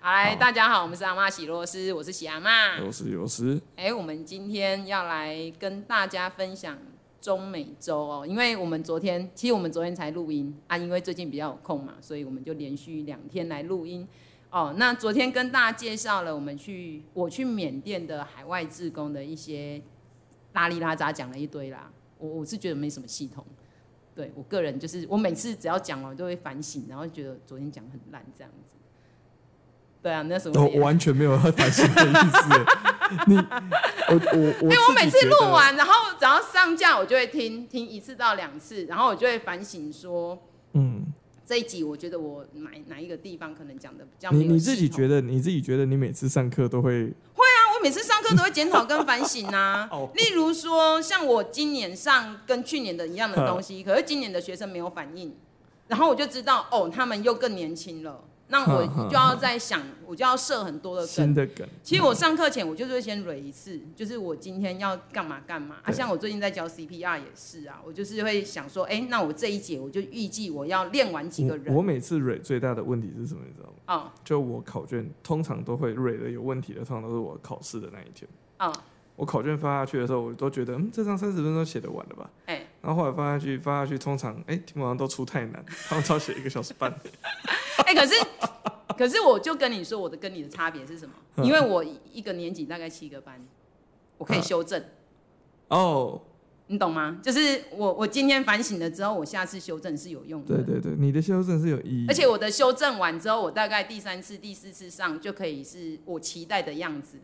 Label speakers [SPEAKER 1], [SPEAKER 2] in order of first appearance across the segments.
[SPEAKER 1] 嗨，大家好，我们是阿妈喜螺丝，我是喜阿妈。
[SPEAKER 2] 有是有是，
[SPEAKER 1] 哎、我们今天要来跟大家分享中美洲哦，因为我们昨天，其实我们昨天才录音啊，因为最近比较有空嘛，所以我们就连续两天来录音哦。那昨天跟大家介绍了我们去我去缅甸的海外志工的一些拉里拉杂，讲了一堆啦。我我是觉得没什么系统，对我个人就是我每次只要讲完都会反省，然后觉得昨天讲很烂这样子。对啊，那什么
[SPEAKER 2] 我
[SPEAKER 1] 脸？
[SPEAKER 2] 哦我完全没有要反省的意思。你我 我我，
[SPEAKER 1] 因为哎我每
[SPEAKER 2] 自
[SPEAKER 1] 次
[SPEAKER 2] 己觉得
[SPEAKER 1] 录，完，然后只要上架，我就会听听一次到两次，然后我就会反省说，
[SPEAKER 2] 嗯，
[SPEAKER 1] 这一集我觉得我哪哪一个地方可能讲的比较没有
[SPEAKER 2] 你你自己觉
[SPEAKER 1] 得？
[SPEAKER 2] 得你自己觉得你每次上课都会。
[SPEAKER 1] 啊，我每次上课都会检讨跟反省啊
[SPEAKER 2] 哦
[SPEAKER 1] 例如说，像我今年上跟去年的一样的东西，可是今年的学生没有反应，然后我就知道哦，他们又更年轻了，那我
[SPEAKER 2] 哼哼
[SPEAKER 1] 就要在想，我就要设很多的梗
[SPEAKER 2] 新。的梗，
[SPEAKER 1] 其实我上课前我就是会先蕊一次，就是我今天要干嘛干嘛啊。
[SPEAKER 2] 对
[SPEAKER 1] 像我最近在教 CPR 也是啊，我就是会想说，哎、那我这一节我就预计我要练完几个
[SPEAKER 2] 我我
[SPEAKER 1] 人
[SPEAKER 2] 每次蕊最大的问题是什么？你知道吗？
[SPEAKER 1] 哦
[SPEAKER 2] 就我考卷通常都会蕊的有问题的，通常都是我考试的那一天。
[SPEAKER 1] 哦，
[SPEAKER 2] 我考卷发下去的时候，我都觉得，嗯，这张三十分钟写得完了吧？
[SPEAKER 1] 哎、
[SPEAKER 2] 然后后来发下去，发下去，通常，哎，题目好像都出太难， 他们只要写一个小时半。
[SPEAKER 1] 哎、可是可是我就跟你说，我的跟你的差别是什么？因为我一个年级大概七个班，我可以
[SPEAKER 2] 嗯嗯
[SPEAKER 1] 修正，
[SPEAKER 2] 哦，
[SPEAKER 1] 你懂吗？就是我我今天反省了之后，我下次修正是有用的。
[SPEAKER 2] 对对对，你的修正是有意义的，
[SPEAKER 1] 而且我的修正完之后，我大概第三次、第四次上就可以是我期待的样子。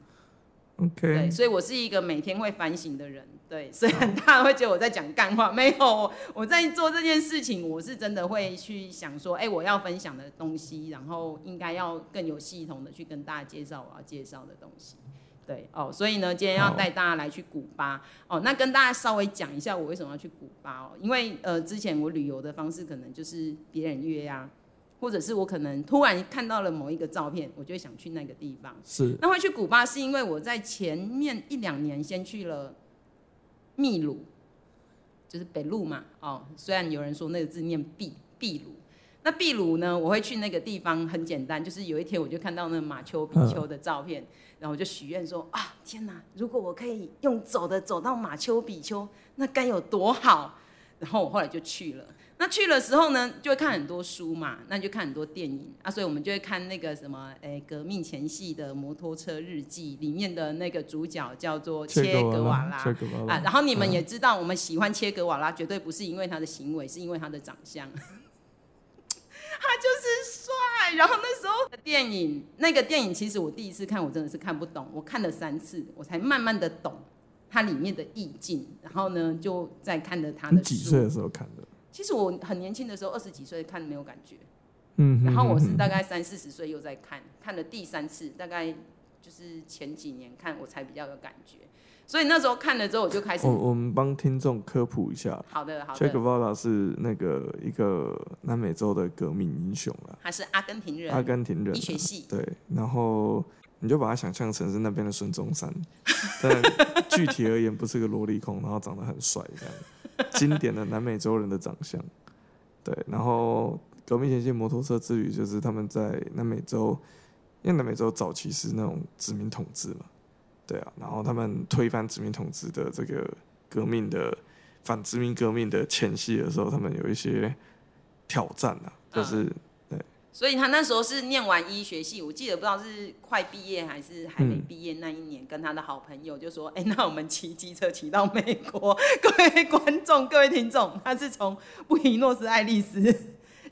[SPEAKER 2] OK，
[SPEAKER 1] 对，所以我是一个每天会反省的人。对，虽然大家会觉得我在讲干话，没有， 我我在做这件事情，我是真的会去想说，哎、我要分享的东西，然后应该要更有系统的去跟大家介绍我要介绍的东西。对哦，所以呢，今天要
[SPEAKER 2] 好
[SPEAKER 1] 带大家来去古巴哦。那跟大家稍微讲一下我为什么要去古巴哦，因为呃，之前我旅游的方式可能就是别人约啊，或者是我可能突然看到了某一个照片，我就会想去那个地方。
[SPEAKER 2] 是
[SPEAKER 1] 那会去古巴是因为我在前面一两年先去了秘鲁，就是北路嘛。哦，虽然有人说那个字念秘秘鲁，那秘鲁呢，我会去那个地方很简单，就是有一天我就看到那个马丘比丘的照片，然后我就许愿说啊，天哪，如果我可以用走的走到马丘比丘，那该有多好！然后我后来就去了。那去了时候呢，就会看很多书嘛，那就看很多电影啊，所以我们就会看那个什么，诶，革命前夕的摩托车日记里面的那个主角叫做切格瓦拉
[SPEAKER 2] 切格瓦拉
[SPEAKER 1] 啊。然后你们也知道，我们喜欢切格瓦拉，绝对不是因为他的行为，是因为他的长相。 他就是帅，然后那时候的电影，那个电影其实我第一次看，我真的是看不懂，我看了三次，我才慢慢的懂它里面的意境，然后呢，就在看着他
[SPEAKER 2] 你
[SPEAKER 1] 的
[SPEAKER 2] 几岁
[SPEAKER 1] 书。
[SPEAKER 2] 的时候看的？
[SPEAKER 1] 其实我很年轻的时候，二十几岁看没有感觉，
[SPEAKER 2] 嗯，
[SPEAKER 1] 然后我是
[SPEAKER 2] 嗯
[SPEAKER 1] 大概三四十岁又在 看，看了第三次，大概就是前几年看我才比较有感觉，所以那时候看了之后我就开始
[SPEAKER 2] 我，我们帮听众科普一下
[SPEAKER 1] 好的好
[SPEAKER 2] 切格
[SPEAKER 1] 的，
[SPEAKER 2] 瓦拉是那个一个南美洲的革命英雄啦，
[SPEAKER 1] 他是阿根廷
[SPEAKER 2] 阿
[SPEAKER 1] 人，
[SPEAKER 2] 根廷人
[SPEAKER 1] 医，学系，
[SPEAKER 2] 对，然后你就把他想象成是那边的孙中山，但具体而言不是个萝莉控，然后长得很帅这样，经典的南美洲人的长相，对，然后革命前夕摩托车之旅就是他们在南美洲，因为南美洲早期是那种殖民统治嘛，对啊，然后他们推翻殖民统治的这个革命的反殖民革命的前夕的时候，他们有一些挑战啊，就是。
[SPEAKER 1] 所以他那时候是念完医学系，我记得不知道是快毕业还是还没毕业那一年，跟他的好朋友就说：“哎、那我们骑机车骑到美国。”各位观众、各位听众，他是从布宜诺斯艾利斯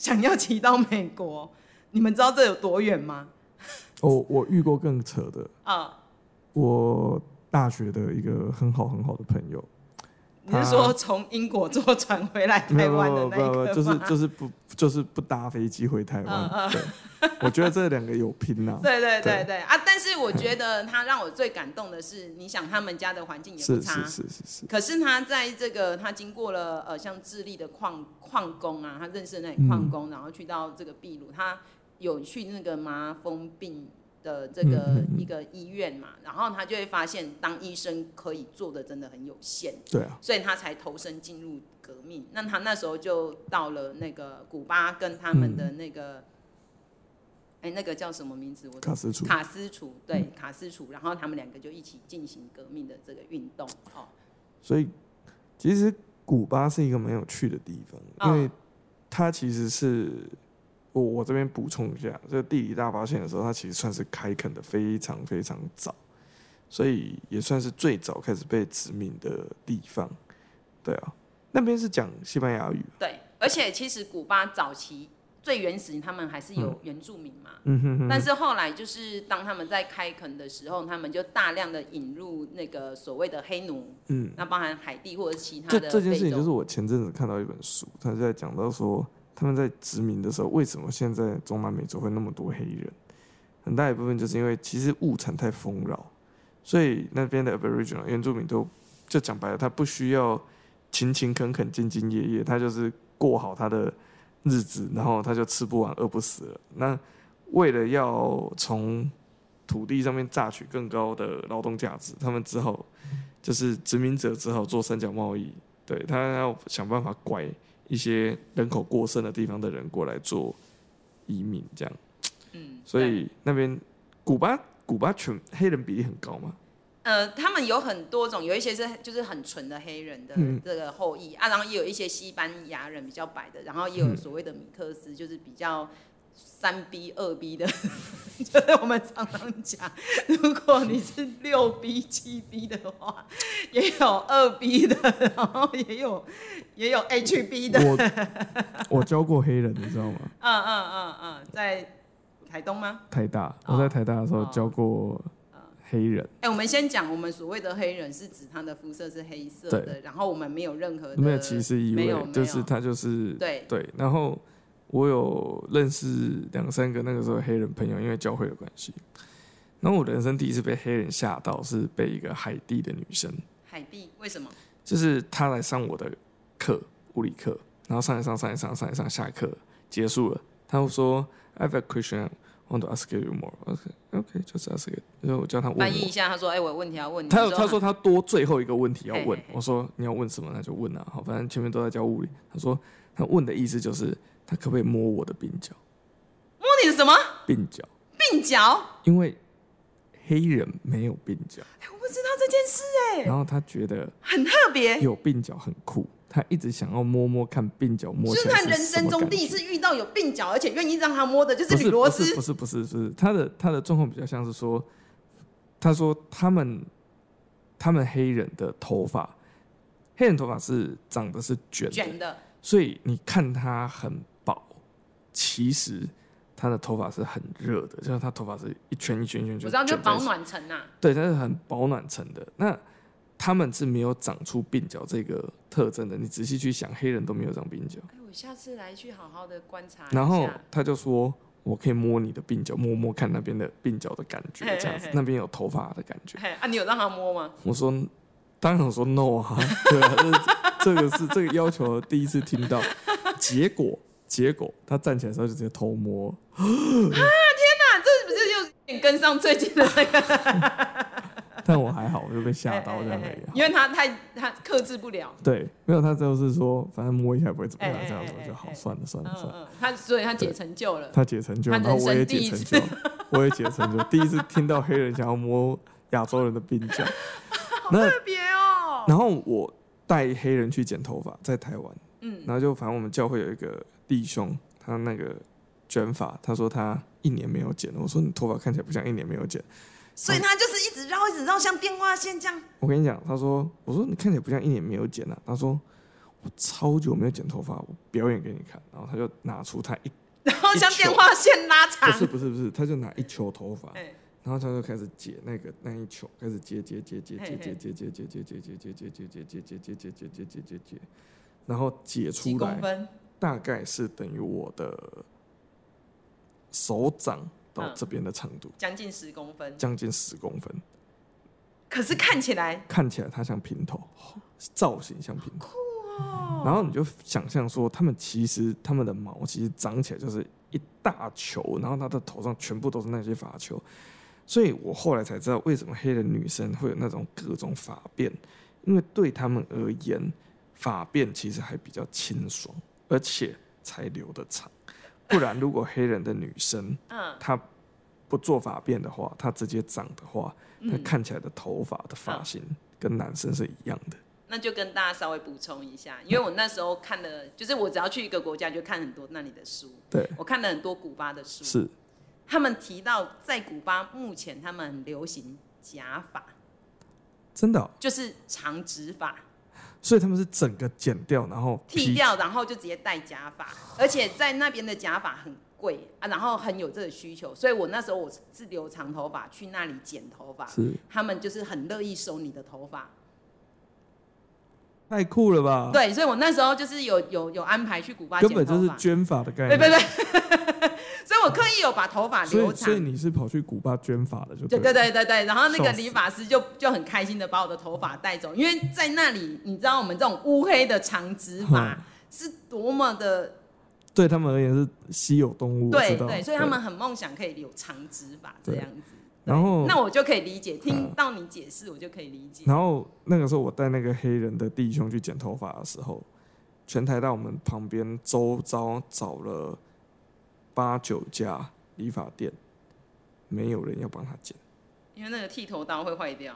[SPEAKER 1] 想要骑到美国，你们知道这有多远吗？
[SPEAKER 2] 哦，我遇过更扯的，
[SPEAKER 1] 啊、
[SPEAKER 2] 我大学的一个很好很好的朋友，
[SPEAKER 1] 你是说从英国坐船回来
[SPEAKER 2] 没
[SPEAKER 1] 台
[SPEAKER 2] 有
[SPEAKER 1] 湾
[SPEAKER 2] 没
[SPEAKER 1] 的
[SPEAKER 2] 有
[SPEAKER 1] 那
[SPEAKER 2] 没
[SPEAKER 1] 一
[SPEAKER 2] 有，没
[SPEAKER 1] 刻
[SPEAKER 2] 有
[SPEAKER 1] 吗？嗯
[SPEAKER 2] 就是就是不就是不搭飞机回台湾。对，我觉得这两个有拼呐、
[SPEAKER 1] 对对对
[SPEAKER 2] 对
[SPEAKER 1] 对啊！但是我觉得他让我最感动的是，你想他们家的环境也不
[SPEAKER 2] 是
[SPEAKER 1] 差，
[SPEAKER 2] 是是是是，
[SPEAKER 1] 可是他在这个，他经过了呃，像智利的矿矿工啊，他认识那里
[SPEAKER 2] 嗯
[SPEAKER 1] 矿工，然后去到这个秘鲁，他有去那个麻风病的这个
[SPEAKER 2] 嗯嗯嗯
[SPEAKER 1] 一个医院嘛，然后他就会发现，当医生可以做的真的很有限，
[SPEAKER 2] 对啊，
[SPEAKER 1] 所以他才投身进入革命。那
[SPEAKER 2] 嗯
[SPEAKER 1] 他那时候就到了那个古巴，跟他们的那个哎，那个叫什么名字？我
[SPEAKER 2] 卡斯楚，嗯
[SPEAKER 1] 卡斯楚，对，卡斯楚，然后他们两个就一起进行革命的这个运动，哦，
[SPEAKER 2] 所以其实古巴是一个蛮有趣的地方，
[SPEAKER 1] 嗯
[SPEAKER 2] 因为它其实是我我这边补充一下，这地理大发现的时候，它其实算是开垦的非常非常早，所以也算是最早开始被殖民的地方。对啊，那边是讲西班牙语，
[SPEAKER 1] 对，而且其实古巴早期最原始，他们还是有原住民嘛。
[SPEAKER 2] 嗯哼哼，
[SPEAKER 1] 但是后来就是当他们在开垦的时候，他们就大量的引入那个所谓的黑奴，
[SPEAKER 2] 嗯，
[SPEAKER 1] 那包含海地或者其他
[SPEAKER 2] 这
[SPEAKER 1] 的
[SPEAKER 2] 这件事
[SPEAKER 1] 非
[SPEAKER 2] 情
[SPEAKER 1] 洲
[SPEAKER 2] 就是我前阵子看到一本书，他就在讲到说他们在殖民的时候，为什么现在中南美洲会那么多黑人？很大一部分就是因为其实物产太丰饶，所以那边的 Aboriginal 原住民都就讲白了，他不需要勤勤恳恳、兢兢业业，他就是过好他的日子，然后他就吃不完、饿不死了。那为了要从土地上面榨取更高的劳动价值，他们只好就是殖民者只好做三角贸易，对他要想办法拐一些人口过剩的地方的人过来做移民，这样。
[SPEAKER 1] 嗯，
[SPEAKER 2] 所
[SPEAKER 1] 对
[SPEAKER 2] 以那边古巴古巴全黑人比例很高嘛，
[SPEAKER 1] 呃，他们有很多种，有一些是就是很纯的黑人的
[SPEAKER 2] 嗯
[SPEAKER 1] 这个后裔、啊，然后也有一些西班牙人比较白的，然后也有所谓的米克斯，就是比较三 B 二 B 的， 就是我们常常讲，如果你是六 B 七 B 的话，也有二 B 的，然后也有也有 HB 的，
[SPEAKER 2] 我我教过黑人，你知道吗？
[SPEAKER 1] 嗯嗯嗯嗯，在台东吗？
[SPEAKER 2] 台大，
[SPEAKER 1] 哦
[SPEAKER 2] 我在台大的时候教过黑人，
[SPEAKER 1] 哎、我们先讲，我们所谓的黑人是指他的肤色是黑色的，然后我们没有任何的
[SPEAKER 2] 没有歧视意
[SPEAKER 1] 没有没
[SPEAKER 2] 味，
[SPEAKER 1] 有
[SPEAKER 2] 就是他就是
[SPEAKER 1] 对
[SPEAKER 2] 对。然后我有认识两三个那个时候黑人朋友，因为教会的关系。然后我人生第一次被黑人吓到，是被一个海地的女生，
[SPEAKER 1] 海地为什么？
[SPEAKER 2] 就是她来上我的课，物理课，然后上一上上一上上一上下课结束了，她会说 I have a question, I want to ask you more. OK, OK, just ask it。然后我叫她问
[SPEAKER 1] 翻译
[SPEAKER 2] 我
[SPEAKER 1] 一，下，他说：“哎、我有问题要问你。”
[SPEAKER 2] 他有他说他多最后一个问题要
[SPEAKER 1] 嘿
[SPEAKER 2] 问
[SPEAKER 1] 嘿嘿，
[SPEAKER 2] 我说你要问什么那就问啊，好，反正前面都在教物理。他说他问的意思就是他可不可以摸我的鬓角，
[SPEAKER 1] 摸你的什么
[SPEAKER 2] 鬓角，
[SPEAKER 1] 鬓角？
[SPEAKER 2] 因为黑人没有鬓角，
[SPEAKER 1] 哎、我不知道这件事哎、
[SPEAKER 2] 然后他觉得
[SPEAKER 1] 很特别，
[SPEAKER 2] 有鬓角很酷，他一直想要摸摸看鬓角摸
[SPEAKER 1] 就
[SPEAKER 2] 起
[SPEAKER 1] 是
[SPEAKER 2] 来
[SPEAKER 1] 他
[SPEAKER 2] 是
[SPEAKER 1] 人
[SPEAKER 2] 什
[SPEAKER 1] 生
[SPEAKER 2] 么
[SPEAKER 1] 中
[SPEAKER 2] 感
[SPEAKER 1] 第一
[SPEAKER 2] 觉
[SPEAKER 1] 次遇到有鬓角，而且愿意让他摸的，就是
[SPEAKER 2] 不
[SPEAKER 1] 吕
[SPEAKER 2] 是
[SPEAKER 1] 罗
[SPEAKER 2] 不是
[SPEAKER 1] 斯
[SPEAKER 2] 不。是不是不是他的他的状况比较像是说，他说他们他们黑人的头发，黑人头发是长的是卷的
[SPEAKER 1] 卷的，
[SPEAKER 2] 所以你看他很薄，其实他的头发是很热的，就是他头发是一圈一圈一圈
[SPEAKER 1] 我
[SPEAKER 2] 一
[SPEAKER 1] 知
[SPEAKER 2] 圈，
[SPEAKER 1] 道就是保，暖层呐、啊。
[SPEAKER 2] 对，它是很保暖层的。那他们是没有长出鬓角这个特征的，你仔细去想，黑人都没有长鬓角。
[SPEAKER 1] 哎、我下次来去好好的观察一下。
[SPEAKER 2] 然后他就说：“我可以摸你的鬓角，摸摸看那边的鬓角的感觉，
[SPEAKER 1] 嘿嘿
[SPEAKER 2] 这样子
[SPEAKER 1] 嘿，
[SPEAKER 2] 那边有头发的感觉。”
[SPEAKER 1] 嘿啊，你有让他摸吗？
[SPEAKER 2] 我说，当然我说 no 啊， 对啊，这这个是这个要求第一次听到，结果结果他站起来的时候就直接偷摸，
[SPEAKER 1] 这不是就你跟上最近的那个
[SPEAKER 2] 但我还好，我就被吓到这样而
[SPEAKER 1] 哎哎哎
[SPEAKER 2] 已。
[SPEAKER 1] 因为他太他克制不了。
[SPEAKER 2] 对，没有他就是说，反正摸一下也不会怎么样
[SPEAKER 1] 哎哎，哎
[SPEAKER 2] 这样子我就好，
[SPEAKER 1] 哎哎
[SPEAKER 2] 算了算
[SPEAKER 1] 嗯
[SPEAKER 2] 了算了。
[SPEAKER 1] 嗯，他所以他解成就了。
[SPEAKER 2] 他解成就，
[SPEAKER 1] 他
[SPEAKER 2] 然
[SPEAKER 1] 人
[SPEAKER 2] 后我也
[SPEAKER 1] 生第
[SPEAKER 2] 解
[SPEAKER 1] 一
[SPEAKER 2] 成
[SPEAKER 1] 次
[SPEAKER 2] 就，我也解成就， 第一次听到黑人想要摸亚洲人的鬓角，那
[SPEAKER 1] 特别哦。
[SPEAKER 2] 然后我带黑人去剪头发，在台湾，
[SPEAKER 1] 嗯
[SPEAKER 2] 然后就反正我们教会有一个弟兄，他那个卷发，他说他一年没有剪了。我说你头发看起来不像一年没有剪。
[SPEAKER 1] 所以他就是一直绕，一直绕，像电话线这样。
[SPEAKER 2] 我跟你讲，他说，我说你看起来不像一年没有剪啊。他说我超久没有剪头发，我表演给你看。然后他就拿出他一，
[SPEAKER 1] 然后像电话线拉
[SPEAKER 2] 不
[SPEAKER 1] 长。
[SPEAKER 2] 是不是不是，他就拿一球头发，
[SPEAKER 1] 哎
[SPEAKER 2] 然后他就开始解那个那一球，开始解解解解
[SPEAKER 1] 嘿
[SPEAKER 2] 解解
[SPEAKER 1] 嘿
[SPEAKER 2] 解解解解解解解解解解解解解解解解解解，然后解
[SPEAKER 1] 几
[SPEAKER 2] 出来
[SPEAKER 1] 公。分？
[SPEAKER 2] 大概是等于我的手掌到
[SPEAKER 1] 嗯
[SPEAKER 2] 这边的长度，
[SPEAKER 1] 将近十公分。
[SPEAKER 2] 将近十公分，
[SPEAKER 1] 可是看起来
[SPEAKER 2] 看起来它像平头，造型像平头。然后你就想象说，他们其实他们的毛其实长起来就是一大球，然后他的头上全部都是那些发球。所以我后来才知道为什么黑人女生会有那种各种发辫，因为对他们而言，发辫其实还比较清爽，而且才留得长。不然如果黑人的女生，嗯，她不做发辫的话，她直接长的话，她看起来的头发的发型跟男生是一样的。
[SPEAKER 1] 那就跟大家稍微补充一下，因为我那时候看的，就是我只要去一个国家就看很多那里的书，
[SPEAKER 2] 对，
[SPEAKER 1] 我看了很多古巴的书，
[SPEAKER 2] 是
[SPEAKER 1] 他们提到在古巴目前他们很流行假发，
[SPEAKER 2] 真的哦、
[SPEAKER 1] 就是长直发。
[SPEAKER 2] 所以他们是整个剪掉，然后
[SPEAKER 1] 剃掉，然后就直接戴假发，而且在那边的假发很贵啊，然后很有这个需求，所以我那时候我是留长头发去那里剪头发，
[SPEAKER 2] 是
[SPEAKER 1] 他们就是很乐意收你的头发，
[SPEAKER 2] 太酷了吧？
[SPEAKER 1] 对，所以我那时候就是有有有安排去古巴剪
[SPEAKER 2] 啊根
[SPEAKER 1] 头发，
[SPEAKER 2] 本就是捐发的概
[SPEAKER 1] 对
[SPEAKER 2] 念。
[SPEAKER 1] 对对， 所以我刻意有把头发
[SPEAKER 2] 所
[SPEAKER 1] 留
[SPEAKER 2] 以所以
[SPEAKER 1] 长。
[SPEAKER 2] 你是跑去古巴捐发的，就
[SPEAKER 1] 对
[SPEAKER 2] 对
[SPEAKER 1] 对
[SPEAKER 2] 了
[SPEAKER 1] 对对对，然后那个
[SPEAKER 2] 笑死
[SPEAKER 1] 理发师就就很开心的把我的头发带走，因为在那里你知道我们这种乌黑的长直发
[SPEAKER 2] 嗯
[SPEAKER 1] 是多么的
[SPEAKER 2] 对他们而言是稀有动物，我
[SPEAKER 1] 对
[SPEAKER 2] 知道
[SPEAKER 1] 对，所以他们很梦想可以有长直发这样子。对
[SPEAKER 2] 然后
[SPEAKER 1] 那我就可以理解，听到你解释，我就可以理解。
[SPEAKER 2] 然后那个时候我带那个黑人的弟兄去剪头发的时候，全台到我们旁边周遭找了八九家理发店，没有人要帮他剪。
[SPEAKER 1] 因为那个剃头刀会坏掉，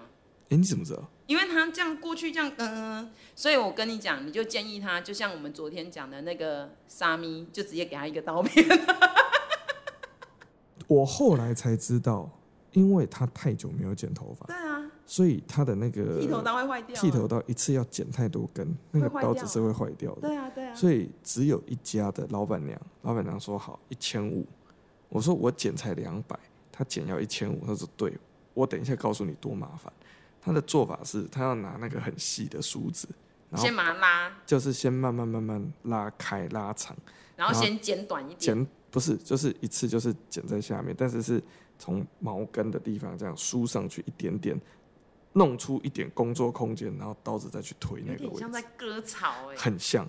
[SPEAKER 2] 哎，你怎么知道？
[SPEAKER 1] 因为他这样过去这样，嗯、嗯，所以我跟你讲，你就建议他，就像我们昨天讲的那个沙咪，就直接给他一个刀片。
[SPEAKER 2] 我后来才知道，因为他太久没有剪头发，
[SPEAKER 1] 对啊，
[SPEAKER 2] 所以他的那个
[SPEAKER 1] 剃头刀会坏掉啊。
[SPEAKER 2] 呃剃头刀一次要剪太多根，那个刀子是会坏掉的。
[SPEAKER 1] 对啊，对啊。
[SPEAKER 2] 所以只有一家的老板娘，老板娘说好一千五，我说我剪才两百，他剪要一千五，他说对，我等一下告诉你多麻烦。他的做法是，他要拿那个很细的梳子，然后
[SPEAKER 1] 先把它拉，
[SPEAKER 2] 就是先慢慢慢慢拉开拉长，
[SPEAKER 1] 然后
[SPEAKER 2] 然后
[SPEAKER 1] 先剪短一点。
[SPEAKER 2] 剪不是就是一次就是剪在下面，但是是从毛根的地方这样梳上去一点点，弄出一点工作空间，然后刀子再去推
[SPEAKER 1] 有
[SPEAKER 2] 那个
[SPEAKER 1] 点
[SPEAKER 2] 位
[SPEAKER 1] 像在
[SPEAKER 2] 置，
[SPEAKER 1] 割草哎、
[SPEAKER 2] 很像。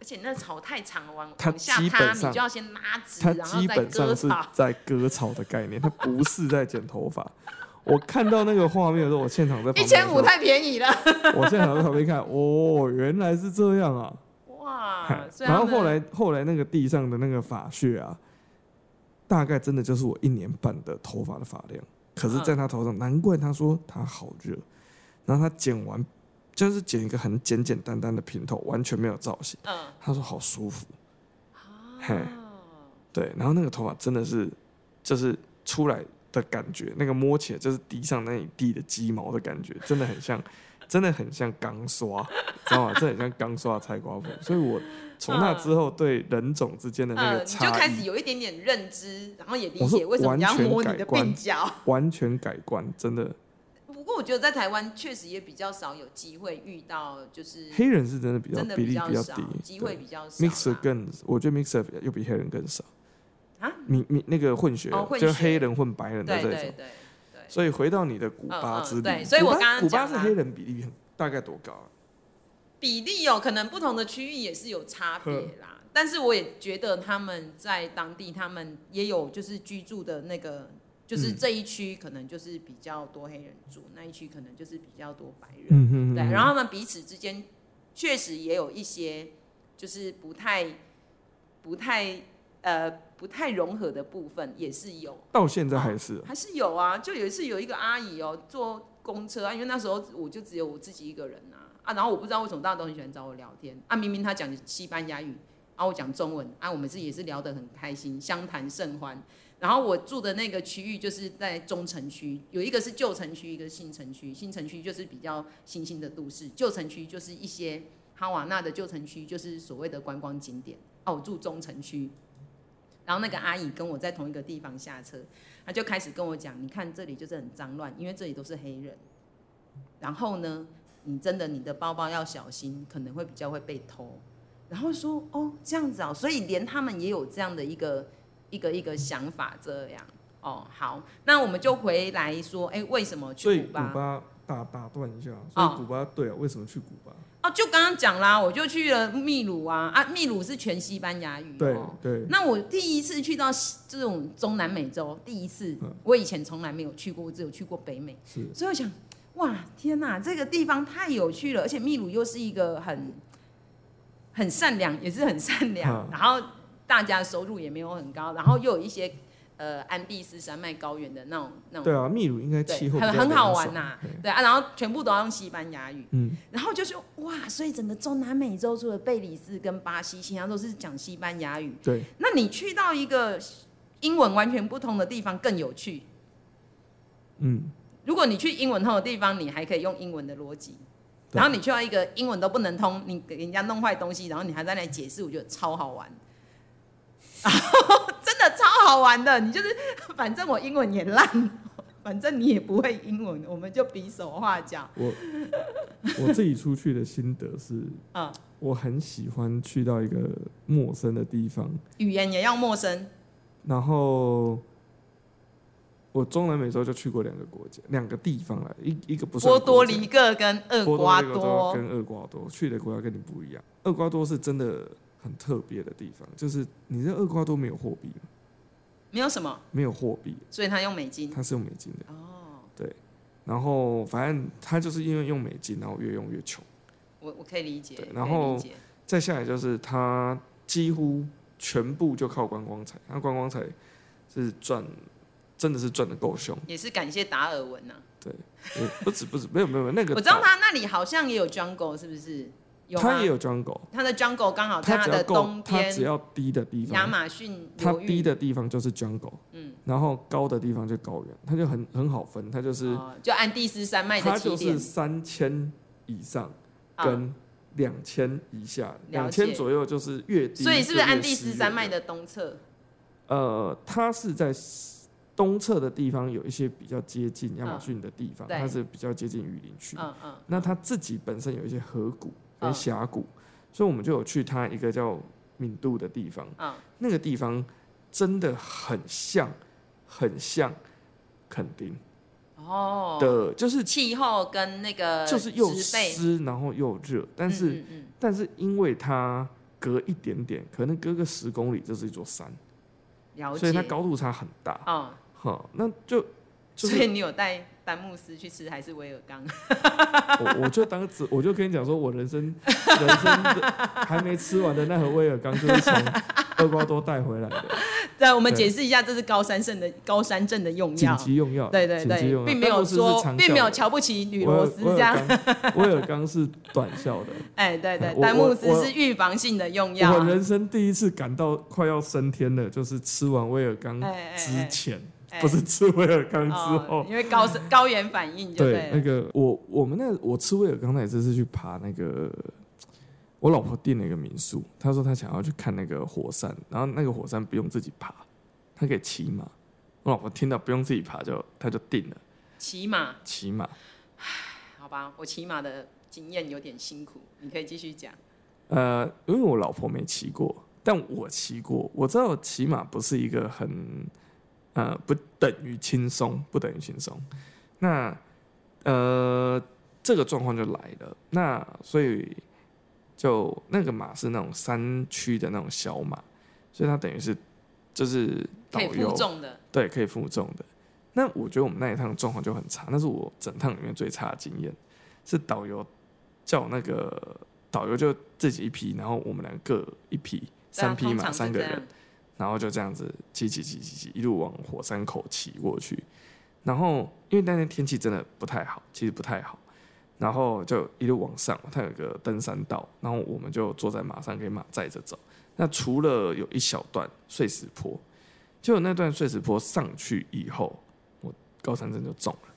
[SPEAKER 1] 而且那草太长了，往
[SPEAKER 2] 它
[SPEAKER 1] 往下
[SPEAKER 2] 基本
[SPEAKER 1] 塌，你
[SPEAKER 2] 上
[SPEAKER 1] 就要先拉直，
[SPEAKER 2] 它
[SPEAKER 1] 然后
[SPEAKER 2] 基
[SPEAKER 1] 再
[SPEAKER 2] 本
[SPEAKER 1] 割
[SPEAKER 2] 上是
[SPEAKER 1] 草。
[SPEAKER 2] 在割草的概念，它不是在剪头发。我看到那个画面的时候，我现场在
[SPEAKER 1] 一
[SPEAKER 2] 旁边
[SPEAKER 1] 千五
[SPEAKER 2] 看
[SPEAKER 1] 太便宜了，
[SPEAKER 2] 我现场在旁边看，哦，原来是这样啊！
[SPEAKER 1] 哇！所以
[SPEAKER 2] 然
[SPEAKER 1] 他
[SPEAKER 2] 后
[SPEAKER 1] 们
[SPEAKER 2] 后来后来那个地上的那个发屑啊，大概真的就是我一年半的头发的发量。可
[SPEAKER 1] 嗯
[SPEAKER 2] 是，在他头上，难怪他说他好热。然后他剪完，就是剪一个很简简单单的平头，完全没有造型。
[SPEAKER 1] 嗯
[SPEAKER 2] 他说好舒服。嘿
[SPEAKER 1] 哦，
[SPEAKER 2] 对，然后那个头发真的是，就是出来的感觉，那个摸起来就是地上那一地的鸡毛的感觉，真的很像，真的很像钢刷，知道吗？这很像钢刷的菜瓜布。所以我从那之后对人种之间的那
[SPEAKER 1] 呃，
[SPEAKER 2] 个
[SPEAKER 1] 你就
[SPEAKER 2] 差
[SPEAKER 1] 开始
[SPEAKER 2] 异
[SPEAKER 1] 有一点点认知，然后也理
[SPEAKER 2] 我
[SPEAKER 1] 解
[SPEAKER 2] 是
[SPEAKER 1] 为什么你要
[SPEAKER 2] 完全
[SPEAKER 1] 摸你的
[SPEAKER 2] 改观
[SPEAKER 1] 鬓角。
[SPEAKER 2] 完全改观，真的，
[SPEAKER 1] 不过我觉得在台湾确实也比较少有机会遇到，就是
[SPEAKER 2] 黑人是真的比较
[SPEAKER 1] 真的
[SPEAKER 2] 比例
[SPEAKER 1] 较
[SPEAKER 2] 比较
[SPEAKER 1] 少
[SPEAKER 2] 低，，
[SPEAKER 1] 机会比较少啦。
[SPEAKER 2] mixer 更，我觉得 mixer 又比黑人更少
[SPEAKER 1] 啊，
[SPEAKER 2] 你你那个混血
[SPEAKER 1] 哦混
[SPEAKER 2] 就是
[SPEAKER 1] 血
[SPEAKER 2] 黑人混白人的
[SPEAKER 1] 对
[SPEAKER 2] 这
[SPEAKER 1] 对
[SPEAKER 2] 种。
[SPEAKER 1] 对对
[SPEAKER 2] 所以回到你的古巴之
[SPEAKER 1] 嗯
[SPEAKER 2] 旅，
[SPEAKER 1] 嗯对所以我
[SPEAKER 2] 古巴
[SPEAKER 1] 刚刚
[SPEAKER 2] 古巴
[SPEAKER 1] 讲
[SPEAKER 2] 是
[SPEAKER 1] 啦
[SPEAKER 2] 黑人比例很大概多高、啊？
[SPEAKER 1] 比例哦，可能不同的区域也是有差别啦。但是我也觉得他们在当地，他们也有就是居住的那个，就是
[SPEAKER 2] 嗯
[SPEAKER 1] 这一区可能就是比较多黑人住，那一区可能就是比较多白人。
[SPEAKER 2] 嗯哼
[SPEAKER 1] 对，然后他们彼此之间确实也有一些就是不太、不太呃不太融合的部分，也是有，
[SPEAKER 2] 到现在还是
[SPEAKER 1] 还是有啊。就有一次有一个阿姨哦、坐公车啊，因为那时候我就只有我自己一个人啊啊，然后我不知道为什么大家都很喜欢找我聊天啊，明明她讲西班牙语，啊我讲中文啊，我们是也是聊得很开心，相谈甚欢。然后我住的那个区域就是在中城区，有一个是旧城区，一个是新城区。新城区就是比较新兴的都市，旧城区就是一些哈瓦那的旧城区，就是所谓的观光景点。啊，我住中城区，然后那个阿姨跟我在同一个地方下车，她就开始跟我讲，你看这里就是很脏乱，因为这里都是黑人。然后呢，你真的你的包包要小心，可能会比较会被偷。然后说哦这样子啊、所以连他们也有这样的一个一个一个想法这样。哦，好，那我们就回来说，哎，为什么
[SPEAKER 2] 所以
[SPEAKER 1] 去古
[SPEAKER 2] 古
[SPEAKER 1] 巴？
[SPEAKER 2] 巴打打断一下，所
[SPEAKER 1] 哦
[SPEAKER 2] 以古巴对啊，为什么去古巴？
[SPEAKER 1] 哦，就刚刚讲啦，我就去了秘鲁啊啊，秘鲁是全西班牙语、
[SPEAKER 2] 对
[SPEAKER 1] 哦。
[SPEAKER 2] 对，
[SPEAKER 1] 那我第一次去到西这种中南美洲，第一次
[SPEAKER 2] 嗯，
[SPEAKER 1] 我以前从来没有去过，我只有去过北美，
[SPEAKER 2] 是
[SPEAKER 1] 所以我想，哇，天哪，这个地方太有趣了，而且秘鲁又是一个很很善良，也是很善良，
[SPEAKER 2] 嗯
[SPEAKER 1] 然后大家收入也没有很高，然后又有一些呃安第斯山脉高原的那种那种，
[SPEAKER 2] 对啊，秘鲁应该气候
[SPEAKER 1] 嗯很
[SPEAKER 2] 比较
[SPEAKER 1] 很好
[SPEAKER 2] 凉
[SPEAKER 1] 玩
[SPEAKER 2] 爽
[SPEAKER 1] 呐、
[SPEAKER 2] 对
[SPEAKER 1] 对啊，然后全部都要用西班牙语，
[SPEAKER 2] 嗯，
[SPEAKER 1] 然后就是哇，所以整个中南美洲除了贝里斯跟巴西，其他都是讲西班牙语。
[SPEAKER 2] 对，
[SPEAKER 1] 那你去到一个英文完全不同的地方更有趣。
[SPEAKER 2] 嗯，
[SPEAKER 1] 如果你去英文通的地方，你还可以用英文的逻辑。
[SPEAKER 2] 对
[SPEAKER 1] 然后你去到一个英文都不能通，你给人家弄坏东西，然后你还在那里解释，我觉得超好玩， 真的超好玩的。你就是反正我英文也烂，反正你也不会英文，我们就比手画脚。
[SPEAKER 2] 我我自己出去的心得是，
[SPEAKER 1] 嗯
[SPEAKER 2] 我很喜欢去到一个陌生的地方，
[SPEAKER 1] 语言也要陌生，
[SPEAKER 2] 然后我中南美洲就去过两个国家，两个地方了，一一个不是
[SPEAKER 1] 波多黎各跟厄
[SPEAKER 2] 波
[SPEAKER 1] 瓜
[SPEAKER 2] 多黎各
[SPEAKER 1] 多，
[SPEAKER 2] 跟厄瓜多去的国家跟你不一样，厄瓜多是真的很特别的地方，就是你知道厄瓜多没有货币吗，
[SPEAKER 1] 没有什么，
[SPEAKER 2] 没有货币，
[SPEAKER 1] 所以他用美金。
[SPEAKER 2] 它是用美金的，
[SPEAKER 1] 哦，
[SPEAKER 2] 然后反正它就是因为用美金，然后越用越穷。
[SPEAKER 1] 我我可以理解，
[SPEAKER 2] 对
[SPEAKER 1] 可以
[SPEAKER 2] 然后
[SPEAKER 1] 理解
[SPEAKER 2] 再下来就是它几乎全部就靠观光财，它观光财是赚，真的是赚的够凶，
[SPEAKER 1] 也是感谢达尔文呐、啊
[SPEAKER 2] 也不止不止，没有没有没有那个
[SPEAKER 1] 我
[SPEAKER 2] 岛，
[SPEAKER 1] 知道他那里好像也有 jungle，是不是？有吗
[SPEAKER 2] 它也有 jungle，
[SPEAKER 1] 他的 jungle 刚好在
[SPEAKER 2] 它只要
[SPEAKER 1] 的
[SPEAKER 2] 够
[SPEAKER 1] 东，
[SPEAKER 2] 它只
[SPEAKER 1] 边，
[SPEAKER 2] 要低的地
[SPEAKER 1] 亚
[SPEAKER 2] 方，
[SPEAKER 1] 马逊
[SPEAKER 2] 它
[SPEAKER 1] 流域
[SPEAKER 2] 低的地方就是 jungle，
[SPEAKER 1] 嗯，
[SPEAKER 2] 然后高的地方就高原，它就很很好分，它就是、
[SPEAKER 1] 哦就安第斯山脉的
[SPEAKER 2] 它
[SPEAKER 1] 起
[SPEAKER 2] 就是
[SPEAKER 1] 点，
[SPEAKER 2] 三千以上
[SPEAKER 1] 啊
[SPEAKER 2] 跟两千以下，
[SPEAKER 1] 了
[SPEAKER 2] 两
[SPEAKER 1] 解
[SPEAKER 2] 千左右就是越低，
[SPEAKER 1] 所以是不是安第斯山
[SPEAKER 2] 山
[SPEAKER 1] 脉
[SPEAKER 2] 脉？
[SPEAKER 1] 的东侧？
[SPEAKER 2] 呃，它是在东侧的地方有一些比较接近亚马逊的地
[SPEAKER 1] 嗯
[SPEAKER 2] 方，
[SPEAKER 1] 对
[SPEAKER 2] 它是比较接近雨林区。
[SPEAKER 1] 嗯嗯，
[SPEAKER 2] 那它自己本身有一些河谷
[SPEAKER 1] 嗯
[SPEAKER 2] 跟峡谷，所以我们就有去它一个叫敏度的地方。
[SPEAKER 1] 嗯
[SPEAKER 2] 那个地方真的很像，很像垦丁
[SPEAKER 1] 哦，
[SPEAKER 2] 的，就是
[SPEAKER 1] 气候跟那个
[SPEAKER 2] 就是又
[SPEAKER 1] 植被，
[SPEAKER 2] 湿然后又热，但是、
[SPEAKER 1] 嗯嗯
[SPEAKER 2] 但是因为它隔一点点，可能隔个十公里就是一座山，
[SPEAKER 1] 嗯了解，
[SPEAKER 2] 所以它高度差很大。
[SPEAKER 1] 哦，
[SPEAKER 2] 好，那就就
[SPEAKER 1] 所
[SPEAKER 2] 是
[SPEAKER 1] 以你有带丹慕斯去吃还是威尔刚？
[SPEAKER 2] 我我就当时我就跟你讲说，我人生人生的还没吃完的那盒威尔刚就是从厄瓜多带回来的，
[SPEAKER 1] 对，啊我们
[SPEAKER 2] 对
[SPEAKER 1] 解释一下，这是高山症的高山症的用
[SPEAKER 2] 紧
[SPEAKER 1] 药。
[SPEAKER 2] 急用药，
[SPEAKER 1] 对对
[SPEAKER 2] 紧急
[SPEAKER 1] 对
[SPEAKER 2] 用，药
[SPEAKER 1] 并没有说，并没有瞧不起女罗斯这。样。
[SPEAKER 2] 但都是常效的威尔威尔刚威尔刚是短效 的，
[SPEAKER 1] 哎，对对
[SPEAKER 2] 哎，我
[SPEAKER 1] 丹
[SPEAKER 2] 我
[SPEAKER 1] 木斯
[SPEAKER 2] 我
[SPEAKER 1] 是预防性的用药
[SPEAKER 2] 我
[SPEAKER 1] 啊。
[SPEAKER 2] 人生第一次感到快要升天了，就是吃完威尔刚
[SPEAKER 1] 哎哎
[SPEAKER 2] 之前，
[SPEAKER 1] 哎
[SPEAKER 2] 不是吃威尔刚之
[SPEAKER 1] 哦
[SPEAKER 2] 后，。
[SPEAKER 1] 因为高山高原反应就
[SPEAKER 2] 对
[SPEAKER 1] 对，
[SPEAKER 2] 那
[SPEAKER 1] 了。
[SPEAKER 2] 个我我们那我吃威尔刚那也这次去爬那个，我老婆订了一个民宿，她说她想要去看那个火山，然后那个火山不用自己爬，她可以骑马。我老婆听到不用自己爬就她就订了
[SPEAKER 1] 骑马，
[SPEAKER 2] 骑马。
[SPEAKER 1] 好吧，我骑马的经验有点辛苦，你可以继续讲。
[SPEAKER 2] 呃，因为我老婆没骑过，但我骑过，我知道骑马不是一个很，呃，不等于轻松，不等于轻松。那呃，这个状况就来了。那所以就那个马是那种山区的那种小马，所以它等于是就是导
[SPEAKER 1] 可以
[SPEAKER 2] 游
[SPEAKER 1] 负重的，啊
[SPEAKER 2] 对可以负重的。那我觉得我们那一趟状况就很差，那是我整趟里面最差的经验，是导游叫那个导游就自己一批，然后我们两个各一批，
[SPEAKER 1] 对啊
[SPEAKER 2] 三匹
[SPEAKER 1] 通
[SPEAKER 2] 马，
[SPEAKER 1] 常是
[SPEAKER 2] 三个
[SPEAKER 1] 这样
[SPEAKER 2] 人，然后就这样子骑骑骑骑骑，一路往火山口骑过去。然后因为那天天气真的不太好，其实不太好，然后就一路往上，它有一个登山道，然后我们就坐在马上给马载着走。那除了有一小段碎石坡，结果那段碎石坡上去以后，我高山症就中了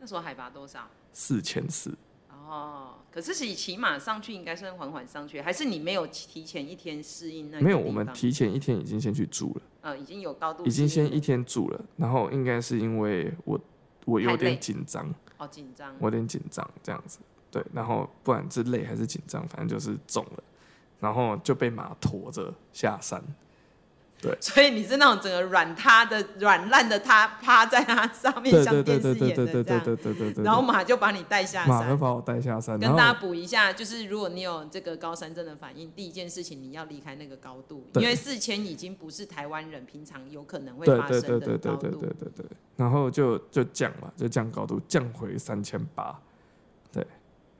[SPEAKER 1] 那时候海拔多少？
[SPEAKER 2] 四千四。
[SPEAKER 1] 哦，可是骑骑马上去应该是缓缓上去，还是你没有提前一天适应那个
[SPEAKER 2] 没有，
[SPEAKER 1] 地
[SPEAKER 2] 我们
[SPEAKER 1] 方
[SPEAKER 2] 提前一天已经先去住了，
[SPEAKER 1] 呃已经有高度适应了，
[SPEAKER 2] 已经先一天住了。然后应该是因为我我有
[SPEAKER 1] 太累
[SPEAKER 2] 点紧张，
[SPEAKER 1] 哦紧张，
[SPEAKER 2] 我有点紧张这样子，对，然后不管是累还是紧张，反正就是中了，然后就被马驮着下山，
[SPEAKER 1] 所以你是那种整个软塌的软烂的塌趴在它上面，
[SPEAKER 2] 对
[SPEAKER 1] 像
[SPEAKER 2] 对
[SPEAKER 1] 电
[SPEAKER 2] 对
[SPEAKER 1] 视
[SPEAKER 2] 对对
[SPEAKER 1] 演
[SPEAKER 2] 对
[SPEAKER 1] 的这
[SPEAKER 2] 对对
[SPEAKER 1] 样。
[SPEAKER 2] 对对对对，
[SPEAKER 1] 然后马就把你带下
[SPEAKER 2] 马就
[SPEAKER 1] 山。
[SPEAKER 2] 把我带下山，然
[SPEAKER 1] 跟
[SPEAKER 2] 后
[SPEAKER 1] 大家补一下，就是如果你有这个高山症的反应，第一件事情你要离开那个高度，因
[SPEAKER 2] 对
[SPEAKER 1] 为四千已经不是台湾人平常有可能会
[SPEAKER 2] 对
[SPEAKER 1] 发
[SPEAKER 2] 对
[SPEAKER 1] 生
[SPEAKER 2] 对
[SPEAKER 1] 的
[SPEAKER 2] 对
[SPEAKER 1] 高
[SPEAKER 2] 对对
[SPEAKER 1] 度
[SPEAKER 2] 对。对对，然后就就降嘛，就降高度，降回三千八。对，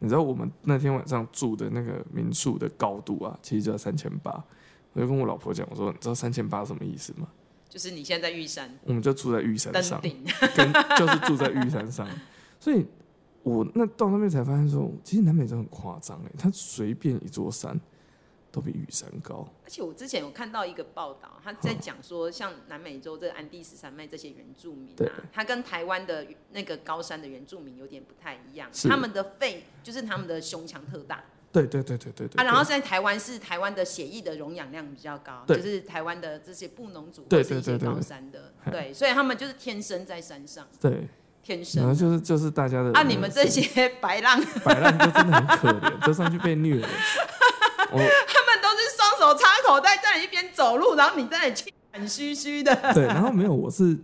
[SPEAKER 2] 你知道我们那天晚上住的那个民宿的高度啊，其实就在三千八。我就跟我老婆讲，我说你知道三千八什么意思吗？
[SPEAKER 1] 就是你现在在玉山
[SPEAKER 2] 我们就住在玉山
[SPEAKER 1] 登
[SPEAKER 2] 上，
[SPEAKER 1] 顶，
[SPEAKER 2] 跟就是住在玉山上，所以我那到那边才发现说，其实南美洲很夸张哎，它随便一座山都比玉山高。
[SPEAKER 1] 而且我之前有看到一个报道，他在讲说，像南美洲这个安第斯山脉这些原住民
[SPEAKER 2] 对
[SPEAKER 1] 啊，他跟台湾的那个高山的原住民有点不太一样，
[SPEAKER 2] 是
[SPEAKER 1] 他们的肺就是他们的胸腔特大
[SPEAKER 2] 对对对对对对。
[SPEAKER 1] 啊，然后在台湾是台湾的血液的溶氧量比较高，
[SPEAKER 2] 对
[SPEAKER 1] 就是台湾的这些布农族
[SPEAKER 2] 对
[SPEAKER 1] 或是一
[SPEAKER 2] 对
[SPEAKER 1] 些
[SPEAKER 2] 对对
[SPEAKER 1] 高
[SPEAKER 2] 对
[SPEAKER 1] 山的，对，所以他们就是天生在山上，
[SPEAKER 2] 对，
[SPEAKER 1] 天
[SPEAKER 2] 然后
[SPEAKER 1] 生
[SPEAKER 2] 就是就是大家的
[SPEAKER 1] 啊，你们这些白浪，他
[SPEAKER 2] 摆烂就真的很可怜，就上去被虐了。我
[SPEAKER 1] 们都是双手插口袋在那一边走路，然后你在那里气喘吁吁的，
[SPEAKER 2] 对，然后没有，我是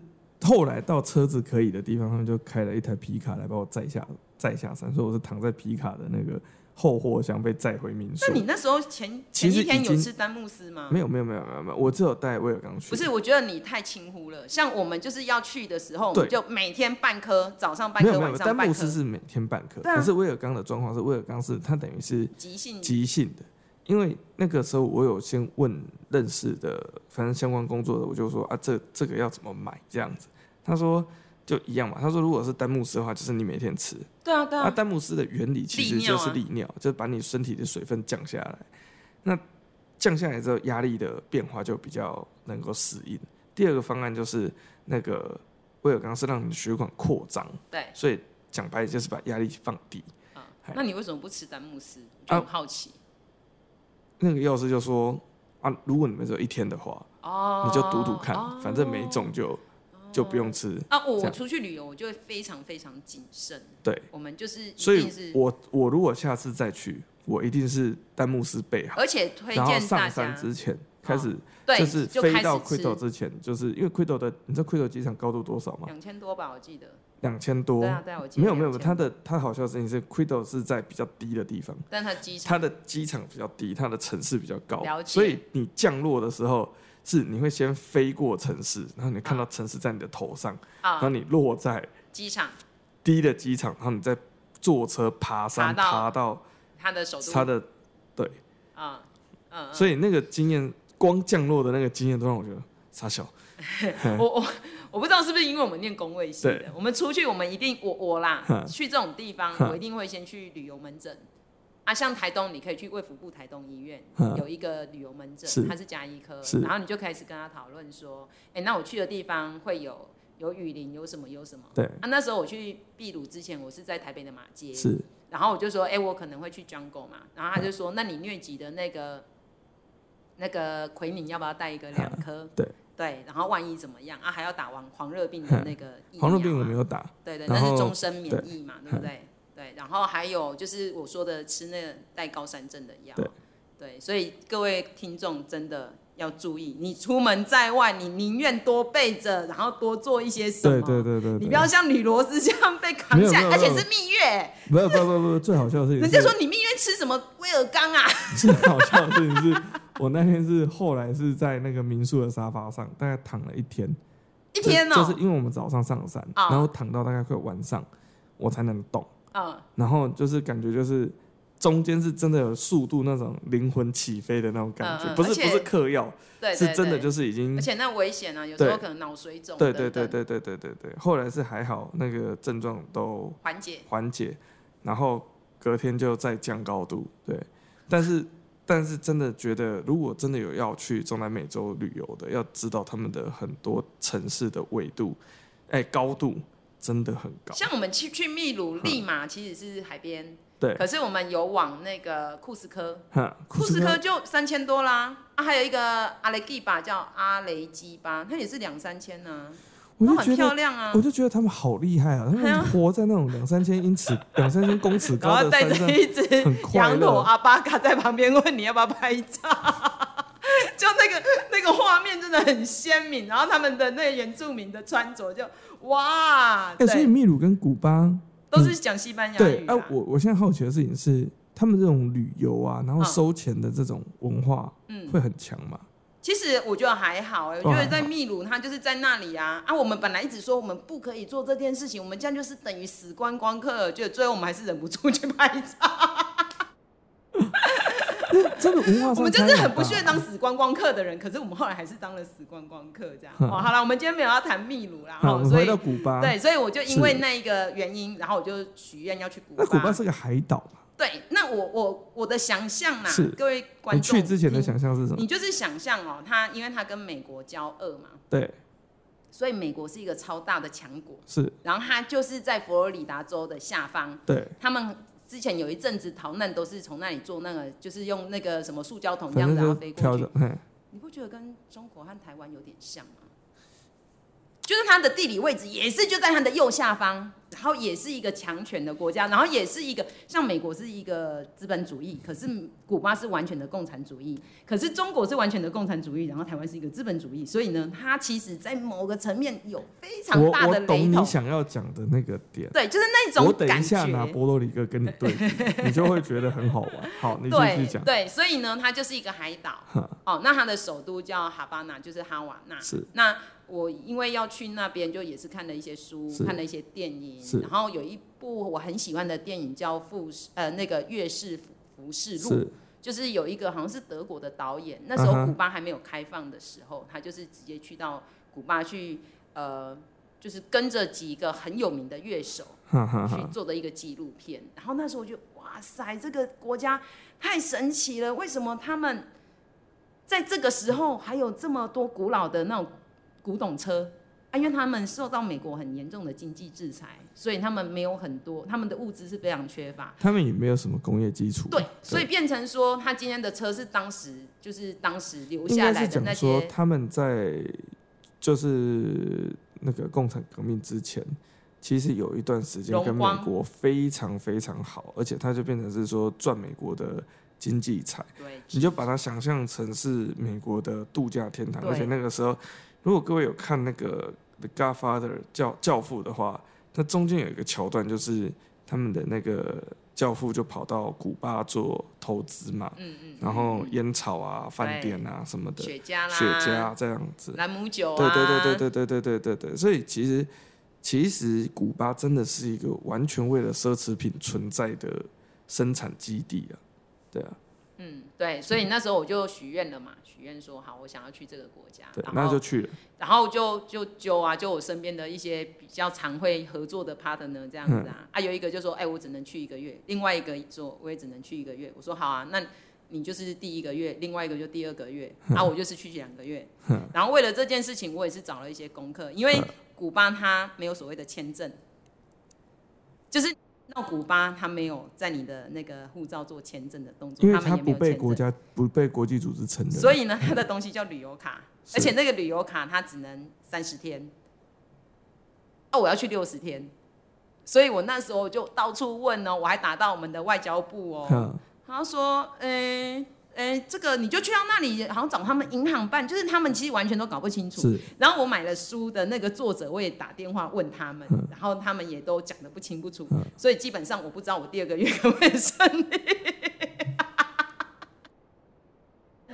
[SPEAKER 2] 后来到车子可以的地方，他们就开了一台皮卡来把我载下载下山，所以我是躺在皮卡的那个后货箱被载回民宿
[SPEAKER 1] 那。你那时候前
[SPEAKER 2] 其
[SPEAKER 1] 前
[SPEAKER 2] 实
[SPEAKER 1] 一天
[SPEAKER 2] 已
[SPEAKER 1] 有
[SPEAKER 2] 经
[SPEAKER 1] 吃丹慕斯吗？
[SPEAKER 2] 没有没有没有没有没有，我只有带威尔刚去。
[SPEAKER 1] 不是，我觉得你太轻忽了。像我们就是要去的时候，我
[SPEAKER 2] 对
[SPEAKER 1] 们就每天半颗，早上半
[SPEAKER 2] 没
[SPEAKER 1] 颗，
[SPEAKER 2] 有没有，
[SPEAKER 1] 晚上
[SPEAKER 2] 丹
[SPEAKER 1] 半
[SPEAKER 2] 布
[SPEAKER 1] 颗
[SPEAKER 2] 斯，是每天半颗，
[SPEAKER 1] 对啊嗯
[SPEAKER 2] 可是威尔刚的状况是威尔刚是他等于是
[SPEAKER 1] 急性
[SPEAKER 2] 急性的，因为那个时候我有先问认识的，反正相关工作的，我就说啊这这个要怎么买这样子，他说就一样嘛，他说如果是丹木斯的话，就是你每天吃，
[SPEAKER 1] 对啊对
[SPEAKER 2] 那、
[SPEAKER 1] 啊，
[SPEAKER 2] 丹木斯的原理其实
[SPEAKER 1] 利尿
[SPEAKER 2] 就
[SPEAKER 1] 啊
[SPEAKER 2] 是利尿，就是把你身体的水分降下来，那降下来之后压力的变化就比较能够适应。第二个方案就是那个威尔刚是让你的血管扩张。
[SPEAKER 1] 对。
[SPEAKER 2] 所以讲白了就是把压力放低。
[SPEAKER 1] 啊
[SPEAKER 2] 嗨
[SPEAKER 1] 那你为什么不吃丹慕斯？我就
[SPEAKER 2] 啊
[SPEAKER 1] 很好奇
[SPEAKER 2] 那个药师就说啊，如果你们只有一天的话，
[SPEAKER 1] 哦。
[SPEAKER 2] 你就赌赌看，
[SPEAKER 1] 哦
[SPEAKER 2] 反正没中就就不用吃。
[SPEAKER 1] 啊！我
[SPEAKER 2] 这
[SPEAKER 1] 我
[SPEAKER 2] 样
[SPEAKER 1] 出去旅游，我就会非常非常谨慎。
[SPEAKER 2] 对，
[SPEAKER 1] 我们就是一
[SPEAKER 2] 所以
[SPEAKER 1] 定是，
[SPEAKER 2] 我我如果下次再去，我一定是丹木斯备好，
[SPEAKER 1] 而且推
[SPEAKER 2] 然后
[SPEAKER 1] 荐大
[SPEAKER 2] 上
[SPEAKER 1] 家哦
[SPEAKER 2] 山之前开始，
[SPEAKER 1] 对，
[SPEAKER 2] 就是
[SPEAKER 1] 就
[SPEAKER 2] 飞
[SPEAKER 1] 开
[SPEAKER 2] 到
[SPEAKER 1] 始
[SPEAKER 2] Quito
[SPEAKER 1] 吃
[SPEAKER 2] 之前，就是因为 Quito 的，你知道 Quito 机场高度多少吗？
[SPEAKER 1] 两千多吧，我记得。
[SPEAKER 2] 两千多
[SPEAKER 1] 对。啊对啊，我记得
[SPEAKER 2] 没有没有，
[SPEAKER 1] 2000
[SPEAKER 2] 它的它好笑的事情是，Quito 是在比较低的地方。
[SPEAKER 1] 但它机场
[SPEAKER 2] 它的机场比较低，它的城市比较高
[SPEAKER 1] 了，解
[SPEAKER 2] 所以你降落的时候是你会先飞过城市，然后你看到城市在你的头上，然后
[SPEAKER 1] 啊
[SPEAKER 2] 你落在
[SPEAKER 1] 机场，
[SPEAKER 2] 低的机场，然后你再坐车爬山爬
[SPEAKER 1] 爬
[SPEAKER 2] 到
[SPEAKER 1] 它的首
[SPEAKER 2] 它
[SPEAKER 1] 都
[SPEAKER 2] 的，对，
[SPEAKER 1] 啊，嗯，嗯
[SPEAKER 2] 所以那个经验，光降落的那个经验都让我觉得傻小，
[SPEAKER 1] 我我我不知道是不是因为我们念工卫系的，我们出去我们一定我我啦，去这种地方
[SPEAKER 2] 哼
[SPEAKER 1] 我一定会先去旅游门诊。啊，像台东，你可以去卫福部台东医院
[SPEAKER 2] 哼
[SPEAKER 1] 有一个旅游门
[SPEAKER 2] 是
[SPEAKER 1] 诊，它是加医科
[SPEAKER 2] 是，
[SPEAKER 1] 然后你就开始跟他讨论说，哎、那我去的地方会有有雨林，有什么有什么。
[SPEAKER 2] 对，
[SPEAKER 1] 啊，那时候我去秘鲁之前，我是在台北的马街，
[SPEAKER 2] 是
[SPEAKER 1] 然后我就说，哎、我可能会去 jungle 嘛，然后他就说，那你疟疾的那个那个奎宁要不要带一个两颗？
[SPEAKER 2] 嗯对嗯
[SPEAKER 1] 对，然后万一怎么样啊，还要打完黄热病的那个疫苗、啊。
[SPEAKER 2] 黄热病我没有打，
[SPEAKER 1] 对对，
[SPEAKER 2] 然
[SPEAKER 1] 那
[SPEAKER 2] 后
[SPEAKER 1] 是终身免疫嘛，对不对？对，然后还有就是我说的吃那个带高山症的药
[SPEAKER 2] 对，
[SPEAKER 1] 对，所以各位听众真的要注意，你出门在外，你宁愿多备着，然后多做一些什么，
[SPEAKER 2] 对对对对
[SPEAKER 1] 你
[SPEAKER 2] 对
[SPEAKER 1] 不，要像吕罗斯这样被扛下
[SPEAKER 2] 没
[SPEAKER 1] 来，
[SPEAKER 2] 有没
[SPEAKER 1] 而
[SPEAKER 2] 有
[SPEAKER 1] 且是蜜月，
[SPEAKER 2] 没有不不不不，最好笑 的事情是，
[SPEAKER 1] 人家说你蜜月吃什么威尔刚啊？
[SPEAKER 2] 最好笑的事情是，我那天是后来是在那个民宿的沙发上，大概躺了一天。
[SPEAKER 1] 一天哦、
[SPEAKER 2] 就就是因为我们早上上山，
[SPEAKER 1] 啊
[SPEAKER 2] 然后躺到大概快晚上，我才能动。
[SPEAKER 1] 嗯，
[SPEAKER 2] 然后就是感觉就是中间是真的有速度那种灵魂起飞的那种感觉，
[SPEAKER 1] 嗯嗯
[SPEAKER 2] 不是
[SPEAKER 1] 而且
[SPEAKER 2] 不是嗑药，
[SPEAKER 1] 对，
[SPEAKER 2] 是真的
[SPEAKER 1] 对
[SPEAKER 2] 就是已经
[SPEAKER 1] 而且那危险啊，有时候
[SPEAKER 2] 对
[SPEAKER 1] 可能脑水肿，
[SPEAKER 2] 对对对，对对对对对。后来是还好，那个症状都
[SPEAKER 1] 缓解，
[SPEAKER 2] 缓解，然后隔天就再降高度。对，但是但是真的觉得，如果真的有要去中南美洲旅游的，要知道他们的很多城市的纬度，哎、高度真的很高。
[SPEAKER 1] 像我们去去秘鲁利马其实是海边，
[SPEAKER 2] 嗯对，
[SPEAKER 1] 可是我们有往那个库斯科，
[SPEAKER 2] 哈，
[SPEAKER 1] 库斯科就三千多啦，啊，还有一个阿雷基巴叫阿雷基巴，它也是两三千呢、
[SPEAKER 2] 我
[SPEAKER 1] 都
[SPEAKER 2] 就
[SPEAKER 1] 很
[SPEAKER 2] 觉
[SPEAKER 1] 漂
[SPEAKER 2] 得。
[SPEAKER 1] 亮啊
[SPEAKER 2] 我。就觉得他们好厉害啊！他
[SPEAKER 1] 哎呀
[SPEAKER 2] 们活在那种两三千 英尺、两三千公尺
[SPEAKER 1] 然
[SPEAKER 2] 高
[SPEAKER 1] 后
[SPEAKER 2] 的
[SPEAKER 1] 带
[SPEAKER 2] 山
[SPEAKER 1] 着
[SPEAKER 2] 上，
[SPEAKER 1] 一只
[SPEAKER 2] 很快
[SPEAKER 1] 羊驼
[SPEAKER 2] 乐。
[SPEAKER 1] 阿巴卡在旁边问你要不要拍照， 就那个那个画面真的很鲜明。然后他们的那个原住民的穿着就哇，
[SPEAKER 2] 哎，所以
[SPEAKER 1] 对，哎
[SPEAKER 2] 秘鲁跟古巴，
[SPEAKER 1] 都是讲西班牙
[SPEAKER 2] 对
[SPEAKER 1] 语
[SPEAKER 2] 啊
[SPEAKER 1] 啦，
[SPEAKER 2] 我我现在好奇的事情是，他们这种旅游啊，然后
[SPEAKER 1] 嗯
[SPEAKER 2] 收钱的这种文化
[SPEAKER 1] 嗯，
[SPEAKER 2] 会很强嘛？
[SPEAKER 1] 其实我觉得还好哎、我觉
[SPEAKER 2] 哦还
[SPEAKER 1] 得在
[SPEAKER 2] 好
[SPEAKER 1] 秘鲁，它就是在那里啊啊！我们本来一直说我们不可以做这件事情，我们这样就是等于死观光客，就最后我们还是忍不住去拍照。
[SPEAKER 2] 真的文化上
[SPEAKER 1] 我们就
[SPEAKER 2] 差异
[SPEAKER 1] 是
[SPEAKER 2] 很
[SPEAKER 1] 很不
[SPEAKER 2] 大
[SPEAKER 1] 屑当死观光客的人，可是我们后来还是当了死观光客这 样。哦，好了，我们今天没有要谈秘鲁啦，
[SPEAKER 2] 好，我
[SPEAKER 1] 哦，
[SPEAKER 2] 们
[SPEAKER 1] 所
[SPEAKER 2] 回
[SPEAKER 1] 以
[SPEAKER 2] 到古巴，
[SPEAKER 1] 对，所以我就是因为那一个原因，然后我就许愿要去古
[SPEAKER 2] 那古巴是个海岛嘛，
[SPEAKER 1] 对，那我我我的想象啦
[SPEAKER 2] 是，
[SPEAKER 1] 各位观
[SPEAKER 2] 你
[SPEAKER 1] 众，嗯
[SPEAKER 2] 去之前的想象是什么？
[SPEAKER 1] 你就是想象哦，他因为他跟美国交恶嘛，
[SPEAKER 2] 对，
[SPEAKER 1] 所以美国是一个超大的强国，
[SPEAKER 2] 是，
[SPEAKER 1] 然后他就是在佛罗里达州的下方，
[SPEAKER 2] 对，
[SPEAKER 1] 他们。之前有一阵子逃难都是从那里坐那个，就是用那个什么塑胶桶这
[SPEAKER 2] 反
[SPEAKER 1] 样
[SPEAKER 2] 正
[SPEAKER 1] 子然后
[SPEAKER 2] 就
[SPEAKER 1] 飞过
[SPEAKER 2] 飘
[SPEAKER 1] 去
[SPEAKER 2] 着。，嘿，
[SPEAKER 1] 你不觉得跟中国和台湾有点像吗？就是它的地理位置也是就在它的右下方，然后也是一个强权的国家，然后也是一个像美国是一个资本主义，可是古巴是完全的共产主义，可是中国是完全的共产主义，然后台湾是一个资本主义，所以呢，它其实在某个层面有非常
[SPEAKER 2] 我
[SPEAKER 1] 大的
[SPEAKER 2] 我
[SPEAKER 1] 雷
[SPEAKER 2] 懂你
[SPEAKER 1] 同。
[SPEAKER 2] 想要讲的那个点。
[SPEAKER 1] 对，就是那
[SPEAKER 2] 我
[SPEAKER 1] 种
[SPEAKER 2] 等一
[SPEAKER 1] 感
[SPEAKER 2] 下拿
[SPEAKER 1] 觉。
[SPEAKER 2] 波多黎各跟你对比，你就会觉得很好玩。好，你继续
[SPEAKER 1] 对
[SPEAKER 2] 讲。
[SPEAKER 1] 对，所以呢，它就是一个海岛。哦，那它的首都叫哈巴那，就是哈瓦那。
[SPEAKER 2] 是。
[SPEAKER 1] 那我因为要去那边，就也是看了一些书
[SPEAKER 2] 是，
[SPEAKER 1] 看了一些电影
[SPEAKER 2] 是，
[SPEAKER 1] 然后有一部我很喜欢的电影叫《富士》，呃，那个《月氏浮士录》，
[SPEAKER 2] 是
[SPEAKER 1] 就是有一个好像是德国的导演，那时
[SPEAKER 2] 嗯哼
[SPEAKER 1] 候古巴还没有开放的时候，他就是直接去到古巴去，呃，就是跟着几个很有名的乐手。
[SPEAKER 2] 哈哈
[SPEAKER 1] 去
[SPEAKER 2] 哈，
[SPEAKER 1] 做的一个纪录片。然后那时候我就哇塞，这个国家太神奇了，为什么他们在这个时候还有这么多古老的那种古董车？啊，因为他们受到美国很严重的经济制裁，所以他们没有很多，他们的物资是非常缺乏。
[SPEAKER 2] 他们也没有什么工业基础。
[SPEAKER 1] 对，所以变成说，他今天的车是当时就是当时留
[SPEAKER 2] 应
[SPEAKER 1] 下
[SPEAKER 2] 该
[SPEAKER 1] 来
[SPEAKER 2] 是
[SPEAKER 1] 的那
[SPEAKER 2] 讲
[SPEAKER 1] 些
[SPEAKER 2] 说他们在就是那个共产革命之前，其实有一段时间跟
[SPEAKER 1] 荣
[SPEAKER 2] 美
[SPEAKER 1] 光
[SPEAKER 2] 国非常非常好，而且它就变成是说赚美国的经济财。
[SPEAKER 1] 对
[SPEAKER 2] 你就把它想象成是美国的度假天堂，
[SPEAKER 1] 对
[SPEAKER 2] 而且那个时候，如果各位有看那个《The Godfather》教教父的话，它中间有一个桥段，就是他们的那个教父就跑到古巴做投资嘛，
[SPEAKER 1] 嗯嗯，
[SPEAKER 2] 然后烟草啊、饭店啊什么的，
[SPEAKER 1] 雪茄啦，
[SPEAKER 2] 雪茄啊这样子，
[SPEAKER 1] 兰姆酒啊，
[SPEAKER 2] 对对对对对对对对对对，所以其实其实古巴真的是一个完全为了奢侈品存在的生产基地啊，对啊，
[SPEAKER 1] 嗯，对，所以那时候我就许愿了嘛，许愿说好，我想要去这个国家，
[SPEAKER 2] 对，
[SPEAKER 1] 然
[SPEAKER 2] 那就
[SPEAKER 1] 后
[SPEAKER 2] 去了，
[SPEAKER 1] 然后就就揪啊，就我身边的一些比较常会合作的 partner 这样子
[SPEAKER 2] 嗯
[SPEAKER 1] 啊，啊有一个就说，哎、我只能去一个月，另外一个说我也只能去一个月，我说好啊，那你就是第一个月，另外一个就第二个月，
[SPEAKER 2] 嗯
[SPEAKER 1] 啊我就是去两个月，然后为了这件事情，我也是找了一些功课，因为古巴它没有所谓的签证，就是。到古巴，它没有在你的那个护照做签证的动作，
[SPEAKER 2] 因为
[SPEAKER 1] 他们也没
[SPEAKER 2] 不
[SPEAKER 1] 有
[SPEAKER 2] 被
[SPEAKER 1] 签证
[SPEAKER 2] 国。家不被国际组织承认，
[SPEAKER 1] 所以呢，它的东西叫旅游卡，
[SPEAKER 2] 是
[SPEAKER 1] 而且那个旅游卡它只能三十天。啊，我要去六十天，所以我那时候就到处问哦，我还打到我们的外交部哦，
[SPEAKER 2] 哼
[SPEAKER 1] 他说，呃、呃、这个你就去到那里，好像找他们银行办，就是他们其实完全都搞不清楚。
[SPEAKER 2] 是
[SPEAKER 1] 然后我买了书的那个作者，我也打电话问他们，然后他们也都讲的不清不楚，所以基本上我不知道我第二个月可不可以顺利。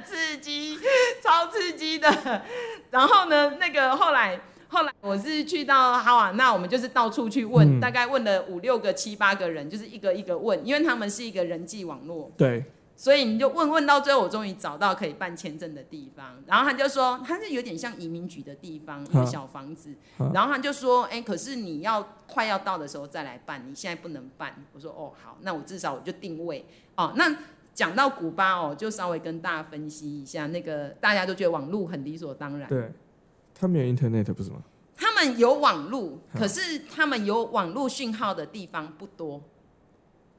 [SPEAKER 1] 刺激，超刺激的。然后呢，那个后来后来我是去到哈瓦那，我们就是到处去问，大概问了五六个、七八个人，就是一个一个问，因为他们是一个人际网络。
[SPEAKER 2] 对，
[SPEAKER 1] 所以你就问问到最后，我终于找到可以办签证的地方。然后他就说，他是有点像移民局的地方，一
[SPEAKER 2] 啊
[SPEAKER 1] 个小房子
[SPEAKER 2] 啊。
[SPEAKER 1] 然后他就说，哎、可是你要快要到的时候再来办，你现在不能办。我说，哦，好，那我至少我就定位。哦，那讲到古巴哦，就稍微跟大家分析一下，那个大家都觉得网络很理所当然，
[SPEAKER 2] 对，他们有 Internet 不是吗？
[SPEAKER 1] 他们有网路，可是他们有网路讯号的地方不多，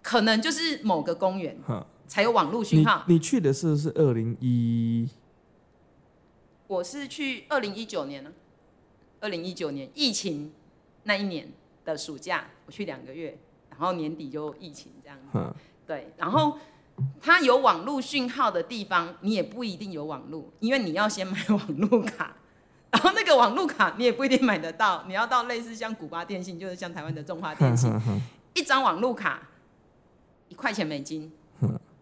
[SPEAKER 1] 可能就是某个公园
[SPEAKER 2] 哈，
[SPEAKER 1] 才有网路讯
[SPEAKER 2] 你
[SPEAKER 1] 号。
[SPEAKER 2] 你去的是不是二零一
[SPEAKER 1] 我是去二零一九年呢，二零一九年疫情那一年的暑假，我去两个月，然后年底就疫情这样子。
[SPEAKER 2] 哈
[SPEAKER 1] 对，然后它有网络讯号的地方，你也不一定有网络，因为你要先买网络卡， 然后那个网络卡你也不一定买得到，你要到类似像古巴电信，就是像台湾的中华电信，一张网络卡一块钱美金，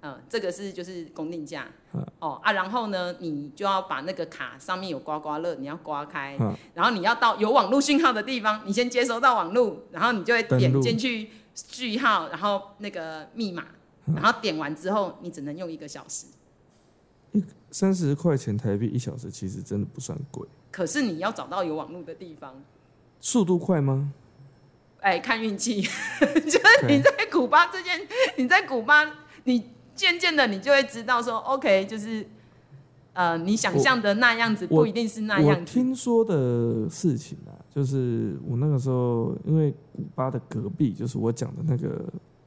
[SPEAKER 1] 嗯、这个是就是公定价，
[SPEAKER 2] 嗯
[SPEAKER 1] 哦啊，然后呢，你就要把那个卡上面有刮刮乐，你要刮开，
[SPEAKER 2] 嗯
[SPEAKER 1] 然后你要到有网络讯号的地方，你先接收到网络，然后你就会
[SPEAKER 2] 登录
[SPEAKER 1] 点进去
[SPEAKER 2] 嗯
[SPEAKER 1] 序号，然后那个密码，然后点完之后，你只能用一个小时，
[SPEAKER 2] 三十块钱台币一小时其实真的不算贵。
[SPEAKER 1] 可是你要找到有网络的地方，
[SPEAKER 2] 速度快 吗？
[SPEAKER 1] 哎、看运气。就是你在古巴这件，你在古巴，你渐渐的你就会知道说，OK，就是呃，你想象的那样子
[SPEAKER 2] 我
[SPEAKER 1] 不一定是那
[SPEAKER 2] 我
[SPEAKER 1] 样子。
[SPEAKER 2] 听说的事情啊，就是我那个时候，因为古巴的隔壁就是我讲的那个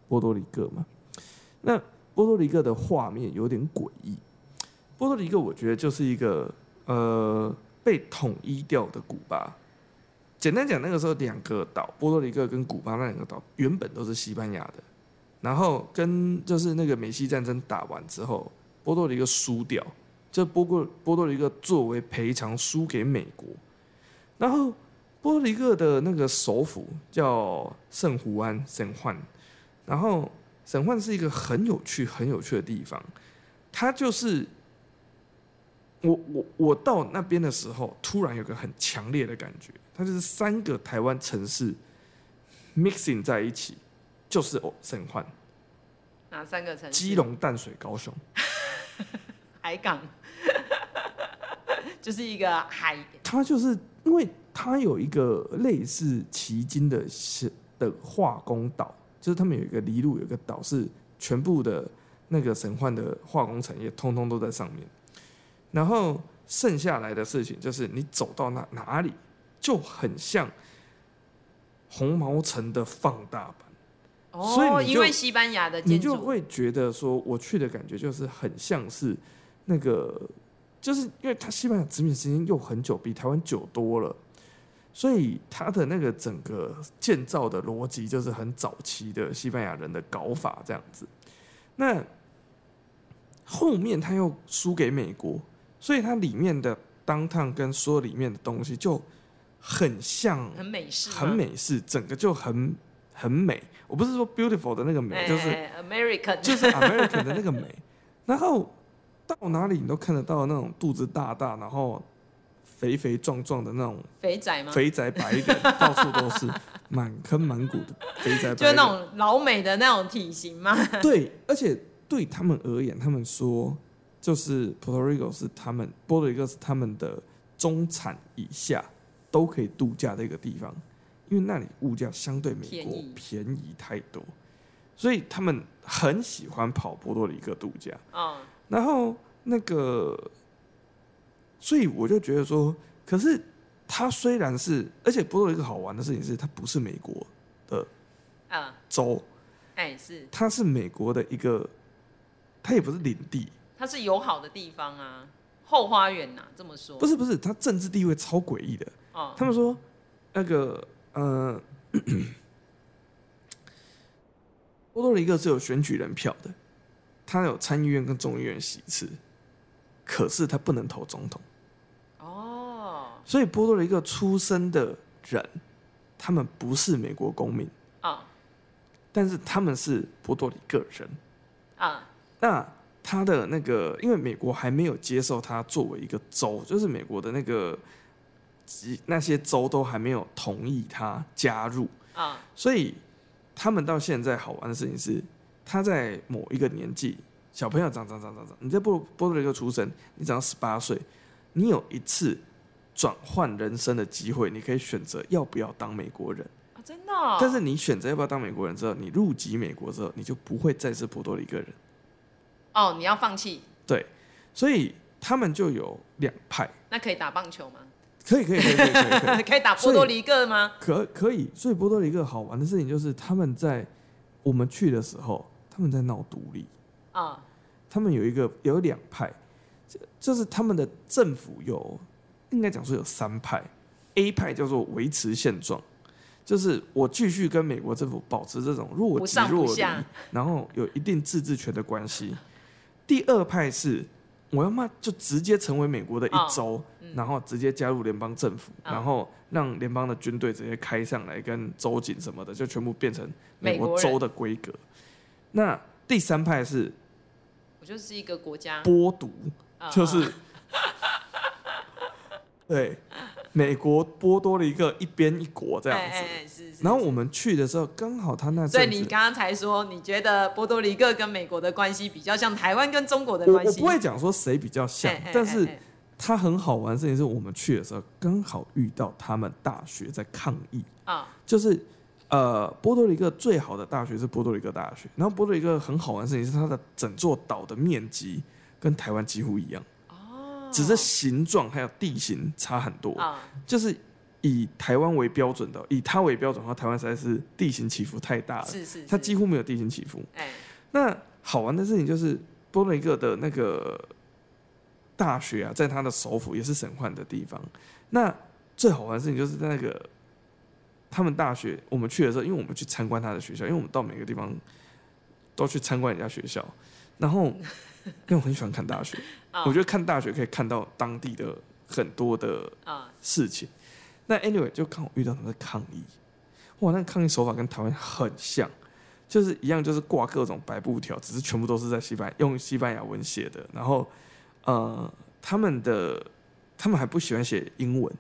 [SPEAKER 2] 波多黎各嘛。那波多黎各的画面有点诡异。波多黎各我觉得就是一个呃被统一掉的古巴。简单讲，那个时候两个岛，波多黎各跟古巴那两个岛原本都是西班牙的，然后跟就是那个美西战争打完之后，波多黎各输掉，这波过波多黎各作为赔偿输给美国，然后波多黎各的那个首府叫圣胡安圣焕，然后圣焕是一个很有趣很有趣的地方，它就是我我我到那边的时候，突然有个很强烈的感觉，它就是三个台湾城市 mixing 在一起，就是哦圣焕、
[SPEAKER 1] 哪三个城市？
[SPEAKER 2] 基隆、淡水、高雄。
[SPEAKER 1] 海港， 就是一个海。
[SPEAKER 2] 它就是因为它有一个类似奇经的是的化工岛，就是他们有一个离路，有一个岛是全部的那个神幻的化工产业，通通都在上面。然后剩下来的事情就是你走到哪哪里，就很像红毛城的放大版。所以
[SPEAKER 1] 哦，
[SPEAKER 2] 你就
[SPEAKER 1] 因为西班牙的
[SPEAKER 2] 你
[SPEAKER 1] 建
[SPEAKER 2] 就
[SPEAKER 1] 筑，
[SPEAKER 2] 会觉得说，我去的感觉就是很像是那个，就是因为他西班牙殖民时间又很久，比台湾久多了，所以他的那个整个建造的逻辑就是很早期的西班牙人的搞法这样子。那后面他又输给美国，所以它里面的当趟跟所有里面的东西就很像
[SPEAKER 1] 很美式吗，
[SPEAKER 2] 很美式，整个就很很美。我不是说 beautiful 的那个美，
[SPEAKER 1] 哎，
[SPEAKER 2] 就是
[SPEAKER 1] 哎 American，
[SPEAKER 2] 就是 American 的那个美。然后到哪里你都看得到那种肚子大大，然后肥肥壮壮的那种
[SPEAKER 1] 肥仔吗？
[SPEAKER 2] 肥宅白人，到处都是，满坑满谷的肥宅白人，
[SPEAKER 1] 就是那种老美的那种体型吗？
[SPEAKER 2] 对，而且对他们而言，他们说就是 Puerto Rico 是他们波多黎各是他们的中产以下都可以度假的一个地方，因为那里物价相对美
[SPEAKER 1] 便
[SPEAKER 2] 国
[SPEAKER 1] 宜
[SPEAKER 2] 便宜太多，所以他们很喜欢跑波多黎各度假。
[SPEAKER 1] 嗯，
[SPEAKER 2] 然后那个，所以我就觉得说，可是它虽然是，而且波多黎各好玩的事情是，它不是美国的
[SPEAKER 1] 嗯，
[SPEAKER 2] 州，
[SPEAKER 1] 哎，是，
[SPEAKER 2] 它是美国的一个，它也不是领地，
[SPEAKER 1] 它是友好的地方啊，后花园呐、这么说。
[SPEAKER 2] 不是不是，它政治地位超诡异的。
[SPEAKER 1] 哦，
[SPEAKER 2] 他们说那个呃， 波多黎各是有选举人票的，它有参议院跟众议院席次，可是它不能投总统。
[SPEAKER 1] 哦，
[SPEAKER 2] 所以波多黎各出生的人，他们不是美国公民，
[SPEAKER 1] 啊
[SPEAKER 2] 但是他们是波多黎各人。
[SPEAKER 1] 啊，
[SPEAKER 2] 那他的那个，因为美国还没有接受他作为一个州，就是美国的那个几那些州都还没有同意他加入，
[SPEAKER 1] 啊，
[SPEAKER 2] 所以他们到现在好玩的事情是，他在某一个年纪，小朋友长长长长长，你在波波多黎各出生，你长到十八岁，你有一次转换人生的机会，你可以选择要不要当美国人。
[SPEAKER 1] 啊真的、哦。
[SPEAKER 2] 但是你选择要不要当美国人之后，你入籍美国之后，你就不会再是波多黎各人。
[SPEAKER 1] 哦，你要放弃，
[SPEAKER 2] 对，所以他们就有两派，
[SPEAKER 1] 那可以打棒球 吗？
[SPEAKER 2] 可以可以可以可以可以 可以
[SPEAKER 1] 可以打波多黎各吗？
[SPEAKER 2] 可可以，所以波多黎各好玩的事情就是他们在我们去的时候，他们在闹独立，
[SPEAKER 1] 啊，
[SPEAKER 2] 他们有一个有两派，就就是他们的政府有应该讲说有三派，A 派叫做维持现状，就是我继续跟美国政府保持这种若
[SPEAKER 1] 不
[SPEAKER 2] 即
[SPEAKER 1] 上不
[SPEAKER 2] 若离
[SPEAKER 1] 下，
[SPEAKER 2] 然后有一定自治权的关系。第二派是我要么就直接成为美国的一州，
[SPEAKER 1] 哦
[SPEAKER 2] 然后直接加入联邦政府，
[SPEAKER 1] 嗯
[SPEAKER 2] 然后让联邦的军队直接开上来，跟州警什么的就全部变成美
[SPEAKER 1] 美
[SPEAKER 2] 国
[SPEAKER 1] 国人
[SPEAKER 2] 州的规格。那第三派是
[SPEAKER 1] 我就是一个国家，哦
[SPEAKER 2] 剥夺，
[SPEAKER 1] 啊
[SPEAKER 2] 就是，对，美国剥多了一个一边一国这样
[SPEAKER 1] 哎
[SPEAKER 2] 子。
[SPEAKER 1] 哎哎是是
[SPEAKER 2] 然后我们去的时候，刚好他那
[SPEAKER 1] 所以
[SPEAKER 2] 阵
[SPEAKER 1] 你
[SPEAKER 2] 子，
[SPEAKER 1] 刚刚才说，你觉得波多黎各跟美国的关系比较像台湾跟中国的
[SPEAKER 2] 我
[SPEAKER 1] 关
[SPEAKER 2] 我
[SPEAKER 1] 系？
[SPEAKER 2] 不会讲说谁比较像
[SPEAKER 1] 哎，哎
[SPEAKER 2] 但是
[SPEAKER 1] 哎哎
[SPEAKER 2] 它很好玩的事情是我们去的时候，刚好遇到他们大学在抗议，
[SPEAKER 1] 啊，
[SPEAKER 2] 就是呃，波多黎各最好的大学是波多黎各大学，然后波多黎各很好玩的事情是它的整座岛的面积跟台湾几乎一样，
[SPEAKER 1] 哦，
[SPEAKER 2] 只是形状还有地形差很多，
[SPEAKER 1] 啊，
[SPEAKER 2] 就是以台湾为标准的，以它为标准的话，台湾实在是地形起伏太大了，
[SPEAKER 1] 是是，
[SPEAKER 2] 它
[SPEAKER 1] 是
[SPEAKER 2] 啊几乎没有地形起伏。
[SPEAKER 1] 哎
[SPEAKER 2] 那好玩的事情就是波多黎各的那个大学啊，在它的首府也是神幻的地方。那最好玩的事情就是在那个他们大学，我们去的时候，因为我们去参观他的学校，因为我们到每个地方都去参观人家学校，然后因为我很喜欢看大学，
[SPEAKER 1] 啊
[SPEAKER 2] 我觉得看大学可以看到当地的很多的
[SPEAKER 1] 啊，
[SPEAKER 2] 事情。那 anyway，就刚好遇到他们在抗议，哇，那个抗议手法跟台湾很像，就是一样，就是挂各种白布条，只是全部都是在西班牙用西班牙文写的。然后，呃，他们的他们还不喜欢写英文，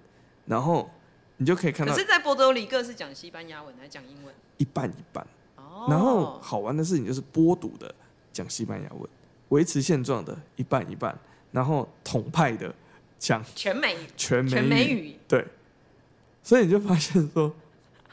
[SPEAKER 2] 然后你就可以看
[SPEAKER 1] 可
[SPEAKER 2] 到
[SPEAKER 1] 是，在波多黎各是讲西班牙文还是讲英文？
[SPEAKER 2] 一半一半。
[SPEAKER 1] 哦，
[SPEAKER 2] 然后好玩的事情就是剥夺的讲西班牙文，维持现状的一半一半，然后统派的讲
[SPEAKER 1] 全美
[SPEAKER 2] 全
[SPEAKER 1] 全美
[SPEAKER 2] 美语，
[SPEAKER 1] 语，
[SPEAKER 2] 对。所以你就发现说，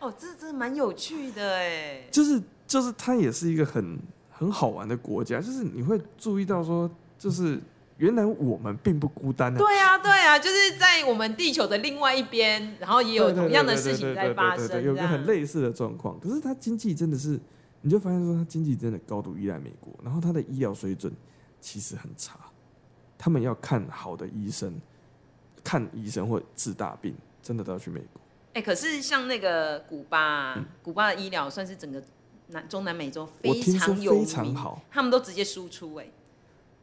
[SPEAKER 1] 哦，这这蛮有趣的哎，
[SPEAKER 2] 就是就是它也是一个很很好玩的国家，就是你会注意到说，就是原来我们并不孤单啊。
[SPEAKER 1] 对啊，对啊，就是在我们地球的另外一边，然后也有
[SPEAKER 2] 对对
[SPEAKER 1] 同样的
[SPEAKER 2] 对对
[SPEAKER 1] 事情
[SPEAKER 2] 对
[SPEAKER 1] 在
[SPEAKER 2] 对
[SPEAKER 1] 发
[SPEAKER 2] 对
[SPEAKER 1] 生，
[SPEAKER 2] 对对有
[SPEAKER 1] 这
[SPEAKER 2] 个很
[SPEAKER 1] 样。
[SPEAKER 2] 类似的状况。可是它经济真的是，你就发现说它经济真的高度依赖美国，然后它的医疗水准其实很差，他们要看好的医生，看医生或治大病，真的都要去美国。
[SPEAKER 1] 哎、可是像那个古巴啊，古巴的医疗算是整个南中南美洲
[SPEAKER 2] 嗯我
[SPEAKER 1] 非
[SPEAKER 2] 听说
[SPEAKER 1] 常有
[SPEAKER 2] 非
[SPEAKER 1] 名，
[SPEAKER 2] 常好，
[SPEAKER 1] 他们都直接输出哎、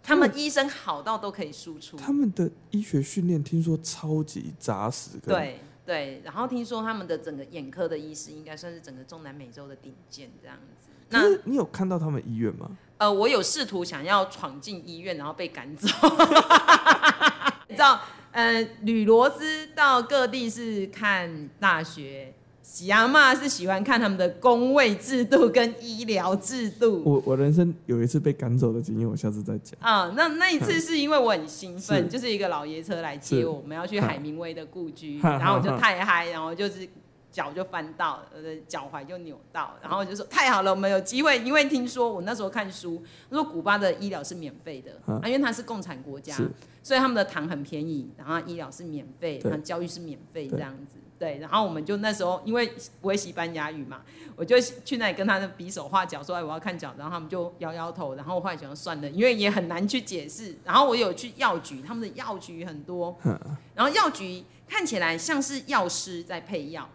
[SPEAKER 1] 他们医生好到都可以输出，
[SPEAKER 2] 他们的医学训练听说超级扎实，，
[SPEAKER 1] 对对。然后听说他们的整个眼科的医师应该算是整个中南美洲的顶尖这样子。
[SPEAKER 2] 可
[SPEAKER 1] 那
[SPEAKER 2] 是你有看到他们医院吗？
[SPEAKER 1] 呃，我有试图想要闯进医院，然后被赶走。 你知道，呃，吕罗斯到各地是看大学，喜阿嬷是喜欢看他们的工位制度跟医疗制度。
[SPEAKER 2] 我我人生有一次被赶走的经验，我下次再讲。
[SPEAKER 1] 啊、那那一次是因为我很兴奋，
[SPEAKER 2] 是
[SPEAKER 1] 就是一个老爷车来接
[SPEAKER 2] 是
[SPEAKER 1] 我，我们要去海明威的故 居，
[SPEAKER 2] 哈哈
[SPEAKER 1] 然后我就
[SPEAKER 2] 哈
[SPEAKER 1] 太嗨，然后就是脚就翻到了，我的脚踝就扭到，然后我就说太好了，我们有机会，因为听说我那时候看书，说古巴的医疗是免费的，
[SPEAKER 2] 嗯
[SPEAKER 1] 啊，因为它是共产国家
[SPEAKER 2] 是，
[SPEAKER 1] 所以他们的糖很便宜，然后医疗是免费，
[SPEAKER 2] 对
[SPEAKER 1] 然后教育是免费
[SPEAKER 2] 对
[SPEAKER 1] 这样子。对，然后我们就那时候因为不会西班牙语嘛，我就去那里跟他们比手画脚，说哎我要看脚，然后他们就摇摇头，然后我后来想说算了，因为也很难去解释。然后我有去药局，他们的药局很 多，然后药局看起来像是药师在配药，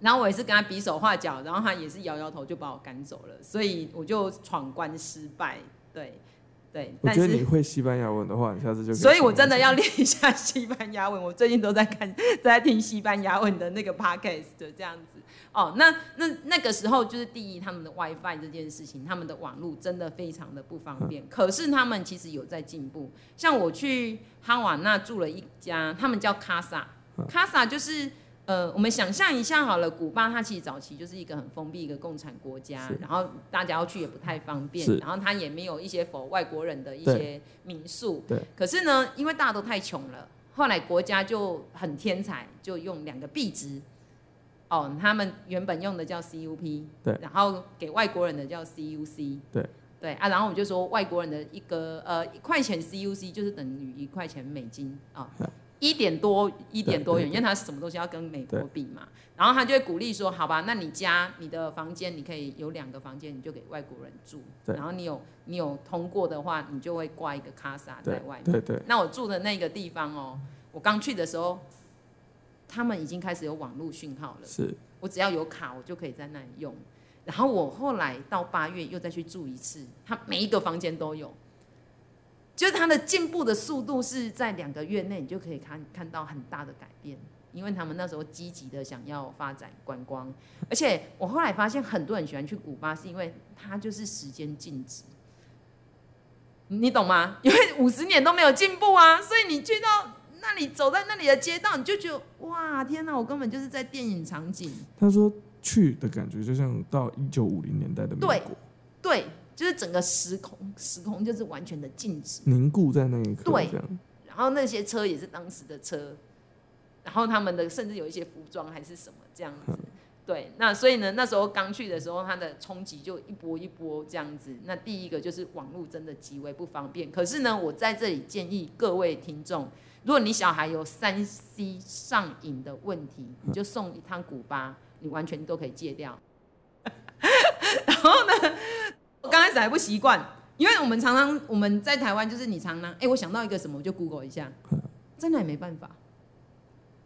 [SPEAKER 1] 然后我也是跟他比手画脚，然后他也是摇摇头就把我赶走了，所以我就闯关失败。对，对，
[SPEAKER 2] 我
[SPEAKER 1] 但
[SPEAKER 2] 觉得你
[SPEAKER 1] 是。
[SPEAKER 2] 会西班牙文的话，你下次就可
[SPEAKER 1] 所以，我
[SPEAKER 2] 上班
[SPEAKER 1] 真的要练一下西班牙文。我最近都在看， 都在听西班牙文的那个 podcast，这样子。哦，那那那个时候就是第一，他们的 WiFi 这件事情，他们的网络真的非常的不方便。可是他们其实有在进步。像我去哈瓦那住了一家，他们叫卡萨，
[SPEAKER 2] 嗯
[SPEAKER 1] 卡萨就是呃，我们想象一下好了，古巴它其实早期就是一个很封闭、一个共产国家
[SPEAKER 2] 是，
[SPEAKER 1] 然后大家要去也不太方便
[SPEAKER 2] 是，
[SPEAKER 1] 然后它也没有一些否外国人的一
[SPEAKER 2] 对
[SPEAKER 1] 些民宿。
[SPEAKER 2] 对。
[SPEAKER 1] 可是呢，因为大家都太穷了，后来国家就很天才，就用两个币值。哦，他们原本用的叫 CUP，
[SPEAKER 2] 对
[SPEAKER 1] 然后给外国人的叫 CUC，
[SPEAKER 2] 对，
[SPEAKER 1] 对啊，然后我们就说外国人的一个呃一块钱 CUC 就是等于一块钱美金啊
[SPEAKER 2] 对，
[SPEAKER 1] 一、点多一点多元，
[SPEAKER 2] 对
[SPEAKER 1] 因
[SPEAKER 2] 对
[SPEAKER 1] 为他什么东西要跟美国
[SPEAKER 2] 对
[SPEAKER 1] 比嘛，然后他就会鼓励说，好吧，那你家你的房间你可以有两个房间，你就给外国人住，
[SPEAKER 2] 对
[SPEAKER 1] 然后你有你有通过的话，你就会挂一个卡萨在
[SPEAKER 2] 对
[SPEAKER 1] 外面。
[SPEAKER 2] 对对，
[SPEAKER 1] 那我住的那个地方哦，我刚去的时候，他们已经开始有网络讯号了。
[SPEAKER 2] 是
[SPEAKER 1] 我只要有卡，我就可以在那里用。然后我后来到八月又再去住一次，他每一个房间都有，就是他的进步的速度是在两个月内，你就可以看看到很大的改变，因为他们那时候积极的想要发展观光，而且我后来发现很多人喜欢去古巴，是因为它就是时间静止。你懂吗？因为五十年都没有进步啊，所以你去到那里走在那里的街道，你就觉得哇，天哪，我根本就是在电影场景。
[SPEAKER 2] 他说去的感觉就像到一九五零年代的美
[SPEAKER 1] 对
[SPEAKER 2] 国，
[SPEAKER 1] 对，就是整个时空，时空就是完全的静止。
[SPEAKER 2] 凝固在那一刻，
[SPEAKER 1] 对
[SPEAKER 2] 这样
[SPEAKER 1] 然后那些车也是当时的车，然后他们的甚至有一些服装还是什么这样子。对，那所以呢，那时候刚去的时候，它的冲击就一波一波这样子。那第一个就是网络真的极为不方便，可是呢，我在这里建议各位听众，如果你小孩有三 C 上瘾的问题，你就送一趟古巴，你完全都可以戒掉。 然后呢，我刚开始还不习惯，因为我们常常我们在台湾就是你常常，哎、我想到一个什么我就 Google 一下，真的也没办法，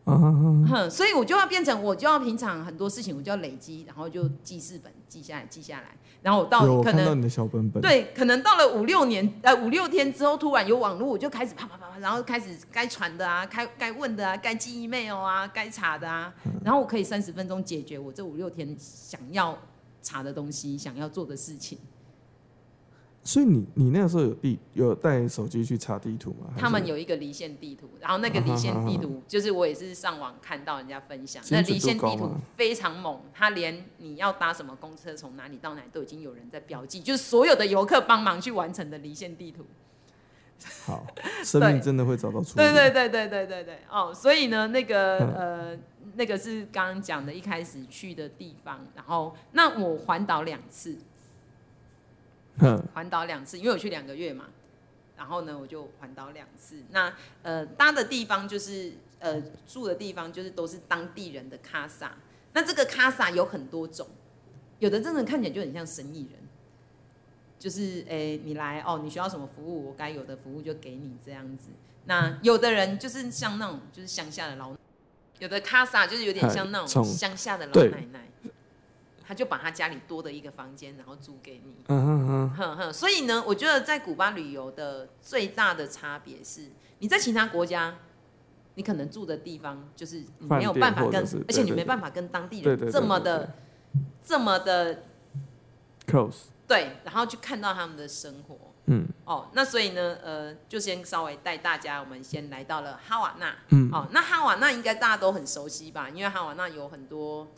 [SPEAKER 2] 啊哈哈，
[SPEAKER 1] 哼，所以我就要变成我就要平常很多事情我就要累积，然后就记事本记下来记下来，然后我到
[SPEAKER 2] 有我
[SPEAKER 1] 可
[SPEAKER 2] 看到
[SPEAKER 1] 能
[SPEAKER 2] 你的小本本，
[SPEAKER 1] 对，可能到了五六年呃五六天之后，突然有网络，我就开始啪啪啪啪，然后开始该传的啊，该该问的啊，该记 email 啊，该查的啊，
[SPEAKER 2] 嗯
[SPEAKER 1] 然后我可以三十分钟解决我这五六天想要查的东西，想要做的事情。
[SPEAKER 2] 所以你你那个时候有地有带手机去查地图啊吗？还是啊
[SPEAKER 1] 他们有一个离线地图，然后那个离线地图就是我也是上网看到人家分享，那
[SPEAKER 2] 精准
[SPEAKER 1] 离线地
[SPEAKER 2] 度高
[SPEAKER 1] 图
[SPEAKER 2] 吗
[SPEAKER 1] 非常猛，它连你要搭什么公车从哪里到哪里都已经有人在标记，就是所有的游客帮忙去完成的离线地图。
[SPEAKER 2] 好，生命真的会找到出路。
[SPEAKER 1] 对对对对对对对，哦，所以 呢，那个呃，那个是刚刚讲的，一开始去的地方，然后那我环岛两次，
[SPEAKER 2] 哼，
[SPEAKER 1] 环岛两次，因为我去两个月嘛，然后呢，我就环岛两次。那呃，搭的地方就是呃住的地方就是都是当地人的卡萨。那这个卡萨有很多种，有的真的看起来就很像生意人，就是诶、你来哦，你需要什么服务，我该有的服务就给你这样子。那有的人就是像那种就是乡下的老，有的卡萨就是有点像那
[SPEAKER 2] 哎
[SPEAKER 1] 种
[SPEAKER 2] 从
[SPEAKER 1] 乡下的老
[SPEAKER 2] 对
[SPEAKER 1] 奶奶，他就把他家里多的一个房间然后租给你。
[SPEAKER 2] 嗯哼哼，
[SPEAKER 1] 哼哼，所以呢，我觉得在古巴旅游的最大的差别是，你在其他国家，你可能住的地方就是你没有
[SPEAKER 2] 饭店
[SPEAKER 1] 办法
[SPEAKER 2] 或者
[SPEAKER 1] 跟
[SPEAKER 2] 是，
[SPEAKER 1] 而且你
[SPEAKER 2] 对对
[SPEAKER 1] 没
[SPEAKER 2] 对
[SPEAKER 1] 办法跟当地
[SPEAKER 2] 对对
[SPEAKER 1] 人
[SPEAKER 2] 对，
[SPEAKER 1] 这么的这么的
[SPEAKER 2] close，
[SPEAKER 1] 对，然后去看到他们的生活。
[SPEAKER 2] 嗯
[SPEAKER 1] 哦，那所以呢，呃，就先稍微带大家，我们先来到了哈瓦那。
[SPEAKER 2] 嗯，
[SPEAKER 1] 哦，那哈瓦那应该大家都很熟悉吧？因为哈瓦那有很多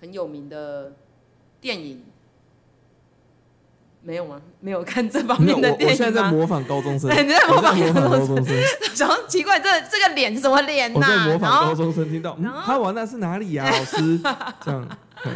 [SPEAKER 1] 很有名的电影，没有吗？没有看这方
[SPEAKER 2] 没有
[SPEAKER 1] 面
[SPEAKER 2] 我
[SPEAKER 1] 的
[SPEAKER 2] 我
[SPEAKER 1] 电
[SPEAKER 2] 现在
[SPEAKER 1] 影
[SPEAKER 2] 在
[SPEAKER 1] 吗？
[SPEAKER 2] 模仿高中生，
[SPEAKER 1] 对你在模仿
[SPEAKER 2] 我在模
[SPEAKER 1] 高中
[SPEAKER 2] 高
[SPEAKER 1] 生
[SPEAKER 2] 中生，
[SPEAKER 1] 想说奇怪，这这个脸什么 脸
[SPEAKER 2] 我在
[SPEAKER 1] 呐、
[SPEAKER 2] 模
[SPEAKER 1] 然
[SPEAKER 2] 仿高
[SPEAKER 1] 后
[SPEAKER 2] 中生，听到嗯
[SPEAKER 1] 然后
[SPEAKER 2] 哈瓦那是哪里呀？老 师，这样，嗯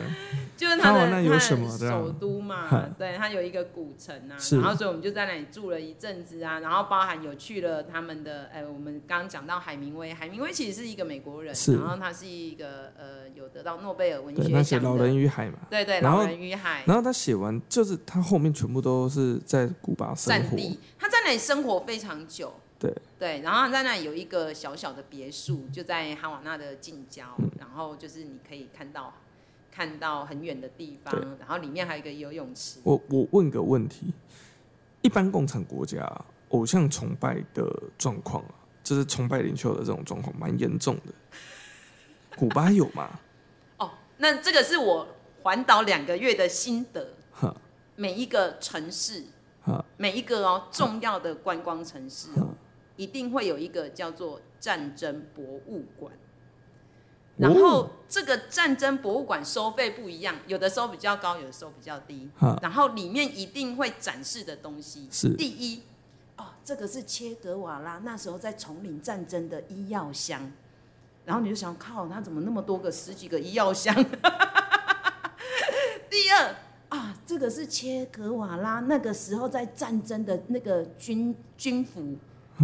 [SPEAKER 1] 就是它
[SPEAKER 2] 哈
[SPEAKER 1] 的
[SPEAKER 2] 瓦那有
[SPEAKER 1] 它的
[SPEAKER 2] 什么这样
[SPEAKER 1] 首都嘛
[SPEAKER 2] 嗨，
[SPEAKER 1] 对，它有一个古城啊。
[SPEAKER 2] 是
[SPEAKER 1] 然后所以我们就在那里住了一阵子啊，然后包含有去了他们的，哎，我们刚刚讲到海明威，海明威其实是一个美国人，
[SPEAKER 2] 是
[SPEAKER 1] 然后他是一个呃有得到诺贝尔文
[SPEAKER 2] 对，
[SPEAKER 1] 学
[SPEAKER 2] 那些
[SPEAKER 1] 奖
[SPEAKER 2] 老
[SPEAKER 1] 的
[SPEAKER 2] 人与海嘛。
[SPEAKER 1] 对对，
[SPEAKER 2] 然
[SPEAKER 1] 老
[SPEAKER 2] 后
[SPEAKER 1] 人与海
[SPEAKER 2] 然后他写完，就是他后面全部都是在古巴生
[SPEAKER 1] 战
[SPEAKER 2] 活，
[SPEAKER 1] 地，他在那里生活非常久。
[SPEAKER 2] 对
[SPEAKER 1] 对，然后他在那里有一个小小的别墅，就在哈瓦那的近郊，
[SPEAKER 2] 嗯
[SPEAKER 1] 然后就是你可以看到看到很远的地方
[SPEAKER 2] 对，
[SPEAKER 1] 然后里面还有一个游泳池。
[SPEAKER 2] 我我问个问题：一般共产国家偶像崇拜的状况啊，就是崇拜领袖的这种状况，蛮严重的。古巴有吗？
[SPEAKER 1] 哦，那这个是我环岛两个月的心得
[SPEAKER 2] 哈。
[SPEAKER 1] 每一个城市
[SPEAKER 2] 哈，
[SPEAKER 1] 每一个哦重要的观光城市哦，一定会有一个叫做战争博物馆。然后
[SPEAKER 2] 哦
[SPEAKER 1] 这个战争博物馆收费不一样，有的收比较高，有的收比较低
[SPEAKER 2] 哈。
[SPEAKER 1] 然后里面一定会展示的东西，
[SPEAKER 2] 是
[SPEAKER 1] 第一，哦，这个是切格瓦拉那时候在丛林战争的医药箱，然后你就想，靠，他怎么那么多个十几个医药箱？第二啊，这个是切格瓦拉那个时候在战争的那个军军服、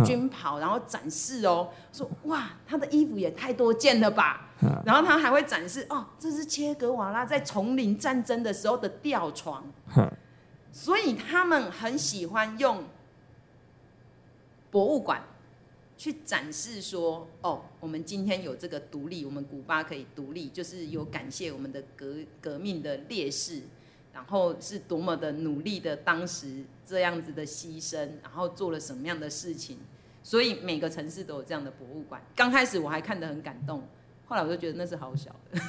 [SPEAKER 1] 军袍，然后展示哦，说哇，他的衣服也太多件了吧。然后他还会展示哦，这是切格瓦拉在丛林战争的时候的吊床，
[SPEAKER 2] 哈，
[SPEAKER 1] 所以他们很喜欢用博物馆去展示说，哦，我们今天有这个独立，我们古巴可以独立，就是有感谢我们的革革命的烈士，然后是多么的努力的当时这样子的牺牲，然后做了什么样的事情。所以每个城市都有这样的博物馆。刚开始我还看得很感动， 后来我就觉得那是好小的，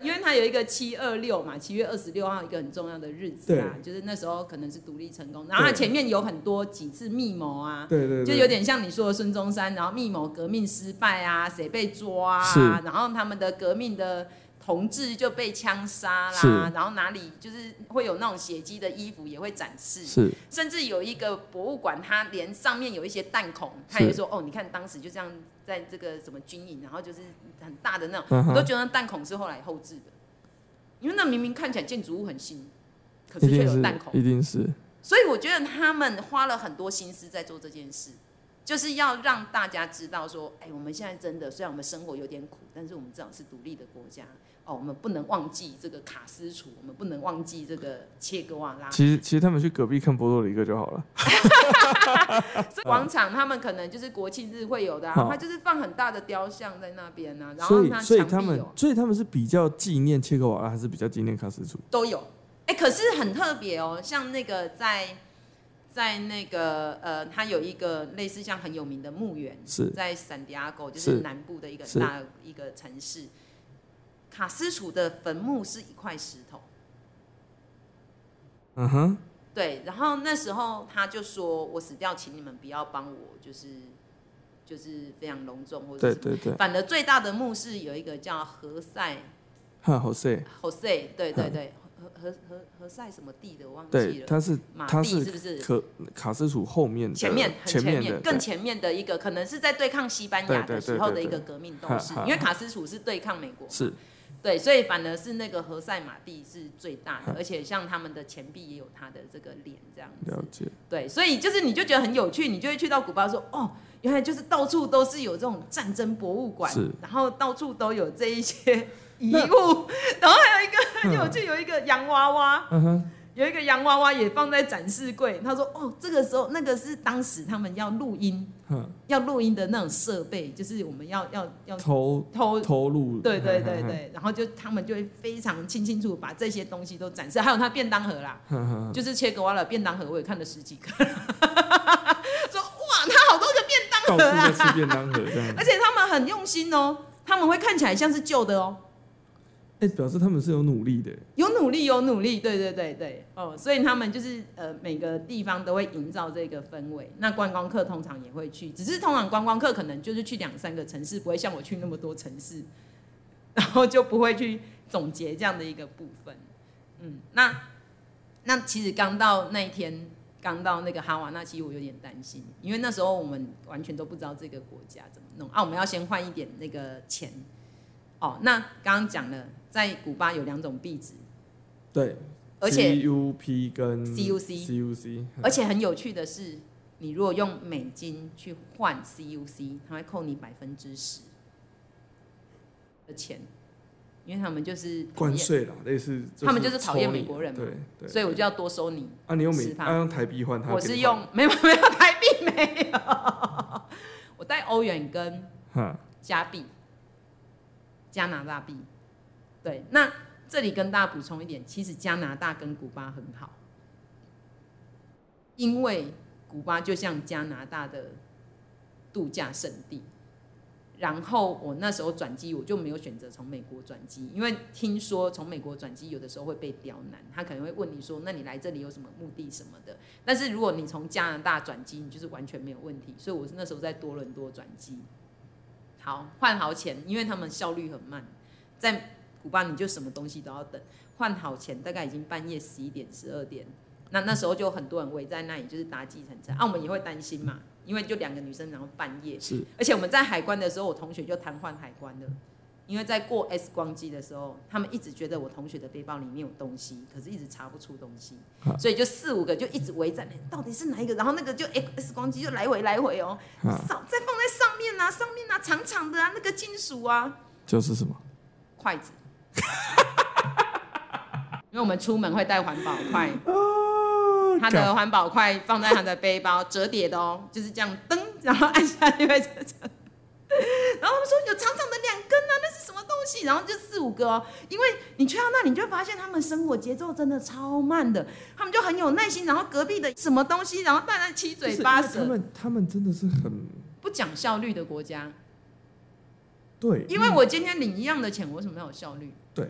[SPEAKER 1] 因为它还有一个七二六嘛，七月二十六号一个很重要的日子啊，就是那时候可能是独立成功，然后它
[SPEAKER 2] 对
[SPEAKER 1] 前面有很多几次密谋啊，
[SPEAKER 2] 对对对，
[SPEAKER 1] 就有点像你说的孙中山，然后密谋革命失败啊，谁被抓
[SPEAKER 2] 是
[SPEAKER 1] 啊，然后他们的革命的同志就被枪杀
[SPEAKER 2] 是
[SPEAKER 1] 啦，然后哪里就是会有那种血迹的衣服也会展示，
[SPEAKER 2] 是
[SPEAKER 1] 甚至有一个博物馆，它连上面有一些弹孔，
[SPEAKER 2] 是
[SPEAKER 1] 它也说哦，你看当时就这样在这个什么军营，然后就是很大的那种，
[SPEAKER 2] 嗯哼
[SPEAKER 1] 我都觉得那弹孔是后来后置的，因为那明明看起来建筑物很新，可
[SPEAKER 2] 一
[SPEAKER 1] 是却
[SPEAKER 2] 定
[SPEAKER 1] 有
[SPEAKER 2] 是
[SPEAKER 1] 弹孔，
[SPEAKER 2] 一定是
[SPEAKER 1] 所以我觉得他们花了很多心思在做这件事，就是要让大家知道说，哎，我们现在真的虽然我们生活有点苦，但是我们至少是独立的国家哦，我们不能忘记这个卡斯楚，我们不能忘记这个切格瓦拉。
[SPEAKER 2] 其实其实他们去隔壁看波多黎各就好了。
[SPEAKER 1] 所以
[SPEAKER 2] 嗯
[SPEAKER 1] 广场他们可能就是国庆日会有的、啊
[SPEAKER 2] 好，
[SPEAKER 1] 他就是放很大的雕像在那边啊，然
[SPEAKER 2] 嗯所
[SPEAKER 1] 后
[SPEAKER 2] 以所以他
[SPEAKER 1] 墙壁哦
[SPEAKER 2] 们
[SPEAKER 1] 有
[SPEAKER 2] 所以他们是比较纪念切格瓦拉，还是比较纪念卡斯楚？
[SPEAKER 1] 都有。哎、可是很特别哦，像那个在在那个呃，它有一个类似像很有名的墓园，
[SPEAKER 2] 是
[SPEAKER 1] 在圣地亚哥，就是是南部的一个
[SPEAKER 2] 是
[SPEAKER 1] 很大的一个城市。卡斯楚的坟墓是一块石头，
[SPEAKER 2] 嗯哼，
[SPEAKER 1] 对，然后那时候他就说：“我死掉，请你们不要帮我，就是就是非常隆重或者
[SPEAKER 2] 对
[SPEAKER 1] 什么。
[SPEAKER 2] 对对，
[SPEAKER 1] 反而最大的墓是有一个叫何塞
[SPEAKER 2] 哈 Jose，
[SPEAKER 1] Jose，对对
[SPEAKER 2] 嗯
[SPEAKER 1] 对，何何何何塞什么地的我忘记
[SPEAKER 2] 对，
[SPEAKER 1] 了，
[SPEAKER 2] 他是
[SPEAKER 1] 马
[SPEAKER 2] 他
[SPEAKER 1] 地
[SPEAKER 2] 是
[SPEAKER 1] 是不是？
[SPEAKER 2] 可卡斯楚后面的
[SPEAKER 1] 前面很
[SPEAKER 2] 前
[SPEAKER 1] 前面
[SPEAKER 2] 的
[SPEAKER 1] 更
[SPEAKER 2] 对
[SPEAKER 1] 前面的一个，可能是在对抗西班牙
[SPEAKER 2] 对对
[SPEAKER 1] 的
[SPEAKER 2] 对
[SPEAKER 1] 时候
[SPEAKER 2] 对
[SPEAKER 1] 的一
[SPEAKER 2] 对
[SPEAKER 1] 个革命斗士
[SPEAKER 2] 哈哈，
[SPEAKER 1] 因为卡斯楚是对抗美国，
[SPEAKER 2] 是
[SPEAKER 1] 对，所以反而是那个何塞马蒂是最大
[SPEAKER 2] 哈
[SPEAKER 1] 的，而且像他们的钱币也有他的这个脸这样
[SPEAKER 2] 了
[SPEAKER 1] 子，
[SPEAKER 2] 解，
[SPEAKER 1] 对，所以就是你就觉得很有趣，你就会去到古巴说哦。原来就是到处都是有这种战争博物馆
[SPEAKER 2] 是，
[SPEAKER 1] 然后到处都有这一 些遗
[SPEAKER 2] 那
[SPEAKER 1] 物，然后还有一个很有
[SPEAKER 2] 嗯
[SPEAKER 1] 趣，有一个洋娃娃，
[SPEAKER 2] 嗯哼，
[SPEAKER 1] 有一个洋娃娃也放在展示柜。他说：“哦，这个时候那个是当时他们要录音，
[SPEAKER 2] 嗯，
[SPEAKER 1] 要录音的那种设备，就是我们要要要
[SPEAKER 2] 偷
[SPEAKER 1] 偷。”
[SPEAKER 2] 偷录，
[SPEAKER 1] 对对对
[SPEAKER 2] 哼，
[SPEAKER 1] 对，然后就他们就会非常清清楚把这些东西都展示，还有他便当盒啦，
[SPEAKER 2] 哼哼
[SPEAKER 1] 就是切格瓦拉便当盒，我也看了十几个， 说哇，他好多个便当
[SPEAKER 2] 到处
[SPEAKER 1] 盒
[SPEAKER 2] 在
[SPEAKER 1] 啊，
[SPEAKER 2] 吃便当盒这 样
[SPEAKER 1] 而。且他们很用心哦，他们会看起来像是旧的哦，
[SPEAKER 2] 哎、表示他们是有努力的，
[SPEAKER 1] 有努力，有努力，对对对对，哦，所以他们就是呃，每个地方都会营造这个氛围。那观光客通常也会去，只是通常观光客可能就是去两三个城市，不会像我去那么多城市， 然后就不会去总结这样的一个部分。嗯，那那其实刚到那一天，刚到那个哈瓦那，其实我有点担心，因为那时候我们完全都不知道这个国家怎么弄啊，我们要先换一点那个钱。哦，那刚刚讲了，在古巴有两种币值，
[SPEAKER 2] 对，
[SPEAKER 1] 而且
[SPEAKER 2] CUP 跟
[SPEAKER 1] CUC
[SPEAKER 2] CUC，
[SPEAKER 1] 而且很有趣的是，你如果用美金去换 CUC，它会扣你百分之十的钱，因为他们就是讨
[SPEAKER 2] 关
[SPEAKER 1] 厌，
[SPEAKER 2] 税啦，类似
[SPEAKER 1] 他们就是讨厌
[SPEAKER 2] 抽你
[SPEAKER 1] 美国人嘛
[SPEAKER 2] 对对，
[SPEAKER 1] 所以我就要多收你。
[SPEAKER 2] 啊，你用美
[SPEAKER 1] 是吧
[SPEAKER 2] 啊用台币换他给你换，
[SPEAKER 1] 我是用没有没有台币没有， 我带欧元跟
[SPEAKER 2] 哈
[SPEAKER 1] 加币，加拿大币。对，那这里跟大家补充一点，其实加拿大跟古巴很好，因为古巴就像加拿大的度假胜地。然后我那时候转机，我就没有选择从美国转机，因为听说从美国转机有的时候会被刁难，他可能会问你说：“那你来这里有什么目的什么的？”但是如果你从加拿大转机，你就是完全没有问题。所以我是那时候在多伦多转机，好，换好钱，因为他们效率很慢，在古巴你就什么东西都要等。换好钱大概已经半夜十一点、十二点，那那时候就很多人围在那里，就是搭计程车。啊，我们也会担心嘛，因为就两个女生，然后半夜，
[SPEAKER 2] 是
[SPEAKER 1] 而且我们在海关的时候，我同学就瘫痪海关了。因为在过 X 光机的时候，他们一直觉得我同学的背包里面有东西，可是一直查不出东西，
[SPEAKER 2] 啊
[SPEAKER 1] 所以就四五个就一直围在那，到底是哪一个？然后那个就 X 光机就来回来回哦，
[SPEAKER 2] 哈，
[SPEAKER 1] 上再放在上面啊，上面啊，长长的啊，那个金属啊，
[SPEAKER 2] 就是什么
[SPEAKER 1] 筷 子。因为我们出门会带环保筷，
[SPEAKER 2] 啊
[SPEAKER 1] 它
[SPEAKER 2] 干
[SPEAKER 1] 的环保筷放在它的背包，折叠的哦，就是这样噔，然后按下就会折折。然后他们说有长长的两根啊，那是什么东西？然后就四五个哦，因为你去到那里，你就会发现他们生活节奏真的超慢的，他们就很有耐心。然后隔壁的什么东西，然后大家七
[SPEAKER 2] 就
[SPEAKER 1] 嘴
[SPEAKER 2] 是
[SPEAKER 1] 八
[SPEAKER 2] 因为他
[SPEAKER 1] 舌，
[SPEAKER 2] 们他们真的是很
[SPEAKER 1] 不讲效率的国家。
[SPEAKER 2] 对，
[SPEAKER 1] 因为我今天领一样的钱，我为什么要有效率？
[SPEAKER 2] 对，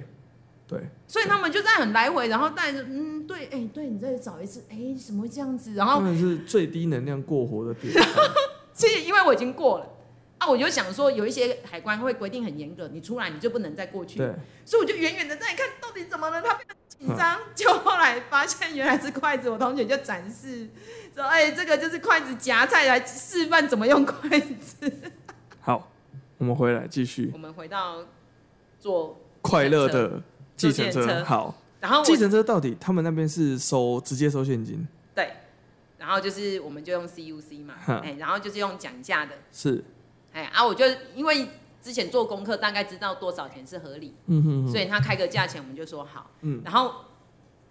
[SPEAKER 2] 对，
[SPEAKER 1] 所以他们就在很来回，然后带着嗯，对，哎、对你再找一次，哎、怎么会这样子？然后
[SPEAKER 2] 真的是最低能量过活 的点。
[SPEAKER 1] 其实因为我已经过了啊，我就想说有一些海关会规定很严格，你出来你就不能再过去，
[SPEAKER 2] 对，
[SPEAKER 1] 所以我就远远的在看到底怎么了，他变得紧张， 就后来发现原来是筷子，我同学就展示说，哎、这个就是筷子夹菜来示范怎么用筷子。
[SPEAKER 2] 好，我们回来继续
[SPEAKER 1] 我们回到做，
[SPEAKER 2] 快乐的计
[SPEAKER 1] 计
[SPEAKER 2] 程
[SPEAKER 1] 程车
[SPEAKER 2] 车。好，
[SPEAKER 1] 然后
[SPEAKER 2] 计
[SPEAKER 1] 我
[SPEAKER 2] 程车到底他们那边是收直接收现金？
[SPEAKER 1] 对，然后就是我们就用 CUC 嘛，
[SPEAKER 2] 哼
[SPEAKER 1] 哎、然后就是用讲价的。
[SPEAKER 2] 是，
[SPEAKER 1] 哎啊，我就因为之前做功课，大概知道多少钱是合理，
[SPEAKER 2] 嗯哼哼，
[SPEAKER 1] 所以他开个价钱，我们就说好。
[SPEAKER 2] 嗯
[SPEAKER 1] 然后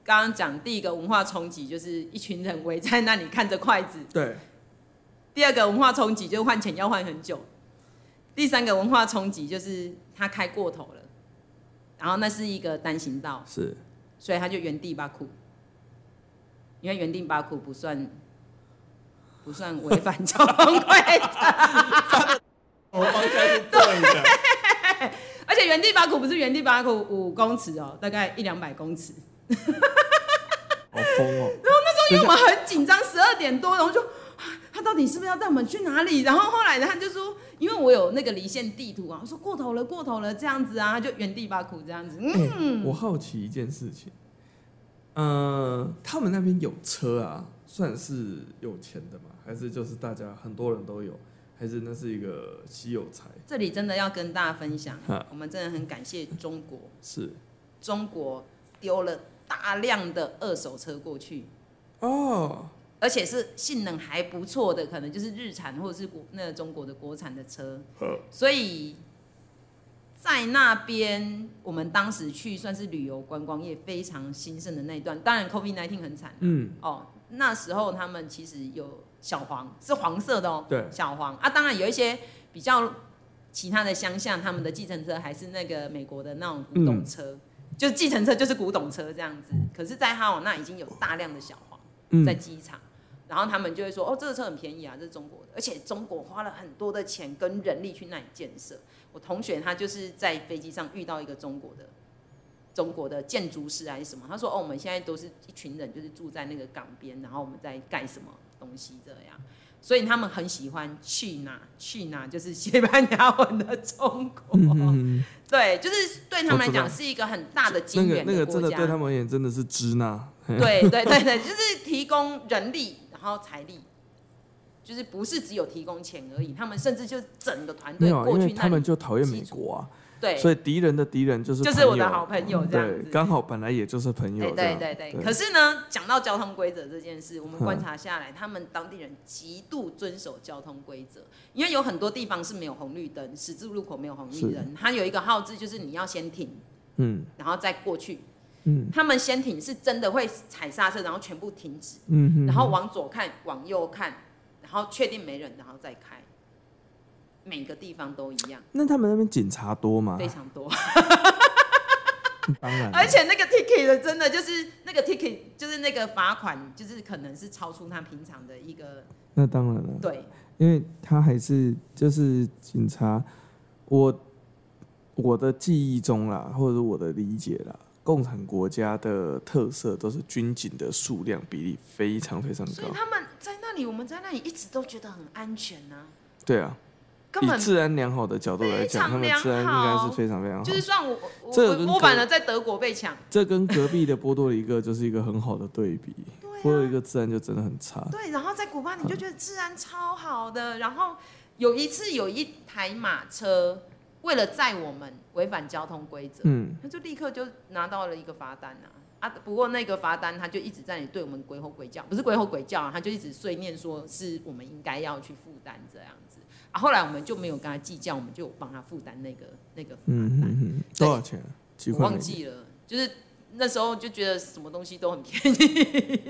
[SPEAKER 1] 刚刚讲第一个文化冲击就是一群人围在那里看着筷子，
[SPEAKER 2] 对，
[SPEAKER 1] 第二个文化冲击就是换钱要换很久，第三个文化冲击就是他开过头了，然后那是一个单行道，
[SPEAKER 2] 是
[SPEAKER 1] 所以他就原地巴库，因为原地巴库不算。不算违反交通规则，
[SPEAKER 3] 我方向是对的，
[SPEAKER 1] 而且原地巴库不是原地巴库五公尺哦，大概一两百公尺。
[SPEAKER 2] 好疯哦。
[SPEAKER 1] 因为我们很紧张，十二点多，然后就啊他到底是不是要带我们去哪里？然后后来他就说，因为我有那个离线地图啊，我说过头了，过头了，这样子啊，他就原地巴哭这样子。嗯，
[SPEAKER 2] 欸我好奇一件事情，呃，他们那边有车啊，算是有钱的吗？还是就是大家很多人都有？还是那是一个稀有财？
[SPEAKER 1] 这里真的要跟大家分享
[SPEAKER 2] 嗯，
[SPEAKER 1] 我们真的很感谢中国，
[SPEAKER 2] 是
[SPEAKER 1] 中国丢了大量的二手车过去，
[SPEAKER 2] 哦，
[SPEAKER 1] 而且是性能还不错的，可能就是日产或者是国那个中国的国产的车，所以在那边我们当时去算是旅游观光业非常兴盛的那一段，当然 COVID 19很惨
[SPEAKER 2] 嗯，
[SPEAKER 1] 哦，那时候他们其实有小黄是黄色的哦，
[SPEAKER 2] 对
[SPEAKER 1] 小黄啊，当然有一些比较其他的乡下，他们的计程车还是那个美国的那种古董车，
[SPEAKER 2] 嗯
[SPEAKER 1] 就是计程车就是古董车这样子，可是，在哈瓦那已经有大量的小黄。
[SPEAKER 2] 嗯
[SPEAKER 1] 在机场，然后他们就会说，哦，这个车很便宜啊，这是中国的，而且中国花了很多的钱跟人力去那里建设。我同学他就是在飞机上遇到一个中国的。中国的建筑师还是什么？他说：“哦，我们现在都是一群人，就是住在那个港边，然后我们在盖什么东西这样，所以他们很喜欢去哪去哪，就是西班牙文的中国。
[SPEAKER 2] 嗯嗯嗯
[SPEAKER 1] 对，就是对他们来
[SPEAKER 2] 我
[SPEAKER 1] 讲
[SPEAKER 2] 知
[SPEAKER 1] 是一个很大的
[SPEAKER 2] 那
[SPEAKER 1] 金
[SPEAKER 2] 个
[SPEAKER 1] 源
[SPEAKER 2] 那个
[SPEAKER 1] 国
[SPEAKER 2] 真
[SPEAKER 1] 家。
[SPEAKER 2] 的对他们而言真的是支那，嘿
[SPEAKER 1] 对对对对，就是提供人力，然后财力，就是不是只有提供钱而已，他们甚至就整个团
[SPEAKER 2] 没
[SPEAKER 1] 队
[SPEAKER 2] 有啊，因
[SPEAKER 1] 过
[SPEAKER 2] 为
[SPEAKER 1] 去那
[SPEAKER 2] 他
[SPEAKER 1] 里，
[SPEAKER 2] 们就讨厌美国啊，
[SPEAKER 1] 对，
[SPEAKER 2] 所以敌人的敌人就是
[SPEAKER 1] 就是
[SPEAKER 2] 朋
[SPEAKER 1] 我的
[SPEAKER 2] 友嗯
[SPEAKER 1] 好朋友这样
[SPEAKER 2] 对，
[SPEAKER 1] 子
[SPEAKER 2] 刚好本来也就是朋
[SPEAKER 1] 哎
[SPEAKER 2] 友这
[SPEAKER 1] 对
[SPEAKER 2] 样，
[SPEAKER 1] 对对
[SPEAKER 2] 对
[SPEAKER 1] 可是呢，讲到交通规则这件事，我们
[SPEAKER 2] 嗯
[SPEAKER 1] 观察下来，他们当地人极度遵守交通规则，因为有很多地方是没有红绿灯，十字路口没有红绿灯，它有一个号志，就是你要先停，
[SPEAKER 2] 嗯
[SPEAKER 1] 然后再过去。
[SPEAKER 2] 嗯
[SPEAKER 1] 他们先停是真的会踩刹车，然后全部停止。
[SPEAKER 2] 嗯哼，
[SPEAKER 1] 然后往左看，往右看，然后确定没人，然后再开。每个地方都一样，
[SPEAKER 2] 那他们那边警察多吗？
[SPEAKER 1] 非常哎多，
[SPEAKER 2] 当然了，
[SPEAKER 1] 而且那个 ticket 的真的就是那个 ticket，就是那个罚款，就是可能是超出他平常的一个
[SPEAKER 2] 那当然了，
[SPEAKER 1] 对，
[SPEAKER 2] 因为他还是就是警察，我我的记忆中啦，或者我的理解啦，共产国家的特色都是军警的数量比例非常非常
[SPEAKER 1] 所以
[SPEAKER 2] 高，
[SPEAKER 1] 他们在那里，我们在那里一直都觉得很安全呐、
[SPEAKER 2] 对啊，
[SPEAKER 1] 根
[SPEAKER 2] 以
[SPEAKER 1] 本
[SPEAKER 2] 治安良好的角度来讲，他
[SPEAKER 1] 非常
[SPEAKER 2] 们
[SPEAKER 1] 良好
[SPEAKER 2] 治安应该是非常非常好。
[SPEAKER 1] 就是算我我
[SPEAKER 2] 这个嗯
[SPEAKER 1] 我
[SPEAKER 2] 跟
[SPEAKER 1] 我反
[SPEAKER 2] 隔
[SPEAKER 1] 而在德国被抢，
[SPEAKER 2] 这跟隔壁的波多黎各就是一个很好的对比，波多
[SPEAKER 1] 对
[SPEAKER 2] 黎
[SPEAKER 1] 啊，
[SPEAKER 2] 各治安就真的很差。
[SPEAKER 1] 对，然后在古巴你就觉得治安超好的，然后有一次有一台马车为了载我们违反交通规则，
[SPEAKER 2] 嗯，
[SPEAKER 1] 他就立刻就拿到了一个罚单啊啊！不过那个罚单他就一直在那里对我们鬼吼鬼叫，不是鬼吼鬼叫啊，他就一直碎念说是我们应该要去负担这样子啊。后来我们就没有跟他计较，我们就帮他负担那个那个罚
[SPEAKER 2] 嗯
[SPEAKER 1] 单，
[SPEAKER 2] 嗯嗯，多少钱啊？几
[SPEAKER 1] 我
[SPEAKER 2] 块美
[SPEAKER 1] 忘
[SPEAKER 2] 金？
[SPEAKER 1] 记了，就是那时候就觉得什么东西都很便宜，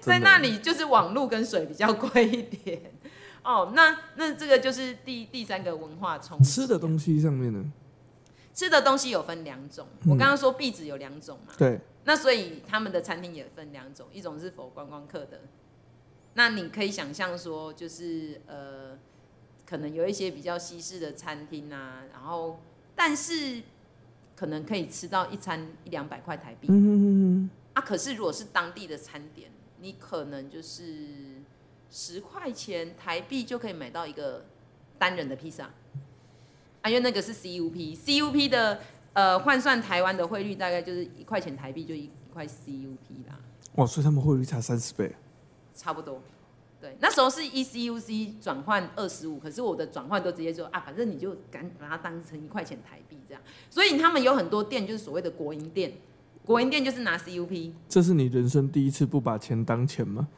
[SPEAKER 1] 在
[SPEAKER 2] 真的
[SPEAKER 1] 那里就是网路跟水比较贵一点。哦，那那这个就是第第三个文化冲击啊。
[SPEAKER 2] 吃的东西上面呢？
[SPEAKER 1] 吃的东西有分两种，
[SPEAKER 2] 嗯
[SPEAKER 1] 我刚刚说壁纸有两种嘛，
[SPEAKER 2] 对，
[SPEAKER 1] 那所以他们的餐厅也分两种，一种是否观光客的，那你可以想象说，就是呃，可能有一些比较西式的餐厅啊，然后但是可能可以吃到一餐一两百块台币。
[SPEAKER 2] 嗯哼哼
[SPEAKER 1] 啊，可是如果是当地的餐点，你可能就是十块钱台币就可以买到一个单人的披萨，啊，因为那个是 CUP，CUP 的呃换算台湾的汇率大概就是一块钱台币就一一块 CUP 啦，
[SPEAKER 2] 哼，哇，哦所以他们汇率差三十倍，
[SPEAKER 1] 差不多。对，那时候是 ECUC 转换二十五，可是我的转换都直接说啊，反正你就敢把它当成一块钱台币这样，所以他们有很多店就是所谓的国营店，国营店就是拿 CUP，
[SPEAKER 2] 这是你人生第一次不把钱当钱吗？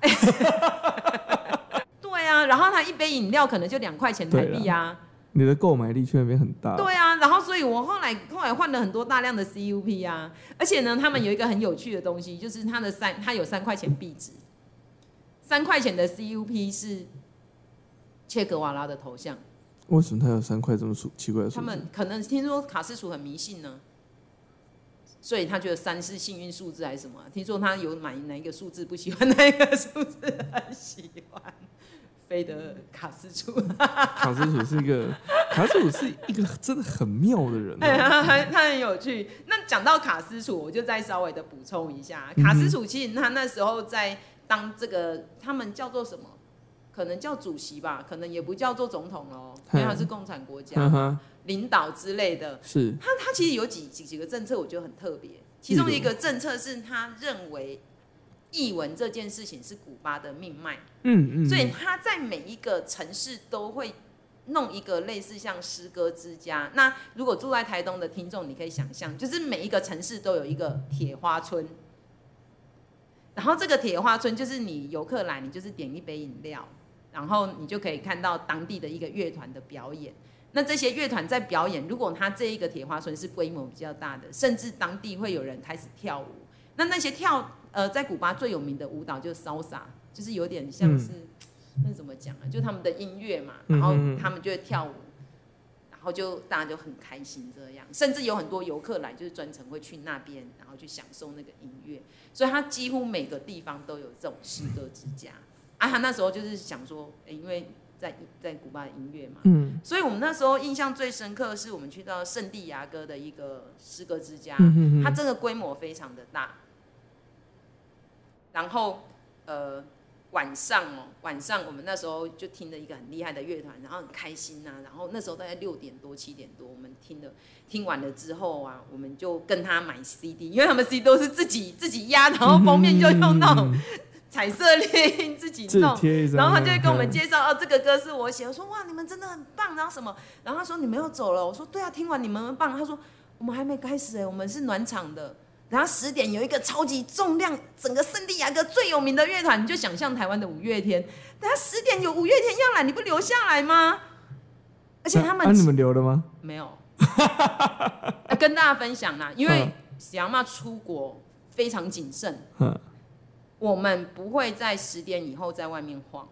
[SPEAKER 1] 对啊，然后他一杯饮料可能就两块钱台币啊，
[SPEAKER 2] 你的购买力去那边很大，
[SPEAKER 1] 对啊，然后所以我后来后来换了很多大量的 CUP 啊，而且呢，他们有一个很有趣的东西，就是它的三，它有三块钱币值，三块钱的 CUP 是切格瓦拉的头像，
[SPEAKER 2] 为什么它有三块这么数奇怪的数
[SPEAKER 1] 他
[SPEAKER 2] 字？
[SPEAKER 1] 们可能听说卡斯楚很迷信呢。所以他觉得三是幸运数字还是什么啊、听说他有买哪一个数字不喜欢，哪 一个数字很喜欢。菲德尔卡斯楚，
[SPEAKER 2] 卡斯楚是一个， 卡斯楚是一个真的很妙 的人、
[SPEAKER 1] 哎，
[SPEAKER 2] 啊。
[SPEAKER 1] 他很他很有趣。那讲到卡斯楚，我就再稍微的补充一下，卡
[SPEAKER 2] 嗯
[SPEAKER 1] 斯楚其实他那时候在当这个他们叫做什么？可能叫主席吧，可能也不叫做总统喽，因为他是共产国
[SPEAKER 2] 嗯
[SPEAKER 1] 家
[SPEAKER 2] 哼，
[SPEAKER 1] 领导之类的。
[SPEAKER 2] 是
[SPEAKER 1] 他他其实有几几几个政策，我觉得很特别。其中一个政策是他认为译文这件事情是古巴的命脉，
[SPEAKER 2] 嗯嗯，
[SPEAKER 1] 所以他在每一个城市都会弄一个类似像诗歌之家。那如果住在台东的听众，你可以想象，就是每一个城市都有一个铁花村。然后这个铁花村就是你游客来，你就是点一杯饮料，然后你就可以看到当地的一个乐团的表演。那这些乐团在表演，如果他这一个铁花村是规模比较大的，甚至当地会有人开始跳舞。那那些跳呃，在古巴最有名的舞蹈就是 salsa，就是有点像是、那怎么讲啊？就他们的音乐嘛，然后
[SPEAKER 2] 嗯哼
[SPEAKER 1] 他们就会跳舞，然后就大家就很开心这样，甚至有很多游客来就是专程会去那边，然后去享受那个音乐，所以他几乎每个地方都有这种诗歌之家。啊，他那时候就是想说，诶因为在在古巴的音乐嘛，
[SPEAKER 2] 嗯
[SPEAKER 1] 所以我们那时候印象最深刻的是我们去到圣地亚哥的一个诗歌之家，
[SPEAKER 2] 嗯哼
[SPEAKER 1] 它
[SPEAKER 2] 哼，
[SPEAKER 1] 这个规模非常的大。然后呃晚上哦，晚上我们那时候就听了一个很厉害的乐团，然后很开心呐、然后那时候大概六点多七点多，我们听了听完了之后啊，我们就跟他买 CD，因为他们 CD 都是自己自己压，然后封面就用那种
[SPEAKER 2] 嗯
[SPEAKER 1] 彩色猎鹰自己
[SPEAKER 2] 自
[SPEAKER 1] 弄。
[SPEAKER 2] 贴一张，
[SPEAKER 1] 然后他就会跟我们
[SPEAKER 2] 嗯
[SPEAKER 1] 介绍，哦，这个歌是我写。我说哇，你们真的很棒，然后什么？然后他说你们要走了。我说对啊，听完你们很棒。他说我们还没开始哎、我们是暖场的。然后十点有一个超级重量，整个圣地亚哥最有名的乐团，你就想象台湾的五月天。等下十点有五月天要来，你不留下来吗？而且他们
[SPEAKER 2] 啊，你们留了吗？
[SPEAKER 1] 没有、 啊跟大家分享啦，因为
[SPEAKER 2] 嗯
[SPEAKER 1] 小妈出国非常谨慎，
[SPEAKER 2] 嗯
[SPEAKER 1] 我们不会在十点以后在外面晃。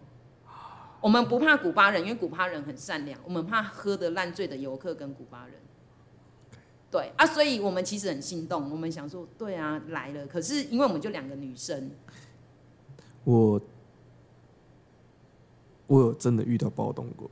[SPEAKER 1] 我们不怕古巴人，因为古巴人很善良，我们怕喝得烂醉的游客跟古巴人。对啊，所以我们其实很心动，我们想说，对啊，来了。可是因为我们就两个女生，
[SPEAKER 2] 我我有真的遇到暴动过，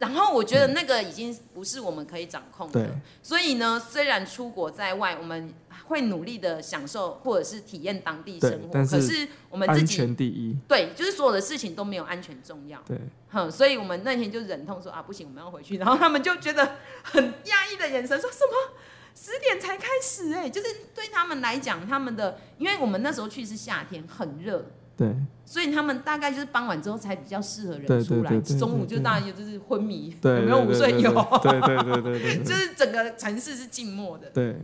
[SPEAKER 1] 然后我觉得那个已经不是我们可以掌控的
[SPEAKER 2] 对，
[SPEAKER 1] 所以呢，虽然出国在外，我们会努力的享受或者是体验当地
[SPEAKER 2] 对
[SPEAKER 1] 生活，
[SPEAKER 2] 但是
[SPEAKER 1] 可是我们自
[SPEAKER 2] 安
[SPEAKER 1] 己
[SPEAKER 2] 全第一，
[SPEAKER 1] 对，就是所有的事情都没有安全重要。
[SPEAKER 2] 对，
[SPEAKER 1] 哼，所以我们那天就忍痛说啊，不行，我们要回去。然后他们就觉得很讶异的眼神，说什么十点才开始、哎，就是对他们来讲，他们的因为我们那时候去是夏天，很热，
[SPEAKER 2] 对，
[SPEAKER 1] 所以他们大概就是傍晚之后才比较适合人
[SPEAKER 2] 对对
[SPEAKER 1] 出来，
[SPEAKER 2] 对对
[SPEAKER 1] 中午就
[SPEAKER 2] 对
[SPEAKER 1] 大概就是昏迷，
[SPEAKER 2] 对，
[SPEAKER 1] 有 没有午睡有？
[SPEAKER 2] 对对对对 对
[SPEAKER 1] 就
[SPEAKER 2] 对
[SPEAKER 1] 是整个城市是静默的。
[SPEAKER 2] 对，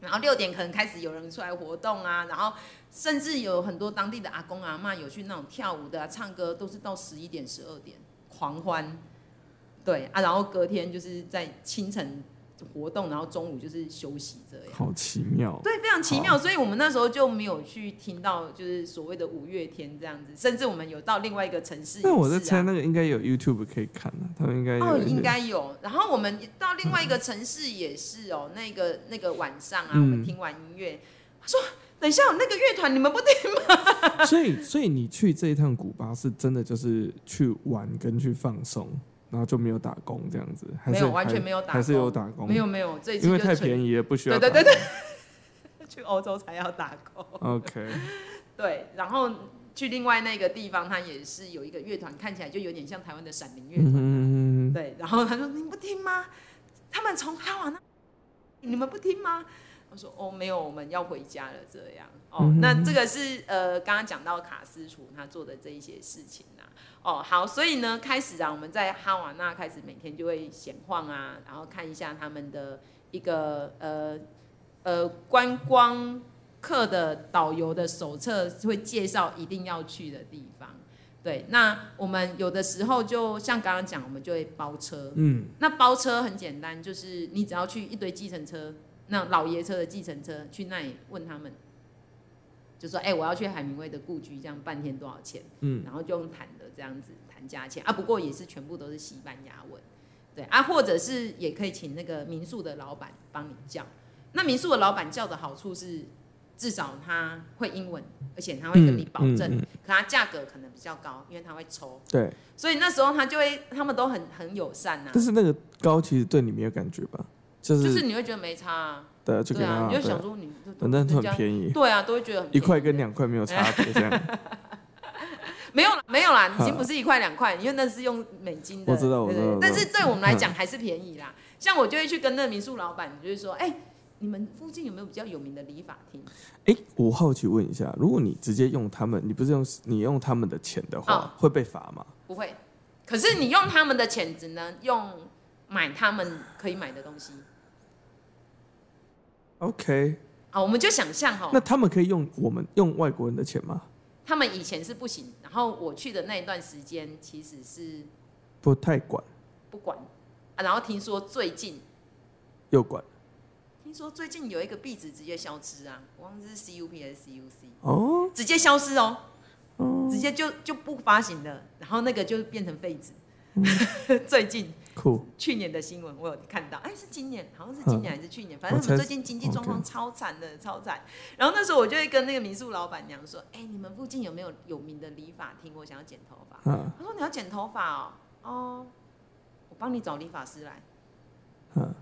[SPEAKER 1] 然后六点可能开始有人出来活动啊，然后甚至有很多当地的阿公阿嬷有去那种跳舞的、啊、唱歌，都是到十一点、十二点狂欢。对啊，然后隔天就是在清晨活动，然后中午就是休息这样。
[SPEAKER 2] 好奇妙，
[SPEAKER 1] 对，非常奇妙，所以我们那时候就没有去听到就是所谓的五月天这样子，甚至我们有到另外一个城市也是啊。
[SPEAKER 2] 那我在猜那个应该有 YouTube 可以看的、他们应该有
[SPEAKER 1] 哦，
[SPEAKER 2] 一些
[SPEAKER 1] 应该有。然后我们到另外一个城市也是哦，那个那个晚上啊，
[SPEAKER 2] 嗯
[SPEAKER 1] 我们听完音乐，他说等一下有那个乐团你们不听，
[SPEAKER 2] 所以，所以你去这一趟古巴是真的就是去玩跟去放松，然后就没有打工这样子，还
[SPEAKER 1] 没
[SPEAKER 2] 是
[SPEAKER 1] 有完全没有打工
[SPEAKER 2] 还是有打工，
[SPEAKER 1] 没有没有，这一次
[SPEAKER 2] 因为
[SPEAKER 1] 就
[SPEAKER 2] 太
[SPEAKER 1] 纯
[SPEAKER 2] 便宜了，不需要
[SPEAKER 1] 对对
[SPEAKER 2] 对
[SPEAKER 1] 去欧洲才要打工。
[SPEAKER 2] ，OK，
[SPEAKER 1] 对，然后去另外那个地方，它也是有一个乐团，看起来就有点像台湾的闪灵乐团。
[SPEAKER 2] 嗯
[SPEAKER 1] 啊
[SPEAKER 2] 哼嗯哼
[SPEAKER 1] 对，然后他说：“你不听吗？他们从哈瓦那，你们不听吗？”我说：“哦，没有，我们要回家了。”这样哦，
[SPEAKER 2] 嗯哼
[SPEAKER 1] 那这个是呃，刚刚讲到卡斯楚他做的这一些事情啊。哦，好，所以呢，开始啊，我们在哈瓦那开始每天就会闲晃啊，然后看一下他们的一个呃呃观光课的导游的手册会介绍一定要去的地方。对，那我们有的时候就像刚刚讲，我们就会包车。
[SPEAKER 2] 嗯
[SPEAKER 1] 那包车很简单，就是你只要去一堆计程车，那老爷车的计程车，去那里问他们，就说：“哎、我要去海明威的故居，这样半天多少钱？”
[SPEAKER 2] 嗯
[SPEAKER 1] 然后就用谈的这样子谈价钱啊，不过也是全部都是西班牙文，对啊，或者是也可以请那个民宿的老板帮你叫。那民宿的老板叫的好处是，至少他会英文，而且他会跟你保证，
[SPEAKER 2] 嗯嗯嗯
[SPEAKER 1] 可他价格可能比较高，因为他会抽，
[SPEAKER 2] 对，
[SPEAKER 1] 所以那时候他就会，他们都很很友善呐、啊
[SPEAKER 2] 但是那个高其实对你没有感觉吧？就
[SPEAKER 1] 就是是你会觉得没差、啊，
[SPEAKER 2] 对啊，就给
[SPEAKER 1] 对
[SPEAKER 2] 他
[SPEAKER 1] 啊，，你就
[SPEAKER 2] 对啊
[SPEAKER 1] 想说你这
[SPEAKER 2] 反正都很
[SPEAKER 1] 宜，
[SPEAKER 2] 便宜，
[SPEAKER 1] 对啊，都会觉得很
[SPEAKER 2] 一
[SPEAKER 1] 便宜
[SPEAKER 2] 块跟两块没有差别这样。
[SPEAKER 1] 没有啦，没有啦，已经不是一块两块，因为那是用美金的。
[SPEAKER 2] 我知道我知道嗯
[SPEAKER 1] 对
[SPEAKER 2] 我知道
[SPEAKER 1] 但是对我们来讲还是便宜啦。像我就会去跟那民宿老板，就是说，哎、你们附近有没有比较有名的理发厅？
[SPEAKER 2] 哎、我好奇问一下，如果你直接用他们，你不是用你用他们的钱的话，
[SPEAKER 1] 啊
[SPEAKER 2] 会被罚吗？
[SPEAKER 1] 不会，可是你用他们的钱，只能用买他们可以买的东西
[SPEAKER 2] OK，
[SPEAKER 1] 啊。我们就想象哈
[SPEAKER 2] 那，他们可以用我们用外国人的钱吗？
[SPEAKER 1] 他们以前是不行，然后我去的那一段时间其实是
[SPEAKER 2] 不太管，
[SPEAKER 1] 不管啊。然后听说最近，
[SPEAKER 2] 又管
[SPEAKER 1] 听说最近有一个壁纸直接消失啊，我忘记是 CUP 还是 CUC。
[SPEAKER 2] 哦。
[SPEAKER 1] 直接消失哦，直接就就不发行了，然后那个就变成废纸。 最近
[SPEAKER 2] 酷，
[SPEAKER 1] 去年的新闻我有看到，哎，是今年，好像是今年还是去年，反正
[SPEAKER 2] 我
[SPEAKER 1] 我们
[SPEAKER 2] 猜
[SPEAKER 1] 最近经济状况超惨
[SPEAKER 2] 哦
[SPEAKER 1] 的，超惨。然后那时候我就会跟那个民宿老板娘说，哎，你们附近有没有有名的理发厅？我想要剪头发。
[SPEAKER 2] 嗯
[SPEAKER 1] 他说你要剪头发哦，哦，我帮你找理发师来。
[SPEAKER 2] 嗯。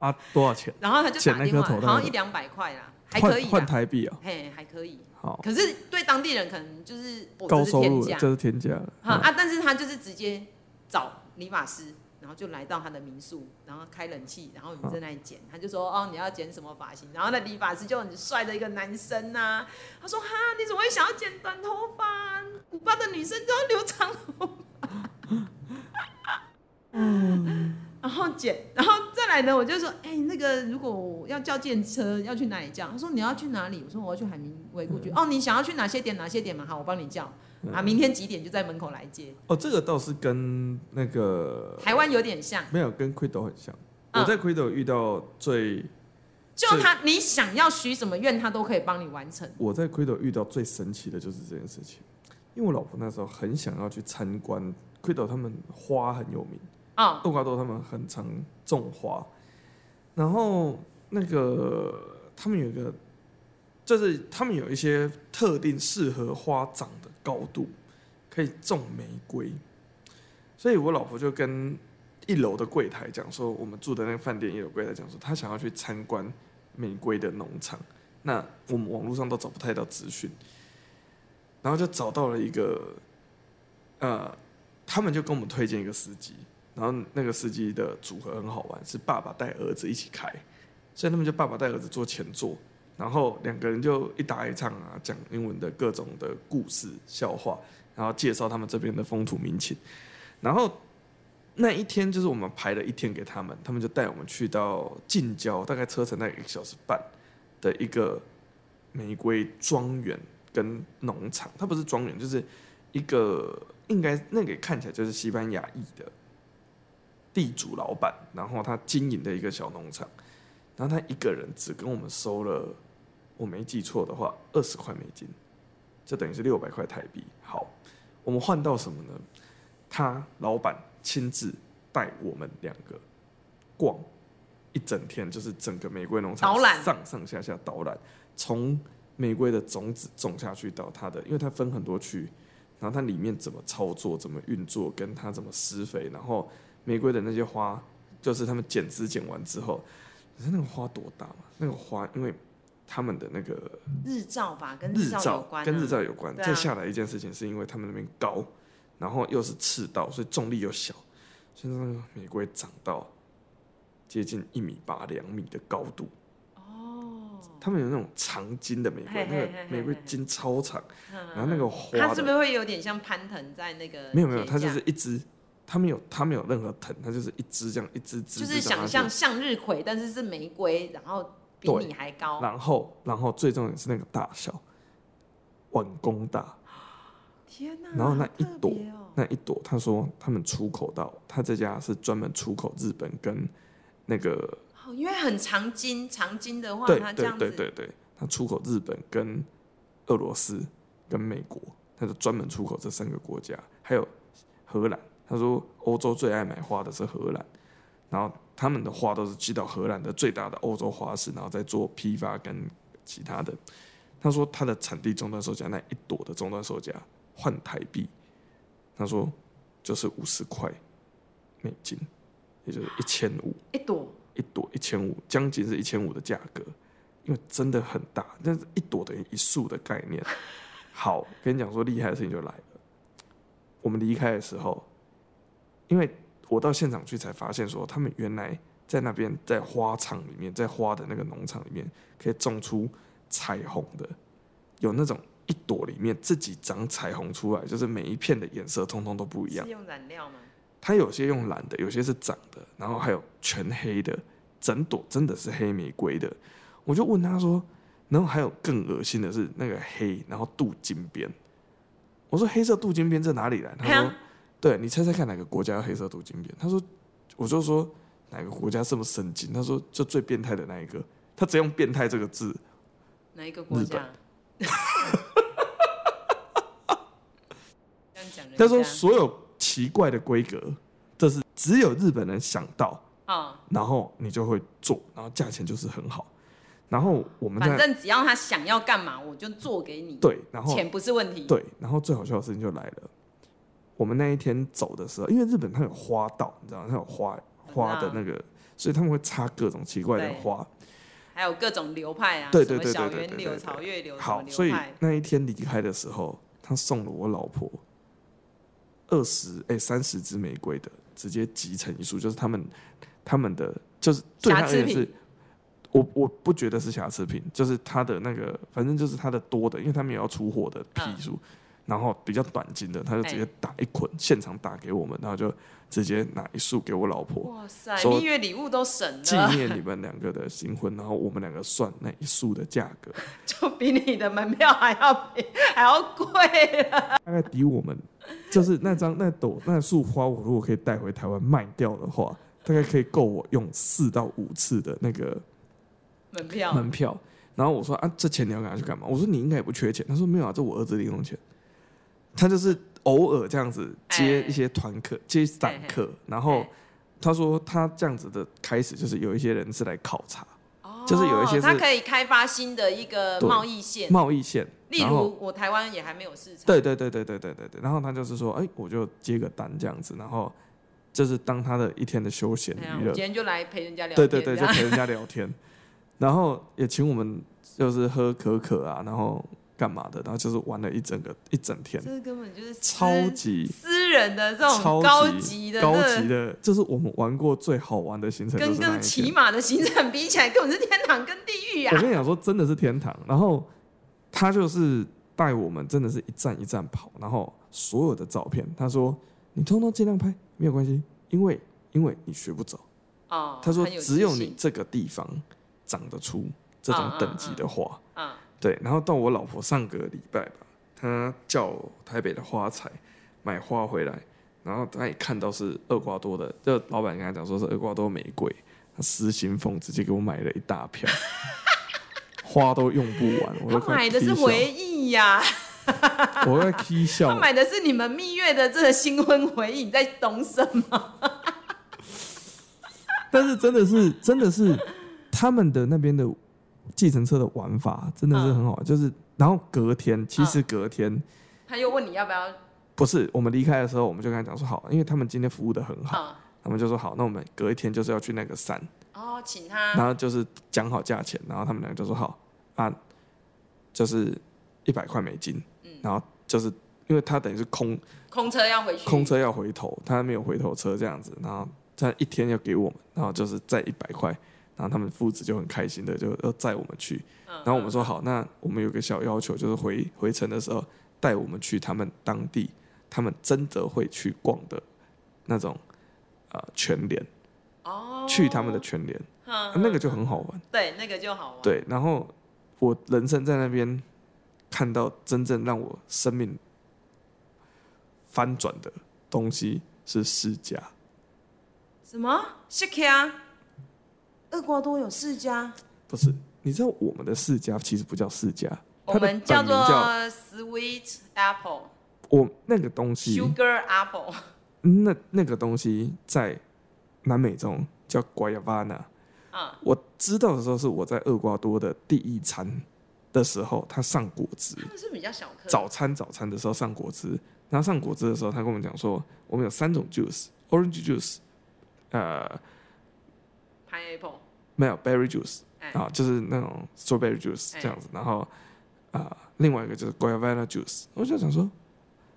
[SPEAKER 2] 啊，多少钱？
[SPEAKER 1] 然后他就
[SPEAKER 2] 剪
[SPEAKER 1] 打
[SPEAKER 2] 那
[SPEAKER 1] 电话，
[SPEAKER 2] 颗头那个
[SPEAKER 1] 好像一两百块啦，还
[SPEAKER 2] 换
[SPEAKER 1] 可以
[SPEAKER 2] 换
[SPEAKER 1] 啦，
[SPEAKER 2] 台币啊、
[SPEAKER 1] 嘿，还可以。
[SPEAKER 2] 好，
[SPEAKER 1] 可是对当地人可能就是我
[SPEAKER 2] 哦高收入
[SPEAKER 1] 这是天价
[SPEAKER 2] 了，这是天价了。
[SPEAKER 1] 哈
[SPEAKER 2] 嗯
[SPEAKER 1] 啊，但是他就是直接找理发师，然后就来到他的民宿，然后开冷气，然后你在那里剪，他就说哦你要剪什么发型，然后那理发师就很帅的一个男生呐、他说哈你怎么会想要剪短头发啊？古巴的女生都要留长头发。嗯然后剪，然后再来呢，我就说，哎、那个如果要叫电车要去哪里叫？他说你要去哪里？我说我要去海明威故居。哦，你想要去哪些点？哪些点嘛？好，我帮你叫。
[SPEAKER 2] 嗯
[SPEAKER 1] 啊，明天几点就在门口来接。
[SPEAKER 2] 哦，这个倒是跟那个
[SPEAKER 1] 台湾有点像，
[SPEAKER 2] 没有跟 Quido 很像。
[SPEAKER 1] 嗯
[SPEAKER 2] 我在 Quido 遇到最，
[SPEAKER 1] 就他你想要许什么愿，他都可以帮你完成。
[SPEAKER 2] 我在 Quido 遇到最神奇的就是这件事情，因为我老婆那时候很想要去参观 Quido，他们花很有名。
[SPEAKER 1] 哦，
[SPEAKER 2] 豆瓜豆他们很常种花，然后那个他们有一个，就是他们有一些特定适合花长的高度，可以种玫瑰，所以我老婆就跟一楼的柜台讲说，我们住的那个饭店一楼柜台讲说，她想要去参观玫瑰的农场，那我们网络上都找不太到资讯，然后就找到了一个，呃，他们就跟我们推荐一个司机，然后那个司机的组合很好玩，是爸爸带儿子一起开，所以他们就爸爸带儿子坐前座，然后两个人就一搭一唱啊，讲英文的各种的故事笑话，然后介绍他们这边的风土民情。然后那一天就是我们排了一天给他们，他们就带我们去到近郊，大概车程大概一个小时半的一个玫瑰庄园跟农场，它不是庄园，就是一个应该那个看起来就是西班牙裔的地主老板，然后他经营的一个小农场，然后他一个人只跟我们收了，我没记错的话，二十块美金，这等于是六百块台币。好，我们换到什么呢？他老板亲自带我们两个逛一整天，就是整个玫瑰农场
[SPEAKER 1] 导览
[SPEAKER 2] 上上下下导览，从玫瑰的种子种下去到它的，因为它分很多区，然后它里面怎么操作、怎么运作，跟它怎么施肥，然后玫瑰的那些花，就是他们剪枝剪完之后，可是那个花多大嘛？那个花因为他们的那个
[SPEAKER 1] 日照吧，跟
[SPEAKER 2] 日
[SPEAKER 1] 照有
[SPEAKER 2] 照
[SPEAKER 1] 关、啊，
[SPEAKER 2] 跟日照有关。
[SPEAKER 1] 对啊
[SPEAKER 2] 再下来一件事情，是因为他们那边高，然后又是赤道，所以重力又小，所以那个玫瑰长到接近一米八、两米的高度。
[SPEAKER 1] 哦，
[SPEAKER 2] 他们有那种长茎的玫瑰，
[SPEAKER 1] 嘿
[SPEAKER 2] 那
[SPEAKER 1] 嘿
[SPEAKER 2] 个
[SPEAKER 1] 嘿
[SPEAKER 2] 玫瑰
[SPEAKER 1] 嘿嘿
[SPEAKER 2] 茎超长，然后
[SPEAKER 1] 然
[SPEAKER 2] 那个
[SPEAKER 1] 它
[SPEAKER 2] 花
[SPEAKER 1] 是不
[SPEAKER 2] 的
[SPEAKER 1] 是会有点像攀藤在那个？
[SPEAKER 2] 没有没有，它就是一支，它没有它没有任何藤，它就是一支这样一支枝
[SPEAKER 1] 就是
[SPEAKER 2] 枝这样
[SPEAKER 1] 想
[SPEAKER 2] 下去
[SPEAKER 1] 象向日葵，但是是玫瑰，然后比
[SPEAKER 2] 对
[SPEAKER 1] 你还高。
[SPEAKER 2] 然后然后最重点是那个大小，碗公大
[SPEAKER 1] 天哪！
[SPEAKER 2] 然后那
[SPEAKER 1] 好
[SPEAKER 2] 一
[SPEAKER 1] 特
[SPEAKER 2] 朵
[SPEAKER 1] 别哦
[SPEAKER 2] 那一朵。他说他们出口到他这家是专门出口日本跟那个
[SPEAKER 1] 哦，因为很长茎，长茎的话，
[SPEAKER 2] 对
[SPEAKER 1] 它这
[SPEAKER 2] 对
[SPEAKER 1] 样
[SPEAKER 2] 对
[SPEAKER 1] 子
[SPEAKER 2] 对对，他出口日本跟俄罗斯跟美国，他就专门出口这三个国家，还有荷兰。他说欧洲最爱买花的是荷兰，然后他们的花都是寄到荷兰的最大的欧洲花市，然后再做批发跟其他的。他说他的产地终端售价那一朵的终端售价换台币，他说就是五十块美金，也就是一千五。
[SPEAKER 1] 一朵，
[SPEAKER 2] 一朵一千五，将近是一千五的价格，因为真的很大，但是一朵等于一束的概念。好，跟你讲说厉害的事情就来了。我们离开的时候，因为我到现场去才发现说，他们原来在那边在花场里面，在花的那个农场里面，可以种出彩虹的，有那种一朵里面自己长彩虹出来，就是每一片的颜色通通都不一样
[SPEAKER 1] 是。用染料吗？
[SPEAKER 2] 它有些用蓝的，有些是长的，然后还有全黑的，整朵真的是黑玫瑰的。我就问他说，然后还有更恶心的是那个黑，然后镀金边。我说黑色镀金边这哪里来？他说
[SPEAKER 1] 啊，
[SPEAKER 2] 对你猜猜看哪个国家有黑色镀金边？他说，我就说哪个国家这么神经？他说就最变态的那一个，他只用变态这个字，
[SPEAKER 1] 哪一个国
[SPEAKER 2] 日
[SPEAKER 1] 家？ 这样讲人家，
[SPEAKER 2] 他说所有奇怪的规格，这是只有日本人想到，
[SPEAKER 1] 哦，
[SPEAKER 2] 然后你就会做，然后价钱就是很好。然后我们
[SPEAKER 1] 反
[SPEAKER 2] 在
[SPEAKER 1] 正只要他想要干嘛，我就做给你，
[SPEAKER 2] 对，然后
[SPEAKER 1] 钱不是问题。
[SPEAKER 2] 对，然后最好笑的事情就来了。我们那一天走的时候，因为日本它有花道，你知道吗它有花花的那个，所以他们会插各种奇怪的
[SPEAKER 1] 嗯对
[SPEAKER 2] 花。
[SPEAKER 1] 还有各种流派啊，
[SPEAKER 2] 对对对
[SPEAKER 1] 什么小
[SPEAKER 2] 对对对
[SPEAKER 1] 圆
[SPEAKER 2] 对
[SPEAKER 1] 流、
[SPEAKER 2] 对
[SPEAKER 1] 草月流，什么
[SPEAKER 2] 好，所
[SPEAKER 1] 流
[SPEAKER 2] 以
[SPEAKER 1] 派，
[SPEAKER 2] 那一天离开的时候，他送了我老婆二十哎三十支玫瑰的，直接集成一束，就是他们他们的就是对他
[SPEAKER 1] 瑕
[SPEAKER 2] 而
[SPEAKER 1] 疵
[SPEAKER 2] 言
[SPEAKER 1] 品
[SPEAKER 2] 是，我我不觉得是瑕疵品，就是他的那个反正就是他的多的，因为他们也要出货的批
[SPEAKER 1] 嗯
[SPEAKER 2] 数。然后比较短斤的，他就直接
[SPEAKER 1] 哎
[SPEAKER 2] 打一捆，现场打给我们，然后就直接拿一束给我老婆，
[SPEAKER 1] 哇塞，
[SPEAKER 2] 说
[SPEAKER 1] 蜜月礼物都省
[SPEAKER 2] 纪
[SPEAKER 1] 了，
[SPEAKER 2] 念你们两个的新婚，然后我们两个算那一束的价格，
[SPEAKER 1] 就比你的门票还要比还要贵了。
[SPEAKER 2] 大概抵我们，就是那张那朵那束花，我如果可以带回台湾卖掉的话，大概可以够我用四到五次的那个
[SPEAKER 1] 门票
[SPEAKER 2] 门票。然后我说啊，这钱你要拿去干嘛？我说你应该也不缺钱。他说没有啊，这我儿子零用钱。他就是偶尔这样子接
[SPEAKER 1] 哎
[SPEAKER 2] 一些团课，接散课。然后他说他这样子的开始就是有一些人是来考察就是有一些
[SPEAKER 1] 哦
[SPEAKER 2] 是
[SPEAKER 1] 它可以开发新的一个
[SPEAKER 2] 对
[SPEAKER 1] 贸易线，
[SPEAKER 2] 贸易线，
[SPEAKER 1] 例
[SPEAKER 2] 然后
[SPEAKER 1] 如我台湾也还没有市场，
[SPEAKER 2] 对对对对对对对对。然后他就是说，哎，我就接个单这样子，然后就是当他的一天的休闲
[SPEAKER 1] 哎呀
[SPEAKER 2] 娱
[SPEAKER 1] 我
[SPEAKER 2] 乐
[SPEAKER 1] 今，天就来陪人家聊
[SPEAKER 2] 对
[SPEAKER 1] 天，
[SPEAKER 2] 对对，
[SPEAKER 1] 这
[SPEAKER 2] 就
[SPEAKER 1] 样
[SPEAKER 2] 陪人家聊天，然后也请我们就是喝可可啊，然后干嘛的，然后就是玩了一整个一整天，
[SPEAKER 1] 这根本就是私
[SPEAKER 2] 超级
[SPEAKER 1] 私人的这种
[SPEAKER 2] 超
[SPEAKER 1] 高级的
[SPEAKER 2] 高
[SPEAKER 1] 那
[SPEAKER 2] 级的，就是我们玩过最好玩的行程，就
[SPEAKER 1] 跟
[SPEAKER 2] 是那一
[SPEAKER 1] 跟骑
[SPEAKER 2] 天。
[SPEAKER 1] 马的行程比起来，根本是天堂跟地狱
[SPEAKER 2] 我
[SPEAKER 1] 啊！
[SPEAKER 2] 跟你讲说，真的是天堂。然后他就是带我们，真的是一站一站跑，然后所有的照片，他说你通通尽量拍，没有关系，因为因为你学不着。
[SPEAKER 1] 哦，
[SPEAKER 2] 他说
[SPEAKER 1] 很
[SPEAKER 2] 只有
[SPEAKER 1] 自信
[SPEAKER 2] 你这个地方长得出这种等级的花。
[SPEAKER 1] 啊，
[SPEAKER 2] 对，然后到我老婆上个礼拜吧，她叫台北的花材买花回来，然后她也看到是厄瓜多的，就老板跟她讲说是厄瓜多玫瑰，她失心疯，直接给我买了一大票，花都用不完，
[SPEAKER 1] 他
[SPEAKER 2] 我都快
[SPEAKER 1] 买的是
[SPEAKER 2] K 笑哦
[SPEAKER 1] 回忆呀、
[SPEAKER 2] 我在 K
[SPEAKER 1] 他
[SPEAKER 2] 笑，
[SPEAKER 1] 买的是你们蜜月的这个新婚回忆，你在懂什么？
[SPEAKER 2] 但是真的是真的是他们的那边的计程车的玩法真的是很好，就是然后隔天，其实隔天。
[SPEAKER 1] 他又问你要不要
[SPEAKER 2] 不是，我们离开的时候，我们就跟他讲说好，因为他们今天服务的很好，
[SPEAKER 1] 好，
[SPEAKER 2] 他们就说好，那我们隔一天就是要去那个山，
[SPEAKER 1] 嗯哦，请他
[SPEAKER 2] 然后就是讲好价钱，然后他们两个就说好啊，就是一百块美金，然后就是因为他等于是空
[SPEAKER 1] 空车要回去，
[SPEAKER 2] 空车要回头，他没有回头车这样子，然后他一天要给我们，然后就是再一百块，然后他们父子就很开心的就要载我们去，
[SPEAKER 1] 嗯
[SPEAKER 2] 然后我们说好，那我们有个小要求，就是回回程的时候带我们去他们当地，他们真的会去逛的那种呃全联，
[SPEAKER 1] 哦，
[SPEAKER 2] 去他们的全联，
[SPEAKER 1] 嗯，
[SPEAKER 2] 那个就很好玩。
[SPEAKER 1] 对，那个就好玩，，
[SPEAKER 2] 对，然后我人生在那边看到真正让我生命翻转的东西是世家，
[SPEAKER 1] 什么世家？厄瓜多有世家，
[SPEAKER 2] 不是？你知道我们的世家其实不叫世家，
[SPEAKER 1] 我
[SPEAKER 2] 它的本
[SPEAKER 1] 们
[SPEAKER 2] 名
[SPEAKER 1] 做
[SPEAKER 2] 叫
[SPEAKER 1] sweet apple
[SPEAKER 2] 我那个东西，
[SPEAKER 1] sugar apple，
[SPEAKER 2] 那那个东西在南美洲叫 Guayavana。
[SPEAKER 1] 啊，
[SPEAKER 2] 我知道的时候是我在厄瓜多的第一餐的时候，它上果汁。
[SPEAKER 1] 他们是比较小颗，
[SPEAKER 2] 早餐早餐的时候上果汁，然后上果汁的时候，他跟我们讲说，我们有三种 juice：orange juice，呃，
[SPEAKER 1] pineapple，
[SPEAKER 2] 没有 berry juice
[SPEAKER 1] 哎，
[SPEAKER 2] 啊，就是那种 strawberry juice
[SPEAKER 1] 哎
[SPEAKER 2] 这样子，然后啊、呃另外一个就是 guayabana juice。我就想说，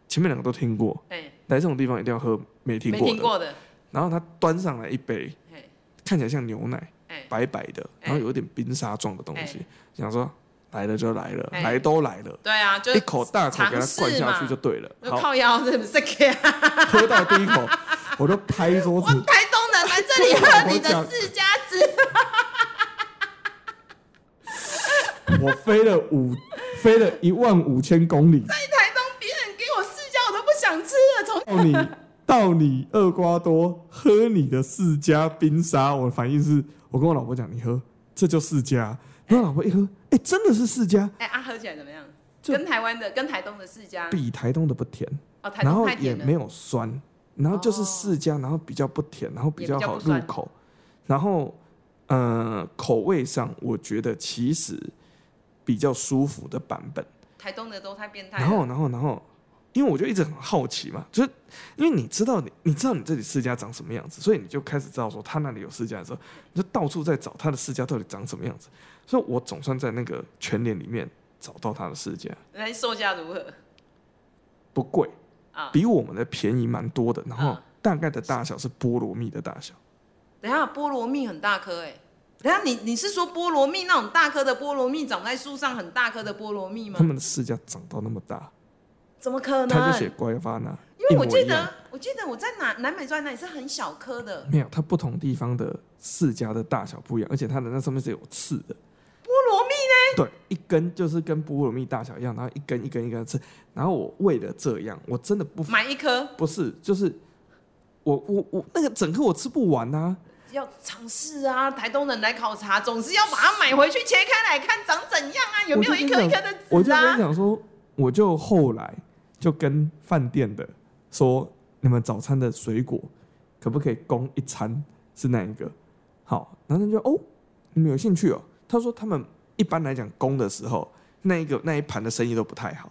[SPEAKER 2] 前面两个都听过，
[SPEAKER 1] 哎，
[SPEAKER 2] 来这种地方一定要喝没听
[SPEAKER 1] 没
[SPEAKER 2] 过
[SPEAKER 1] 听
[SPEAKER 2] 的。
[SPEAKER 1] 过的，
[SPEAKER 2] 然后他端上来一杯，
[SPEAKER 1] 哎
[SPEAKER 2] 看起来像牛奶，
[SPEAKER 1] 哎，
[SPEAKER 2] 白白的，然后有点冰沙状的东西，想说来了就来了，
[SPEAKER 1] 哎
[SPEAKER 2] 来都来了，
[SPEAKER 1] 对啊，就
[SPEAKER 2] 一口大口给
[SPEAKER 1] 尝
[SPEAKER 2] 它
[SPEAKER 1] 试
[SPEAKER 2] 灌下
[SPEAKER 1] 嘛
[SPEAKER 2] 去就对了。
[SPEAKER 1] 就
[SPEAKER 2] 好，
[SPEAKER 1] 靠腰是不是？ 给啊
[SPEAKER 2] 喝到第一口，我就拍桌
[SPEAKER 1] 我
[SPEAKER 2] 子。
[SPEAKER 1] 台东人来这里喝你的世家 汁，
[SPEAKER 2] 我飞了五，飞了一万五千公里，
[SPEAKER 1] 在台东别人给我世家我都不想吃了，从
[SPEAKER 2] 到你到你厄瓜多喝你的世家冰沙，我的反应是，我跟我老婆讲，你喝，这就世家。然后老婆一喝，哎、真的是世家，
[SPEAKER 1] 哎啊喝起来怎么样？
[SPEAKER 2] 就
[SPEAKER 1] 跟台湾的跟台东的世家
[SPEAKER 2] 比台东的不甜，
[SPEAKER 1] 哦，台
[SPEAKER 2] 然
[SPEAKER 1] 东
[SPEAKER 2] 后
[SPEAKER 1] 太
[SPEAKER 2] 也
[SPEAKER 1] 甜了哦
[SPEAKER 2] 没，有酸，然后就是世家，然后比较不甜，然后比较好入
[SPEAKER 1] 也比较不
[SPEAKER 2] 口，然后呃口味上，我觉得其实比较舒服的版本。
[SPEAKER 1] 台东的都太变态了。
[SPEAKER 2] 然后，然后，然后，因为我就一直很好奇嘛，就是因为你知道你，你知道你这里世家长什么样子，所以你就开始知道说他那里有世家的时候，你就到处在找他的世家到底长什么样子。所以我总算在那个全联里面找到他的世家，
[SPEAKER 1] 那售价如何
[SPEAKER 2] 不贵，
[SPEAKER 1] 啊？
[SPEAKER 2] 比我们的便宜蛮多的。然后
[SPEAKER 1] 啊
[SPEAKER 2] 大概的大小是菠萝蜜的大小，
[SPEAKER 1] 等一下菠萝蜜很大颗哎、等一下你你是说菠萝蜜那种大颗的菠萝蜜，长在树上很大颗的菠萝蜜吗
[SPEAKER 2] 他？们的世家长到那么大，
[SPEAKER 1] 怎嗯么可
[SPEAKER 2] 他
[SPEAKER 1] 能
[SPEAKER 2] 就？写瓜巴纳，
[SPEAKER 1] 因为我
[SPEAKER 2] 一模
[SPEAKER 1] 记
[SPEAKER 2] 一样。
[SPEAKER 1] 得我记得我在南南美洲那里是很小颗的
[SPEAKER 2] 没有，它不同地方的世家的大小不一样，而且它的那上面是有刺的。
[SPEAKER 1] 菠萝蜜呢，
[SPEAKER 2] 对，一根就是跟菠萝蜜大小一样，然后一根一根一根吃。然后我为了这样，我真的不
[SPEAKER 1] 买一颗
[SPEAKER 2] 不是，就是我我我那个整个我吃不完啊。
[SPEAKER 1] 要尝试啊！台东人来考察，总是要把它买回去切开来看长怎样啊，有没有
[SPEAKER 2] 我就
[SPEAKER 1] 一
[SPEAKER 2] 跟
[SPEAKER 1] 颗
[SPEAKER 2] 讲
[SPEAKER 1] 一颗的
[SPEAKER 2] 我
[SPEAKER 1] 籽
[SPEAKER 2] 就跟
[SPEAKER 1] 啊
[SPEAKER 2] 你？讲说，我就后来就跟饭店的说，你们早餐的水果可不可以供一餐是那一个？好，然后他就哦，你们有兴趣哦？他说他们一般来讲供的时候，那一个那一盘的生意都不太好，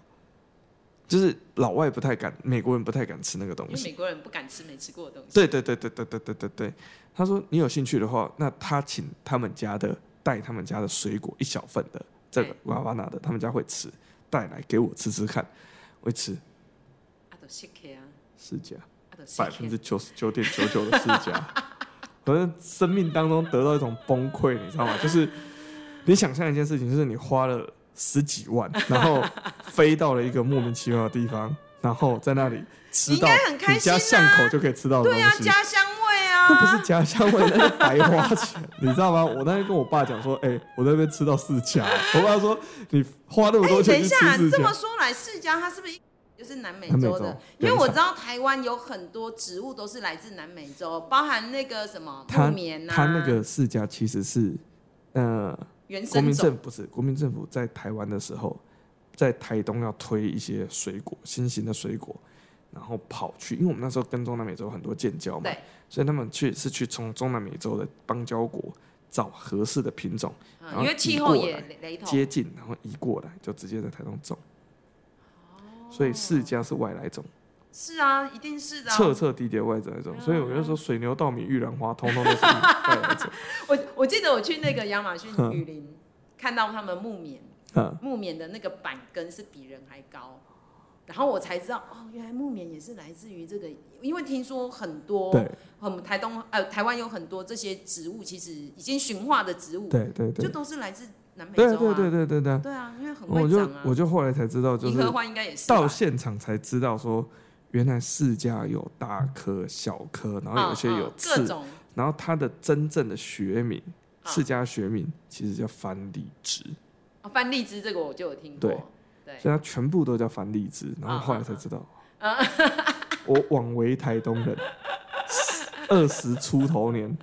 [SPEAKER 2] 就是老外不太敢，美国人不太敢吃那个东
[SPEAKER 1] 因为
[SPEAKER 2] 西
[SPEAKER 1] 美。国人不敢吃没吃过的东西。
[SPEAKER 2] 对对对对对对对对对，他说你有兴趣的话，那他请他们家的带他们家的水果一小份的这个
[SPEAKER 1] 哎
[SPEAKER 2] 娃娃拿的，他们家会吃，带来给我吃吃看，我一吃
[SPEAKER 1] 啊，都切开啊，
[SPEAKER 2] 世家
[SPEAKER 1] 啊，都切
[SPEAKER 2] 百分之
[SPEAKER 1] 开。
[SPEAKER 2] 九十九点九九的世家，我的生命当中得到一种崩溃，你知道吗？就是你想象一件事情，就是你花了十几万，然后飞到了一个莫名其妙的地方，然后在那里吃
[SPEAKER 1] 你应
[SPEAKER 2] 到
[SPEAKER 1] 该很开
[SPEAKER 2] 你家
[SPEAKER 1] 心
[SPEAKER 2] 巷
[SPEAKER 1] 啊
[SPEAKER 2] 口就可以吃到的东
[SPEAKER 1] 对啊，
[SPEAKER 2] 西，
[SPEAKER 1] 家乡味
[SPEAKER 2] 那不
[SPEAKER 1] 啊
[SPEAKER 2] 是。家乡味，那是白花钱，你知道吗？ 我那天跟我爸讲说，哎、我在那边吃到四家，我爸说你花那么多
[SPEAKER 1] 哎，等
[SPEAKER 2] 钱
[SPEAKER 1] 一
[SPEAKER 2] 去
[SPEAKER 1] 下
[SPEAKER 2] 吃，四
[SPEAKER 1] 这么
[SPEAKER 2] 家，
[SPEAKER 1] 说来，释迦它是不是就是南美
[SPEAKER 2] 南美
[SPEAKER 1] 洲的
[SPEAKER 2] 洲？
[SPEAKER 1] 因为
[SPEAKER 2] 原
[SPEAKER 1] 我
[SPEAKER 2] 产
[SPEAKER 1] 知道台湾有很多植物都是来自南美洲，包含那个什么
[SPEAKER 2] 它
[SPEAKER 1] 木棉啊，
[SPEAKER 2] 他那个四家其实是，呃，
[SPEAKER 1] 原
[SPEAKER 2] 国
[SPEAKER 1] 生
[SPEAKER 2] 民
[SPEAKER 1] 种
[SPEAKER 2] 政府不是国民政府在台湾的时候，在台东要推一些水果，新型的水果，然后跑去，因为我们那时候跟中南美洲很多建交嘛
[SPEAKER 1] 对，
[SPEAKER 2] 所以他们去是去从中南美洲的邦交国找合适的品种，
[SPEAKER 1] 嗯
[SPEAKER 2] 然后
[SPEAKER 1] 因为
[SPEAKER 2] 移
[SPEAKER 1] 气
[SPEAKER 2] 过
[SPEAKER 1] 候也
[SPEAKER 2] 来
[SPEAKER 1] 雷雷
[SPEAKER 2] 接
[SPEAKER 1] 同。
[SPEAKER 2] 近，哦然后移过来就直接在台东种。所以释迦是外来种，
[SPEAKER 1] 是啊，一定是的啊、
[SPEAKER 2] 彻彻底底的外在种，所以我就说水牛、稻米、玉兰花，通通都是外来种。
[SPEAKER 1] 我我记得我去那个亚马逊雨林，看到他们木棉，
[SPEAKER 2] 嗯，
[SPEAKER 1] 木棉的那个板根是比人还高，然后我才知道哦，原来木棉也是来自于这个，因为听说很多
[SPEAKER 2] 对
[SPEAKER 1] 很台东呃台湾有很多这些植物，其实已经驯化的植物，
[SPEAKER 2] 对对
[SPEAKER 1] 就
[SPEAKER 2] 对，
[SPEAKER 1] 都是来自南美洲
[SPEAKER 2] 对
[SPEAKER 1] 啊，
[SPEAKER 2] 对对对对对。
[SPEAKER 1] 对啊，因为很
[SPEAKER 2] 我
[SPEAKER 1] 会
[SPEAKER 2] 就
[SPEAKER 1] 长啊，
[SPEAKER 2] 我就后来才知道，就
[SPEAKER 1] 银
[SPEAKER 2] 是
[SPEAKER 1] 河花应该也是吧
[SPEAKER 2] 到现场才知道说，原来释迦有大颗、小颗，然后有些
[SPEAKER 1] 嗯嗯
[SPEAKER 2] 有
[SPEAKER 1] 各
[SPEAKER 2] 刺，
[SPEAKER 1] 种
[SPEAKER 2] 然后它的真正的学名，
[SPEAKER 1] 嗯
[SPEAKER 2] 释迦学名其实叫番荔枝，
[SPEAKER 1] 哦番荔枝这个我就有听
[SPEAKER 2] 对
[SPEAKER 1] 过，对啊
[SPEAKER 2] 所以它全部都叫番荔枝。然后后来才知道，
[SPEAKER 1] 嗯
[SPEAKER 2] 我枉为台东人，二十出头年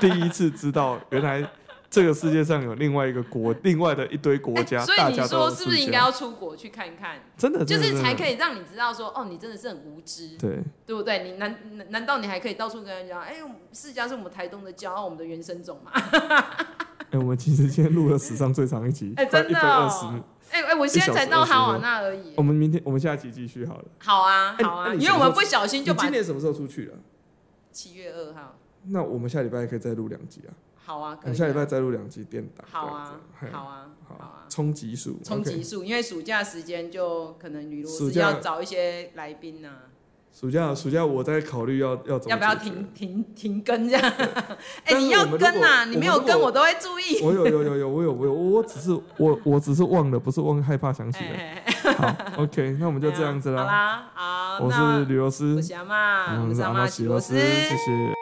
[SPEAKER 2] 第一次知道，原来这个世界上有另外一个 国，另外的一堆国家，
[SPEAKER 1] 哎所
[SPEAKER 2] 大
[SPEAKER 1] 以你
[SPEAKER 2] 家都有
[SPEAKER 1] 说是不是
[SPEAKER 2] 释迦
[SPEAKER 1] 应该要出国去看看？
[SPEAKER 2] 真的
[SPEAKER 1] 就
[SPEAKER 2] 真的
[SPEAKER 1] 是
[SPEAKER 2] 真
[SPEAKER 1] 才
[SPEAKER 2] 的
[SPEAKER 1] 可以让你知道说，哦，你真的是很无知，
[SPEAKER 2] 对。
[SPEAKER 1] 对不对？你难难难道你还可以到处跟人讲，哎，我们释迦是我们台东的骄傲，我们的原生种嘛？，
[SPEAKER 2] 哎、我们其实今天录了史上最长一集
[SPEAKER 1] 哎，真
[SPEAKER 2] 一
[SPEAKER 1] 的
[SPEAKER 2] 百二十。
[SPEAKER 1] 哦，哎哎，我现在才到哈瓦那而已
[SPEAKER 2] 我。们明天，我们下集继续好了。
[SPEAKER 1] 好啊，
[SPEAKER 2] 哎
[SPEAKER 1] 好啊，
[SPEAKER 2] 那你
[SPEAKER 1] 因
[SPEAKER 2] 什
[SPEAKER 1] 为我
[SPEAKER 2] 么时候
[SPEAKER 1] 们不小心
[SPEAKER 2] 你
[SPEAKER 1] 就把
[SPEAKER 2] 今年什么时候出去了？
[SPEAKER 1] 七月二号，
[SPEAKER 2] 那我们下礼拜也可以再录两集啊。
[SPEAKER 1] 好啊，
[SPEAKER 2] 我
[SPEAKER 1] 可
[SPEAKER 2] 们下礼
[SPEAKER 1] 以
[SPEAKER 2] 拜
[SPEAKER 1] 啊。
[SPEAKER 2] 再录两集电档。
[SPEAKER 1] 好啊
[SPEAKER 2] 这，样子
[SPEAKER 1] 好，啊，好
[SPEAKER 2] 嘿
[SPEAKER 1] 啊。
[SPEAKER 2] 冲集数，
[SPEAKER 1] 冲集
[SPEAKER 2] OK
[SPEAKER 1] 数，因为暑假时间就可能女
[SPEAKER 2] 暑
[SPEAKER 1] 罗斯
[SPEAKER 2] 假
[SPEAKER 1] 要找一些来宾呐、
[SPEAKER 2] 暑假，暑假我在考虑要要怎么
[SPEAKER 1] 要不要
[SPEAKER 2] 解决
[SPEAKER 1] 停？停停更这样？哎、
[SPEAKER 2] 但是
[SPEAKER 1] 你要
[SPEAKER 2] 我们
[SPEAKER 1] 跟
[SPEAKER 2] 如
[SPEAKER 1] 呐、
[SPEAKER 2] 果
[SPEAKER 1] 你没有
[SPEAKER 2] 我们如
[SPEAKER 1] 跟
[SPEAKER 2] 果
[SPEAKER 1] 我都会注意。
[SPEAKER 2] 我有有有有，我有我有，我只是我我只是忘了，不是忘害怕想起来。
[SPEAKER 1] 哎，哎哎
[SPEAKER 2] 好，OK，那我们就这样子
[SPEAKER 1] 好
[SPEAKER 2] 啦。
[SPEAKER 1] 啦，好，
[SPEAKER 2] 我
[SPEAKER 1] 那
[SPEAKER 2] 是吕罗斯
[SPEAKER 1] 我，是阿妈，
[SPEAKER 2] 我
[SPEAKER 1] 我
[SPEAKER 2] 们
[SPEAKER 1] 是
[SPEAKER 2] 是
[SPEAKER 1] 阿
[SPEAKER 2] 阿
[SPEAKER 1] 妈
[SPEAKER 2] 妈
[SPEAKER 1] 喜
[SPEAKER 2] 喜
[SPEAKER 1] 罗
[SPEAKER 2] 罗
[SPEAKER 1] 斯
[SPEAKER 2] 斯，。谢谢。